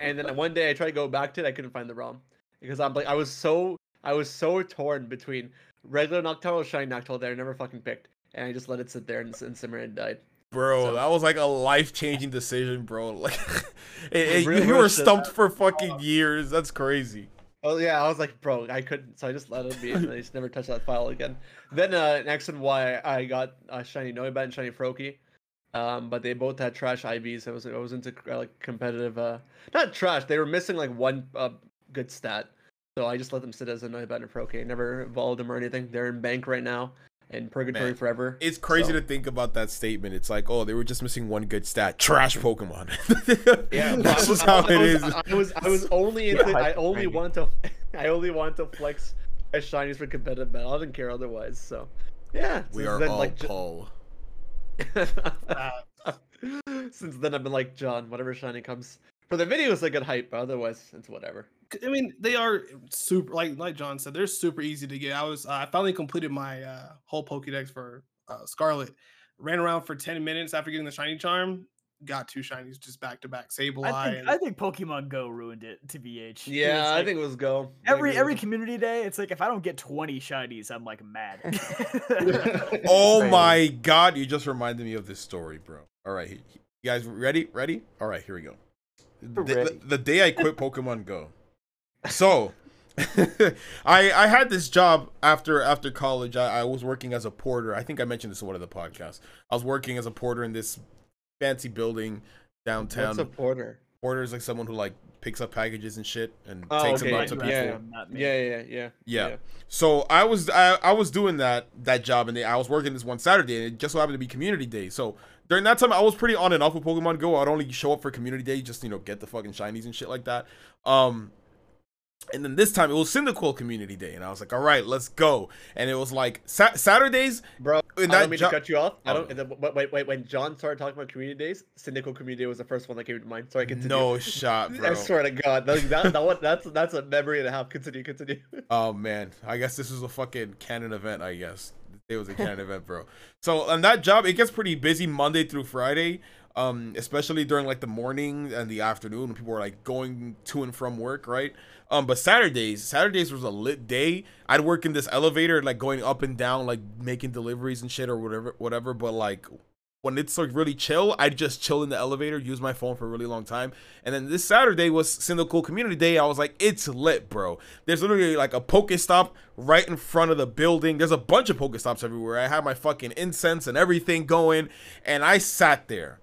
and then one day I tried to go back to it, I couldn't find the ROM. because I'm like I was so I was so torn between regular Noctowl, shiny Noctowl that I never fucking picked, and I just let it sit there and, s- and simmer and died.
Bro,
So-
that was like a life changing decision, bro. Like, it, it-
Real-
you
real
were
shit.
stumped for fucking years. That's crazy.
Oh yeah, I was like, bro, I couldn't, so I just let it be, and I just never touched that file again. Then uh, next and why I got uh, shiny Noibat and shiny Froakie, um, but they both had trash IVs. I was I was into uh, like competitive, uh, not trash. They were missing like one uh, good stat, so I just let them sit as a Noibat and a Froakie. I never evolved them or anything. They're in bank right now, in purgatory
Man,
forever.
It's crazy
so-
to think about that statement. It's like, oh, they were just missing one good stat. Trash Pokemon.
Yeah, but
that's
I was-
just how
I
it
was-
is.
I I was I was only
Yeah,
into, I only
hyperframing.
wanted to I only wanted to flex as shinies for competitive battle. I didn't care otherwise. So yeah,
we
since
are
then,
all
like, ju-
Paul.
since then I've been like John, whatever shiny comes for the videos I get hype, but otherwise it's whatever.
I mean, they are super. Like like John said, they're super easy to get. I was I finally completed my uh, whole Pokédex for uh, Scarlet. Ran around for ten minutes after getting the shiny charm. Got two shinies just back to back. Sableye.
I think
and-
I think Pokemon Go ruined it. To BH.
Yeah, I
It's like,
think it was go. I think
every
it
every
was-
community day, it's like if I don't get twenty shinies, I'm like mad.
Oh my god, you just reminded me of this story, bro. All right, he- he- you guys ready? Ready? All right, here we go. The,
Ready.
the- the day I quit Pokemon Go. So, I I had this job after after college. I, I was working as a porter. I think I mentioned this in one of the podcasts. I was working as a porter in this fancy building downtown.
What's a porter?
porter is like someone who like picks up packages and shit and
Oh,
takes
okay,
them out to
yeah,
people.
yeah,
Not me.
yeah, yeah, yeah,
Yeah. So I was I, I was doing that that job and they, I was working this one Saturday and it just so happened to be community day. So during that time I was pretty on and off with Pokemon Go. I'd only show up for community day, just you know, get the fucking shinies and shit like that. Um and then this time it was Cyndaquil community day and I was like, all right, let's go. And it was like sa- Saturdays
Bro,
in
I
that
don't mean
jo-
to cut you off. I
Oh,
don't. the- Wait, wait, wait. When John started talking about community days, Syndical Community was the first one that came to mind. Sorry, continue.
no shot, bro.
I swear to God, that, that, that one, that's that's a memory and a half. Continue, continue.
Oh man, I guess this was a fucking canon event. I guess it was a canon event, bro. So on that job, it gets pretty busy Monday through Friday, um, especially during like the morning and the afternoon when people are like going to and from work, right? Um, but Saturdays, Saturdays was a lit day. I'd work in this elevator, like going up and down, like making deliveries and shit or whatever, whatever. But like when it's like really chill, I just chill in the elevator, use my phone for a really long time. And then this Saturday was Cynical Community Day. I was like, it's lit, bro. There's literally like a Pokestop right in front of the building. There's a bunch of Pokestops everywhere. I had my fucking incense and everything going. And I sat there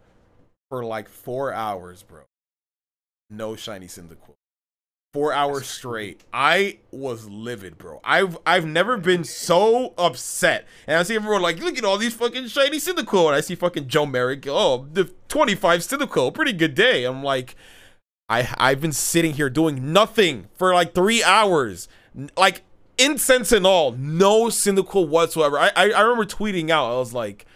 for like four hours, bro. No shiny Cyndaquil. Four hours straight. I was livid, bro. I've I've never been so upset. And I see everyone like, look at all these fucking shiny Cyndaquil. And I see fucking Joe Merrick. Oh, the 25 Cyndaquil. Pretty good day. I'm like, I I've been sitting here doing nothing for like three hours, N- like incense and all, no cynical whatsoever. I I, I remember tweeting out, I was like,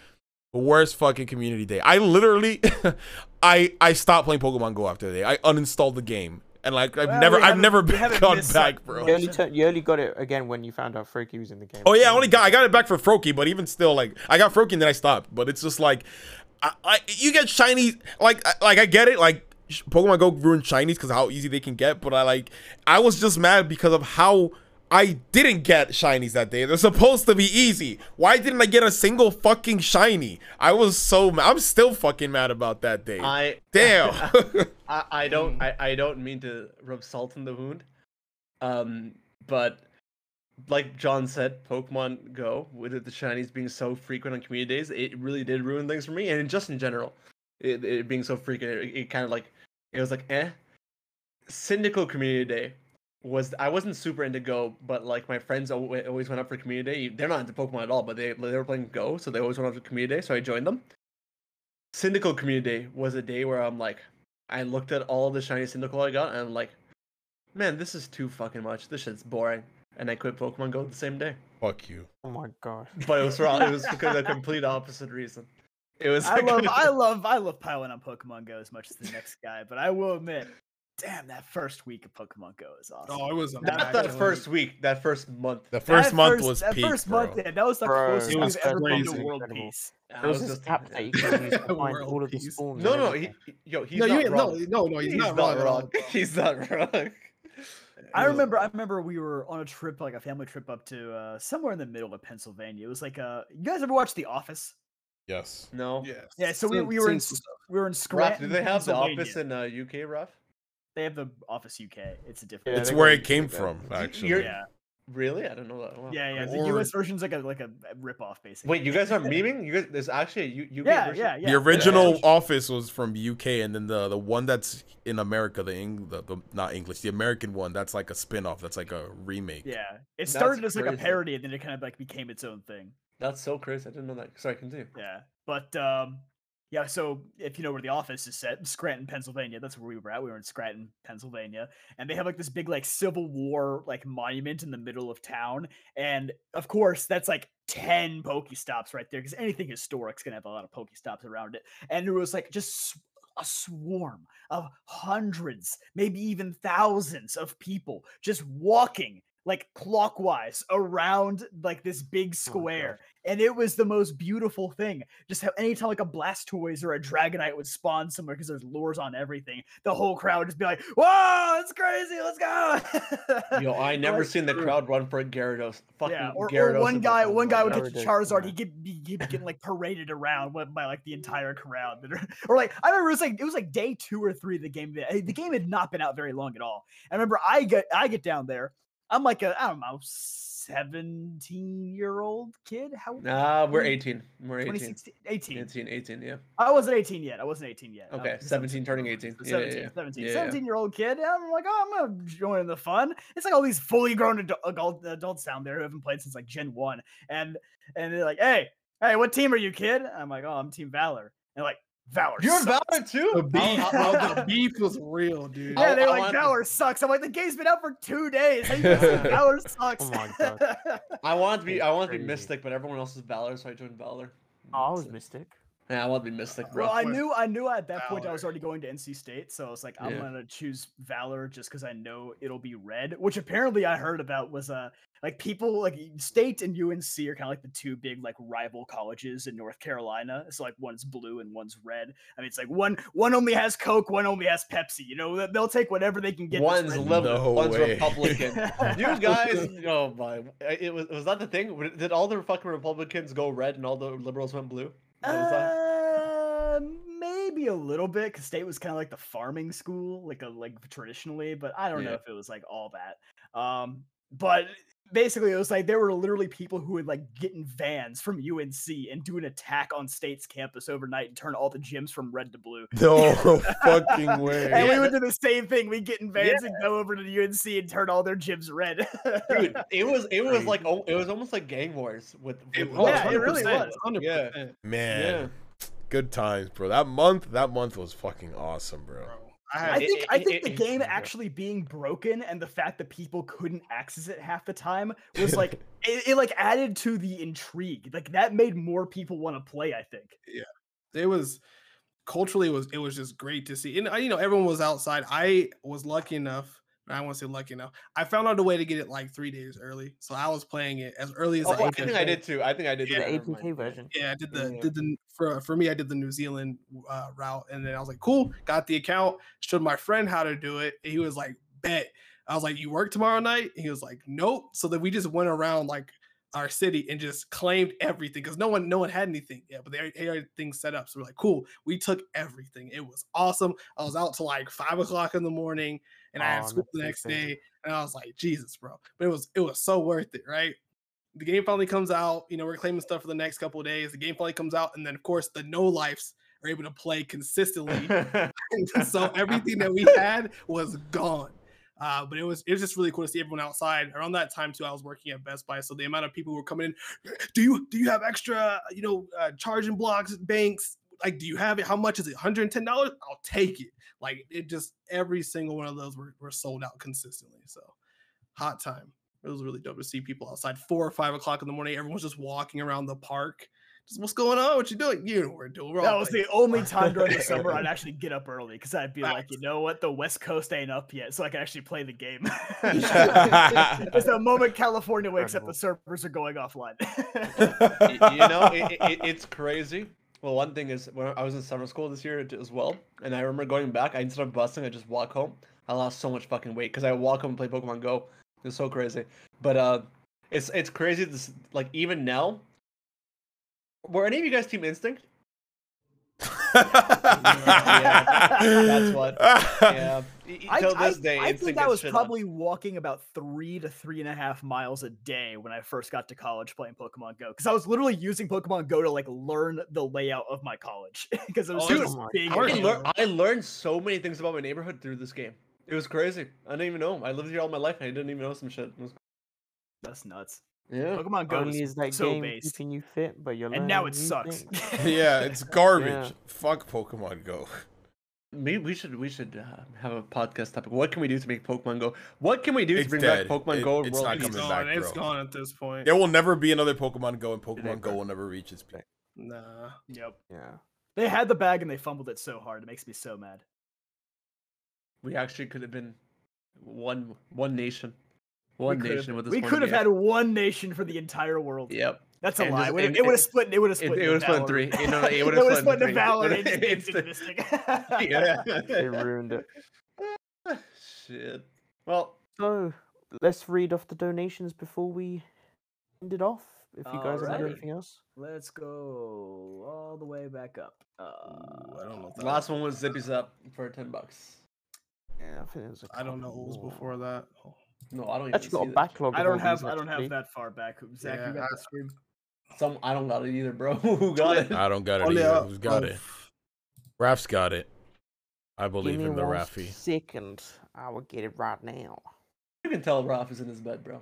worst fucking community day. I literally, I I stopped playing Pokemon Go after the day. I uninstalled the game and like I've
Well,
never
we
I've
haven't-
never
we haven't
gone
missed
back,
that
bro.
much.
You only, turn you only got it again when you found out Freaky was in the game.
Oh yeah, I only got I got it back for Froakie, but even still, like I got Froakie and then I stopped. But it's just like, I, I you get shinies like I- like I get it like sh- Pokemon Go ruined shinies because how easy they can get. But I like I was just mad because of how I didn't get shinies that day. They're supposed to be easy. Why didn't I get a single fucking shiny? I was so mad. I'm still fucking mad about that day.
I
Damn.
I, I don't I, I don't mean to rub salt in the wound, um, but like John said, Pokemon Go with the shinies being so frequent on community days, it really did ruin things for me, and just in general, it, it being so frequent, it, it kind of like it was like eh. Syndical Community Day was I wasn't super into Go, but like my friends al- always went up for Community Day. They're not into Pokemon at all, but they they were playing Go, so they always went up for Community Day. So I joined them. Syndical Community Day was a day where I'm like, I looked at all the shiny Cyndaquil I got, and I'm like, man, this is too fucking much. This shit's boring. And I quit Pokemon Go the same day.
Fuck you.
Oh my god.
But it was wrong. It was because the complete opposite reason. It was.
I love,
because-
I love, I love piling on Pokemon Go as much as the next guy, but I will admit, damn, that first week of Pokemon Go is awesome.
Oh, it was a
Not
bad
that
one.
first week, that first month.
The
That
first month
first-
was
that
peak,
first
bro.
month. Yeah, that was the
Bro,
closest
it was
we've ever been to
crazy.
world
Incredible.
peace.
I
There was
was
this
just-
app that you could use to find
World
all of the
peace.
spawns.
No,
and
no, he,
everything.
yo, he's
no, you
not
ain't-
wrong.
no, no, no, he's,
he's
not wrong. at all.
He's not wrong.
I remember. I remember we were on a trip, like a family trip, up to uh, somewhere in the middle of Pennsylvania. It was like, uh, you guys ever watch The Office?
Yes.
No.
Yes.
Yeah. So we,
Seen-
we were in
seen some
S-
stuff.
we were in
Raph,
Scranton.
do they have the
Pennsylvania.
office in uh, UK, Raph?
They have the office UK. It's a different.
It's where it came from, actually.
You're-
Yeah.
Really? I don't know that. Wow.
Yeah, yeah. The
Or-
US version's like a like a ripoff, basically.
Wait, you guys are memeing? You guys, there's actually a U- UK
Yeah,
version.
yeah, yeah.
the original office was from UK, and then the the one that's in America, the, Eng- the, the not English, the American one, that's like a spin off. That's like a remake.
Yeah. It
That's
started as like a
crazy.
parody, and then it kind of like became its own thing.
That's so crazy. I didn't know that. Sorry, continue.
Yeah. But um, yeah. So if you know where the office is set, Scranton, Pennsylvania. That's where we were at. We were in Scranton, Pennsylvania, and they have like this big like Civil War like monument in the middle of town. And of course, that's like ten Pokestops right there because anything historic's gonna have a lot of Pokestops around it. And it was like just sw- a swarm of hundreds, maybe even thousands of people just walking like clockwise around like this big square and it was the most beautiful thing. Just how anytime like a Blastoise or a Dragonite would spawn somewhere because there's lures on everything, the whole crowd would just be like, "Whoa, that's crazy! Let's go!"
Yo, I never
Like,
seen the crowd run for Gyarados. Fucking
yeah, or,
Gyarados.
or one
in
guy,
Pokemon
one guy would
right
get
Gyarados,
to Charizard,
yeah.
he'd get, be- he'd be getting like paraded around with- by like the entire crowd. That are, or like I remember it was like it was like day two or three of the game. The the game had not been out very long at all. I remember I get I get down there. I'm like a I don't know seventeen year old kid. How
now. Nah,
Mm.
we're 18. We're 18.
2016, 18.
18, 18, yeah.
I wasn't 18 yet. I wasn't 18 yet. I
Okay,
was
17 turning 18. Yeah,
17,
yeah, yeah.
17,
Yeah, yeah.
17 year old kid. and I'm like, oh, I'm gonna join in the fun. It's like all these fully grown adult, adult, adults down there who haven't played since like Gen One, and and they're like, hey, hey, what team are you, kid? And I'm like, oh, I'm Team Valor. And they're like, Valor.
You're
sucks."
valid
The
too?
beef,
I'll-
bro, the beef was real, dude.
Yeah,
I'll-
they're
I'll
like,
answer-
Valor sucks. I'm like, the game's been out for two days. How you gonna say Valor sucks.
Oh my God.
I want to be
It's
I want to be
crazy.
Mystic, but everyone else is Valor, so I joined Valor.
Oh, I was
So-
Mystic.
Yeah, I want to be Mystic, bro.
Well, I
with
knew I knew at that point I was
Valor.
already going to NC State, so I was like, I'm
Yeah.
gonna choose Valor just because I know it'll be red, which apparently I heard about was uh like people like y- State and UNC are kind of like the two big like rival colleges in North Carolina. It's like one's blue and one's red. I mean, it's like one one only has Coke, one only has Pepsi. You know, they- they'll take whatever they can get. that's
one's
red.
left
liberal,
No
one's
way.
Republican. you guys, oh my! It was was that the thing? Were- Did all the fucking Republicans go red and all the liberals went blue? That was that?
Uh, maybe a little bit because state was kind of like the farming school, like a like traditionally, but I don't know
Yeah.
if it was like all that. Um, but basically, it was like there were literally people who would like get in vans from UNC and do an attack on state's campus overnight and turn all the gyms from red to blue.
No fucking way.
And we would do the same thing. We would get in vans and go over to the UNC and turn all their gyms red.
Dude, it was it was like al- it was almost like gang wars with.
It
with
was,
yeah, it really
100%,
was.
100%.
Yeah.
Man,
Yeah,
good times, bro. That month, that month was fucking awesome, bro.
bro. I
I
had
it-
think I
it-
think the
it-
game
yeah.
actually being broken and the fact that people couldn't access it half the time was like it, it like added to the intrigue. Like that made more people want to play. I think.
it was culturally it was it was just great to see and uh, you know everyone was outside i was lucky enough i want to say lucky enough i found out a way to get it like three days early so i was playing it as early as
Oh,
the
I
8th
think I
day.
did too. I think I did.
Yeah,
too.
The
Never
APK
mind.
version.
yeah i did the
Yeah.
did the for, for me i did the new zealand uh, route and then i was like cool got the account showed my friend how to do it and he was like bet i was like you work tomorrow night he was like nope so then we just went around like our city and just claimed everything because no one no one had anything yet, but they already had everything set up. So we're like, cool, we took everything. It was awesome. I was out till like five o'clock in the morning and I had
Oh,
school the
that's
next
insane.
day. And I was like, Jesus, bro. But it was it was so worth it, right? The game finally comes out. You know, we're claiming stuff for the next couple of days. The game finally comes out, and then of course the no lifes are able to play consistently so everything that we had was gone. Uh, but it was it was just really cool to see everyone outside. Around that time too, I was working at Best Buy, so the amount of people who were coming in, do you do you have extra you know uh, charging blocks, banks? Like, do you have it? How much is it? One hundred and ten dollars? I'll take it. Like, it just every single one of those were, were sold out consistently. So, hot time. It was really dope to see people outside four or five o'clock in the morning. Everyone's just walking around the park. Just what's going on? What you doing? You know what we're doing. We're all
That was
playing
the only time during the summer I'd actually get up early because I'd be like, you
Facts.
know what, the West Coast ain't up yet, so I can actually play the game.
Yeah.
It's the moment California wakes up,
Incredible.
the servers are going offline.
Y- you know, it, it, it- it's crazy. Well, one thing is when I was in summer school this year as well, and I remember going back. I instead of busing, I just walk home. I lost so much fucking weight because I walk home and play Pokemon Go. It's so crazy. But uh, it's it's crazy. This like even now. Were any of you guys Team Instinct? yeah, that's what. Yeah, E- e-
I,
till
I-
this day,
I
Instinct
think I
gets
was
shit on.
probably walking about three to three and a half miles a day when I first got to college playing Pokemon Go because I was literally using Pokemon Go to like learn the layout of my college because it was
Dude,
just big.
I,
and
lear- I learned so many things about my neighborhood through this game. It was crazy. I didn't even know. I lived here all my life and I didn't even know some shit. It was-
That's nuts.
Yeah.
Pokemon Go
Only is
is
that
so
game
based.
keeping you fit, but you're
And now
learning
it
new
sucks.
things.
yeah, it's garbage.
Yeah.
Fuck Pokemon Go.
Maybe we should we should uh, have a podcast topic. What can we do to make Pokemon Go? What can we do
It's
to bring
dead.
back Pokemon
It-
Go?
it's
World
not
Peace?
coming
It's
back,
gone. It's
bro.
gone at this point.
There will never be another Pokemon Go, and Pokemon Go will never reach its peak.
Nah.
Yep.
Yeah.
They had the bag and they fumbled it so hard. It makes me so mad.
We actually could have been one one nation, one
could have-
nation with this.
we could have had one nation for the entire world.
Yep.
That's a
And
lie.
just-
Would've-
and-
it would
and-
have split. It would have
It,
split.
it
into
would have split in
Valor.
three. You know, it
It
would have
would've
split,
split into Valor
in
and
three. It's
Instinct.
the-
They
yeah.
ruined it.
Shit. Well,
So let's read off the donations before we end it off. If you guys have
Alright.
anything else,
Let's go all the way back up. Uh,
I don't know. if that-
last one was Zippy's up for ten bucks.
yeah, I think it was. a
I don't know
couple
what was
more.
before that. Oh,
No, I don't.
That's
even
got
see
a
that.
backlog.
I
of all
don't
these,
have I don't
actually.
have that far back. Zach,
Yeah,
you
I-
got the stream.
Some I don't got it either, bro. Who got it?
I don't got it
Only,
either.
uh,
Who's got
oh,
it? Raph's got it. I
Give
believe
me
in the
one
Raffy.
Second, I will get it right now.
You can tell Ralph is in his bed, bro.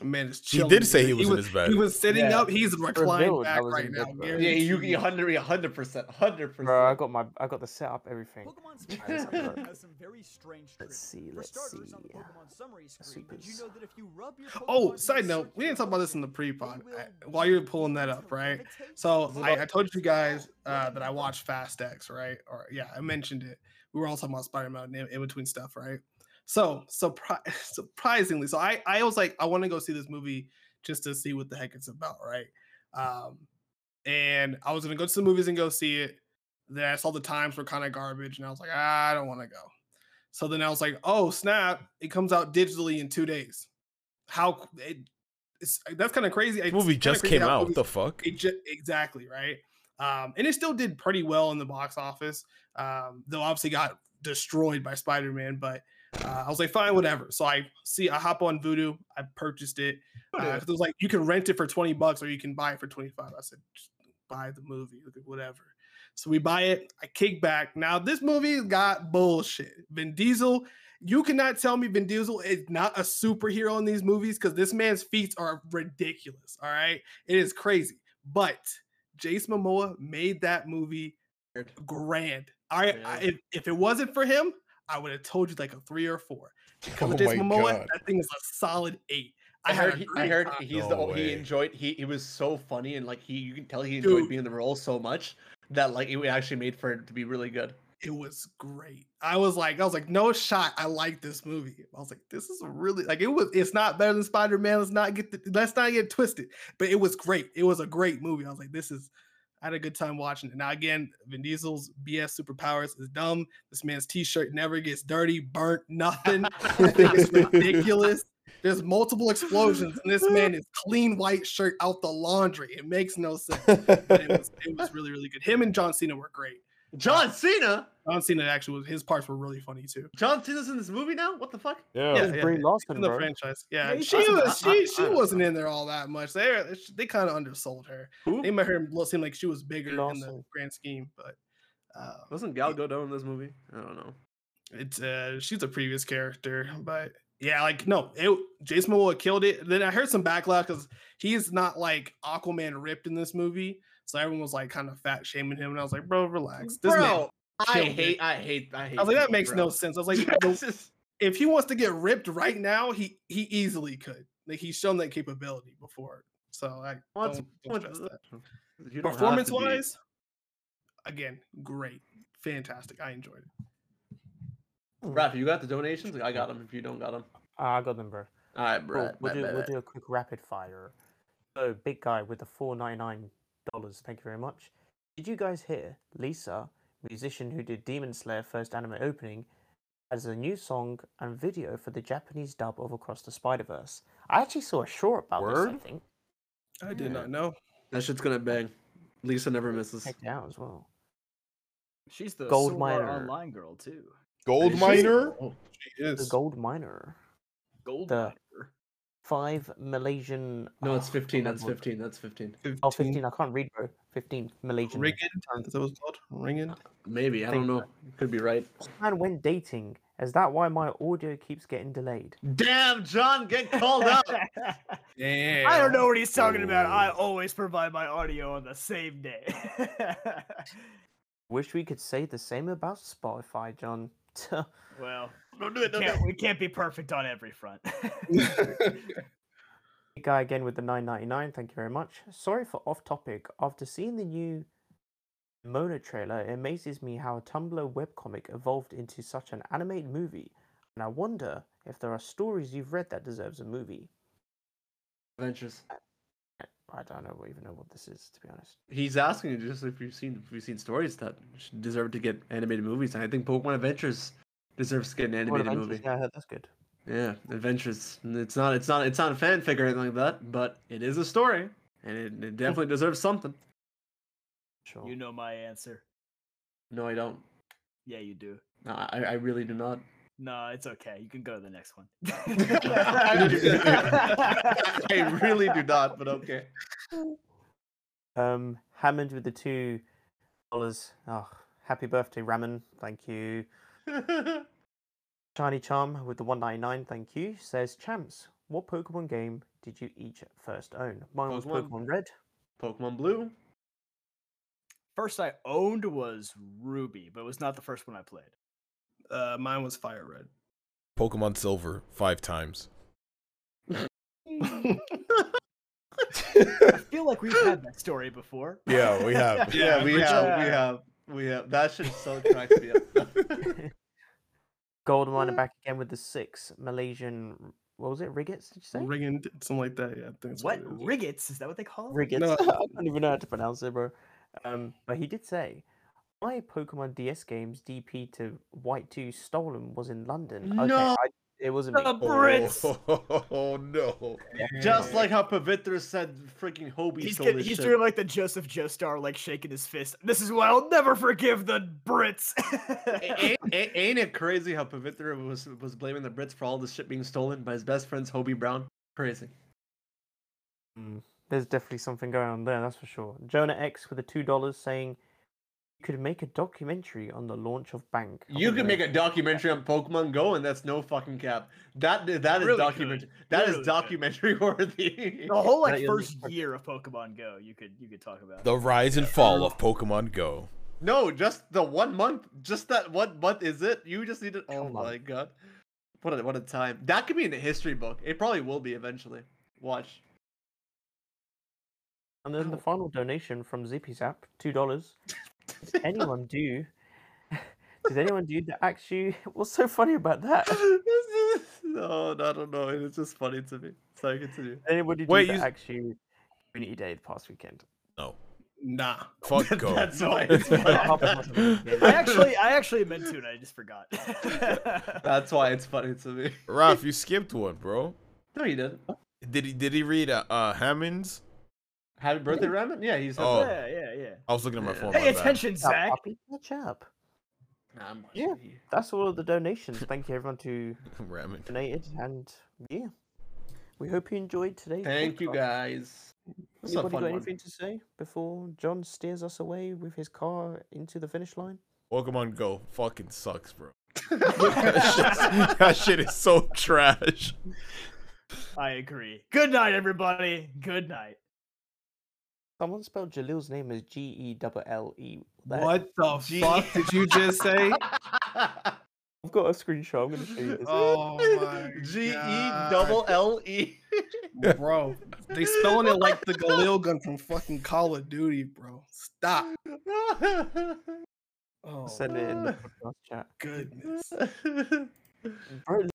Man, it's
He
chilling.
did say he was in his
He
bed.
was sitting
Yeah.
up. He's reclined
build, I
back
was
right
in
now.
bed, bro.
Gary.
Yeah, you you hundred, hundred percent, hundred
Bro, I
percent.
got my I got the setup, everything.
Pokemon's
Let's have a
Pokémon
look.
has some very strange
Let's
tricks.
see,
For
let's
starters, on the
see.
Pokemon summary screen, did you
Supers.
know that if you rub your Pokemon
Oh,
in
side
a
note, we didn't talk about this in the pre-pod.
circle, they
I-
will
While you're
begin
pulling that
to
up, right?
levitate
So
you.
I, I told you guys uh, that I watched Fast X, right? Or yeah, I mentioned it. We were all talking about Spider Man in, in between stuff, right? So surpri- surprisingly, so I I was like, I want to go see this movie just to see what the heck it's about, right? Um, and I was gonna go to the movies and go see it. Then I saw the times were kind of garbage, and I was like, "Ah, I don't want to go. So then I was like, oh snap! It comes out digitally in two days. How c- it, it's, that's kind of crazy.
This
It's
movie
kinda
just
crazy
came
how
out. What
movies-
the fuck?
it ju- exactly right um and it still did pretty well in the box office um though obviously got destroyed by spider-man but uh, i was like fine whatever so i see i hop on voodoo i purchased it uh, 'cause it was like you can rent it for 20 bucks or you can buy it for 25 i said "Just buy the movie like, whatever so we buy it i kick back now this movie got bullshit vin diesel you cannot tell me Vin Diesel is not a superhero in these movies because this man's feats are ridiculous. All right. It is crazy. But Jace Momoa made that movie grand. All right. I- if, if it wasn't for him, I would have told you like a three or four. Because of Jace Momoa, that thing is a solid eight.
Oh I
had
heard,
a
he, I
great
heard
time.
he's
No
the o- he
way.
enjoyed he he was so funny and like he you can tell he enjoyed
Dude.
being in the role so much that like it actually made for it to be really good.
it was great. I was like, I was like, no shot. I like this movie. I was like, this is really like it was. It's not better than Spider Man. Let's not get the, let's not get twisted. But it was great. It was a great movie. I was like, this is. I had a good time watching it. Now again, Vin Diesel's BS superpowers is dumb. This man's T-shirt never gets dirty, burnt, nothing. I think it's ridiculous. There's multiple explosions, and this man is clean white shirt out the laundry. It makes no sense. But it was, it was really, really good. Him and John Cena were great.
John Cena,
John Cena actually was his parts were really funny too.
John Cena's in this movie now. What the fuck?
Yeah.
It's Oh, Brie Larson,
in the
bro.
franchise. Yeah,
Yeah,
she
I-
was
I-
she she
I-
wasn't in there all that much. They were- they kind of undersold her.
Who
They made her look- seem like she was bigger in the
Lawson.
grand scheme, but uh,
wasn't Gal Gadot in this movie? I don't know.
it's uh, she's a previous character. But yeah, like no, it Jason Momoa killed it. Then I heard some backlash because he's not like Aquaman ripped in this movie, so everyone was like kind of fat shaming him, and I was like, bro, relax. This
bro,
man,
I
killed it.
hate, I hate, I hate.
I was like, that
people,
makes
bro.
no sense. I was like, the-
This is-
if he wants to get ripped right now, he he easily could. Like he's shown that capability before. So I
What's-
don't, don't
what's-
trust that.
you don't have to be-
Performance wise, again, great, fantastic. I enjoyed it.
Raph, you got the donations? I got them. If you don't got them,
Ah, I got them, bro.
all right,
Cool,
bro.
we'll do we'll do a quick rapid fire. So big guy with the four ninety nine dollars. Thank you very much. Did you guys hear Lisa, musician who did Demon Slayer first anime opening, has a new song and video for the Japanese dub of Across the Spider Verse? I actually saw a short about this. I
Word?
think
I did
Yeah.
not know.
That shit's gonna bang. Lisa never misses.
checked it out as well.
She's the
Gold
Sword Art
miner.
Online girl too.
Gold miner?
Oh.
She
The gold miner.
Gold
The five Malaysian.
No,
Ah,
it's
I
15.
can't
That's
remember.
15. That's 15.
Oh, 15. I can't read, bro. 15 Malaysian.
Ringed? Is that what it's called? Ringed?
Maybe. I don't know. Could be right.
And when dating, is that why my audio keeps getting delayed?
Damn, John, get called up.
Damn.
I don't know what he's talking about. I always provide my audio on the same day.
Wish we could say the same about Spotify, John.
well,
don't do it.
we can't, we can't be perfect on every front.
Guy again with the 9.99. Thank you very much. Sorry for off topic. After seeing the new Mona trailer, it amazes me how a Tumblr webcomic evolved into such an animated movie, and I wonder if there are stories you've read that deserves a movie.
Adventures.
I don't know even know what this is to be honest.
He's asking you just if you've seen if you've seen stories that should deserve to get animated movies. And I think Pokemon Adventures deserves to get an
What
animated
Avengers?
movie.
Yeah, I heard that's good.
Yeah, Adventures. And It's not it's not it's not a fanfic or anything like that, but it is a story, and it, it definitely deserves something.
Sure.
you know my answer.
No, I don't.
Yeah, you do.
No, I, I really do not.
No, it's okay. You can go to the next one.
I really do not. But okay.
Um, Hammond with the two dollars. Oh, happy birthday, Ramen. Thank you. Shiny Charm with the one ninety nine. Thank you. Says Champs. What Pokemon game did you each first own? Mine was
Pokemon.
Pokemon Red.
Pokemon Blue.
First I owned was Ruby, but it was not the first one I played.
Uh, mine was Fire Red.
Pokemon Silver five times.
I feel like we've had that story before.
Yeah, we have.
Yeah, we
Richard-
have, we have, we have. That should so crack me up.
Goldmine are back again with the six Malaysian. What was it? Riggets? Did you say?
Ringed, something like that. Yeah, I think that's
What
it is.
Riggets? Is that what they call it?
Riggets.
No.
I don't even know how to pronounce it, bro. Um, but he did say, my Pokemon DS games DP to White 2 stolen was in London. Okay,
No.
I, it wasn't me.
The Brits.
Oh, no.
Just like how Pavitra said, freaking Hobie
He's,
stole
get-
this
he's
shit.
doing like the Joseph Joestar, like shaking his fist. This is why I'll never forgive the Brits.
A- ain't, ain't- ain't it crazy how Pavitra was was blaming the Brits for all this shit being stolen by his best friends Hobie Brown? Crazy.
Mm, There's definitely something going on there, that's for sure. Jonah X with the two dollars saying you could make a documentary on the launch of Bank. I
You
wonder
could
if-
make a documentary on Pokemon Go, and that's no fucking cap. That that is
Really
documentary.
could.
That is
Really could.
documentary worthy.
the whole
That
like
is-
first year of Pokemon Go, you could you could talk about.
The rise and fall of Pokemon Go.
No, just the one month. Just that one month is it? You just need to. Oh
month.
my god, what a what a time. That could be in the history book. It probably will be eventually. Watch.
And then the final donation from Zippy Zap, two dollars. Does anyone do? Does anyone do the actually? What's so funny about that? Does
no, I don't know. It's just funny to me. Sorry, continue.
Anybody do
Wait,
the
you-
actually community day the past weekend?
No.
Nah.
Fuck Go.
That's why. It's funny.
I actually I actually meant to, and I just forgot.
That's why it's funny to me.
Ralph, you skipped one, bro.
No, you didn't.
Did he did he read uh, uh Hammond's?
Happy birthday, Ramen? Yeah, he's.
Oh.
yeah, yeah, yeah.
I was looking at my phone.
Pay
my bad.
attention,
Catch up,
Zach.
puppy, catch up.
I'm watching
Yeah.
you.
That's all of the donations. Thank you everyone who
Ramen.
donated, and yeah, we hope you enjoyed today's.
Thank you
podcast.
guys. This is a
Anybody got
fun one.
anything to say before John steers us away with his car into the finish line?
Pokemon Go fucking sucks, bro. that, shit, that shit is so trash.
I agree. Good night, everybody. Good night.
Someone spelled Jalil's name as G E double L E. That-
What the fuck did you just say?
I've got a screenshot. I'm gonna show you this.
Oh my
G E
God.
double L E.
bro. They spelling it like the Galil gun from fucking Call of Duty, bro. Stop. Oh
Oh.
Send it in the podcast chat.
goodness.
Bro,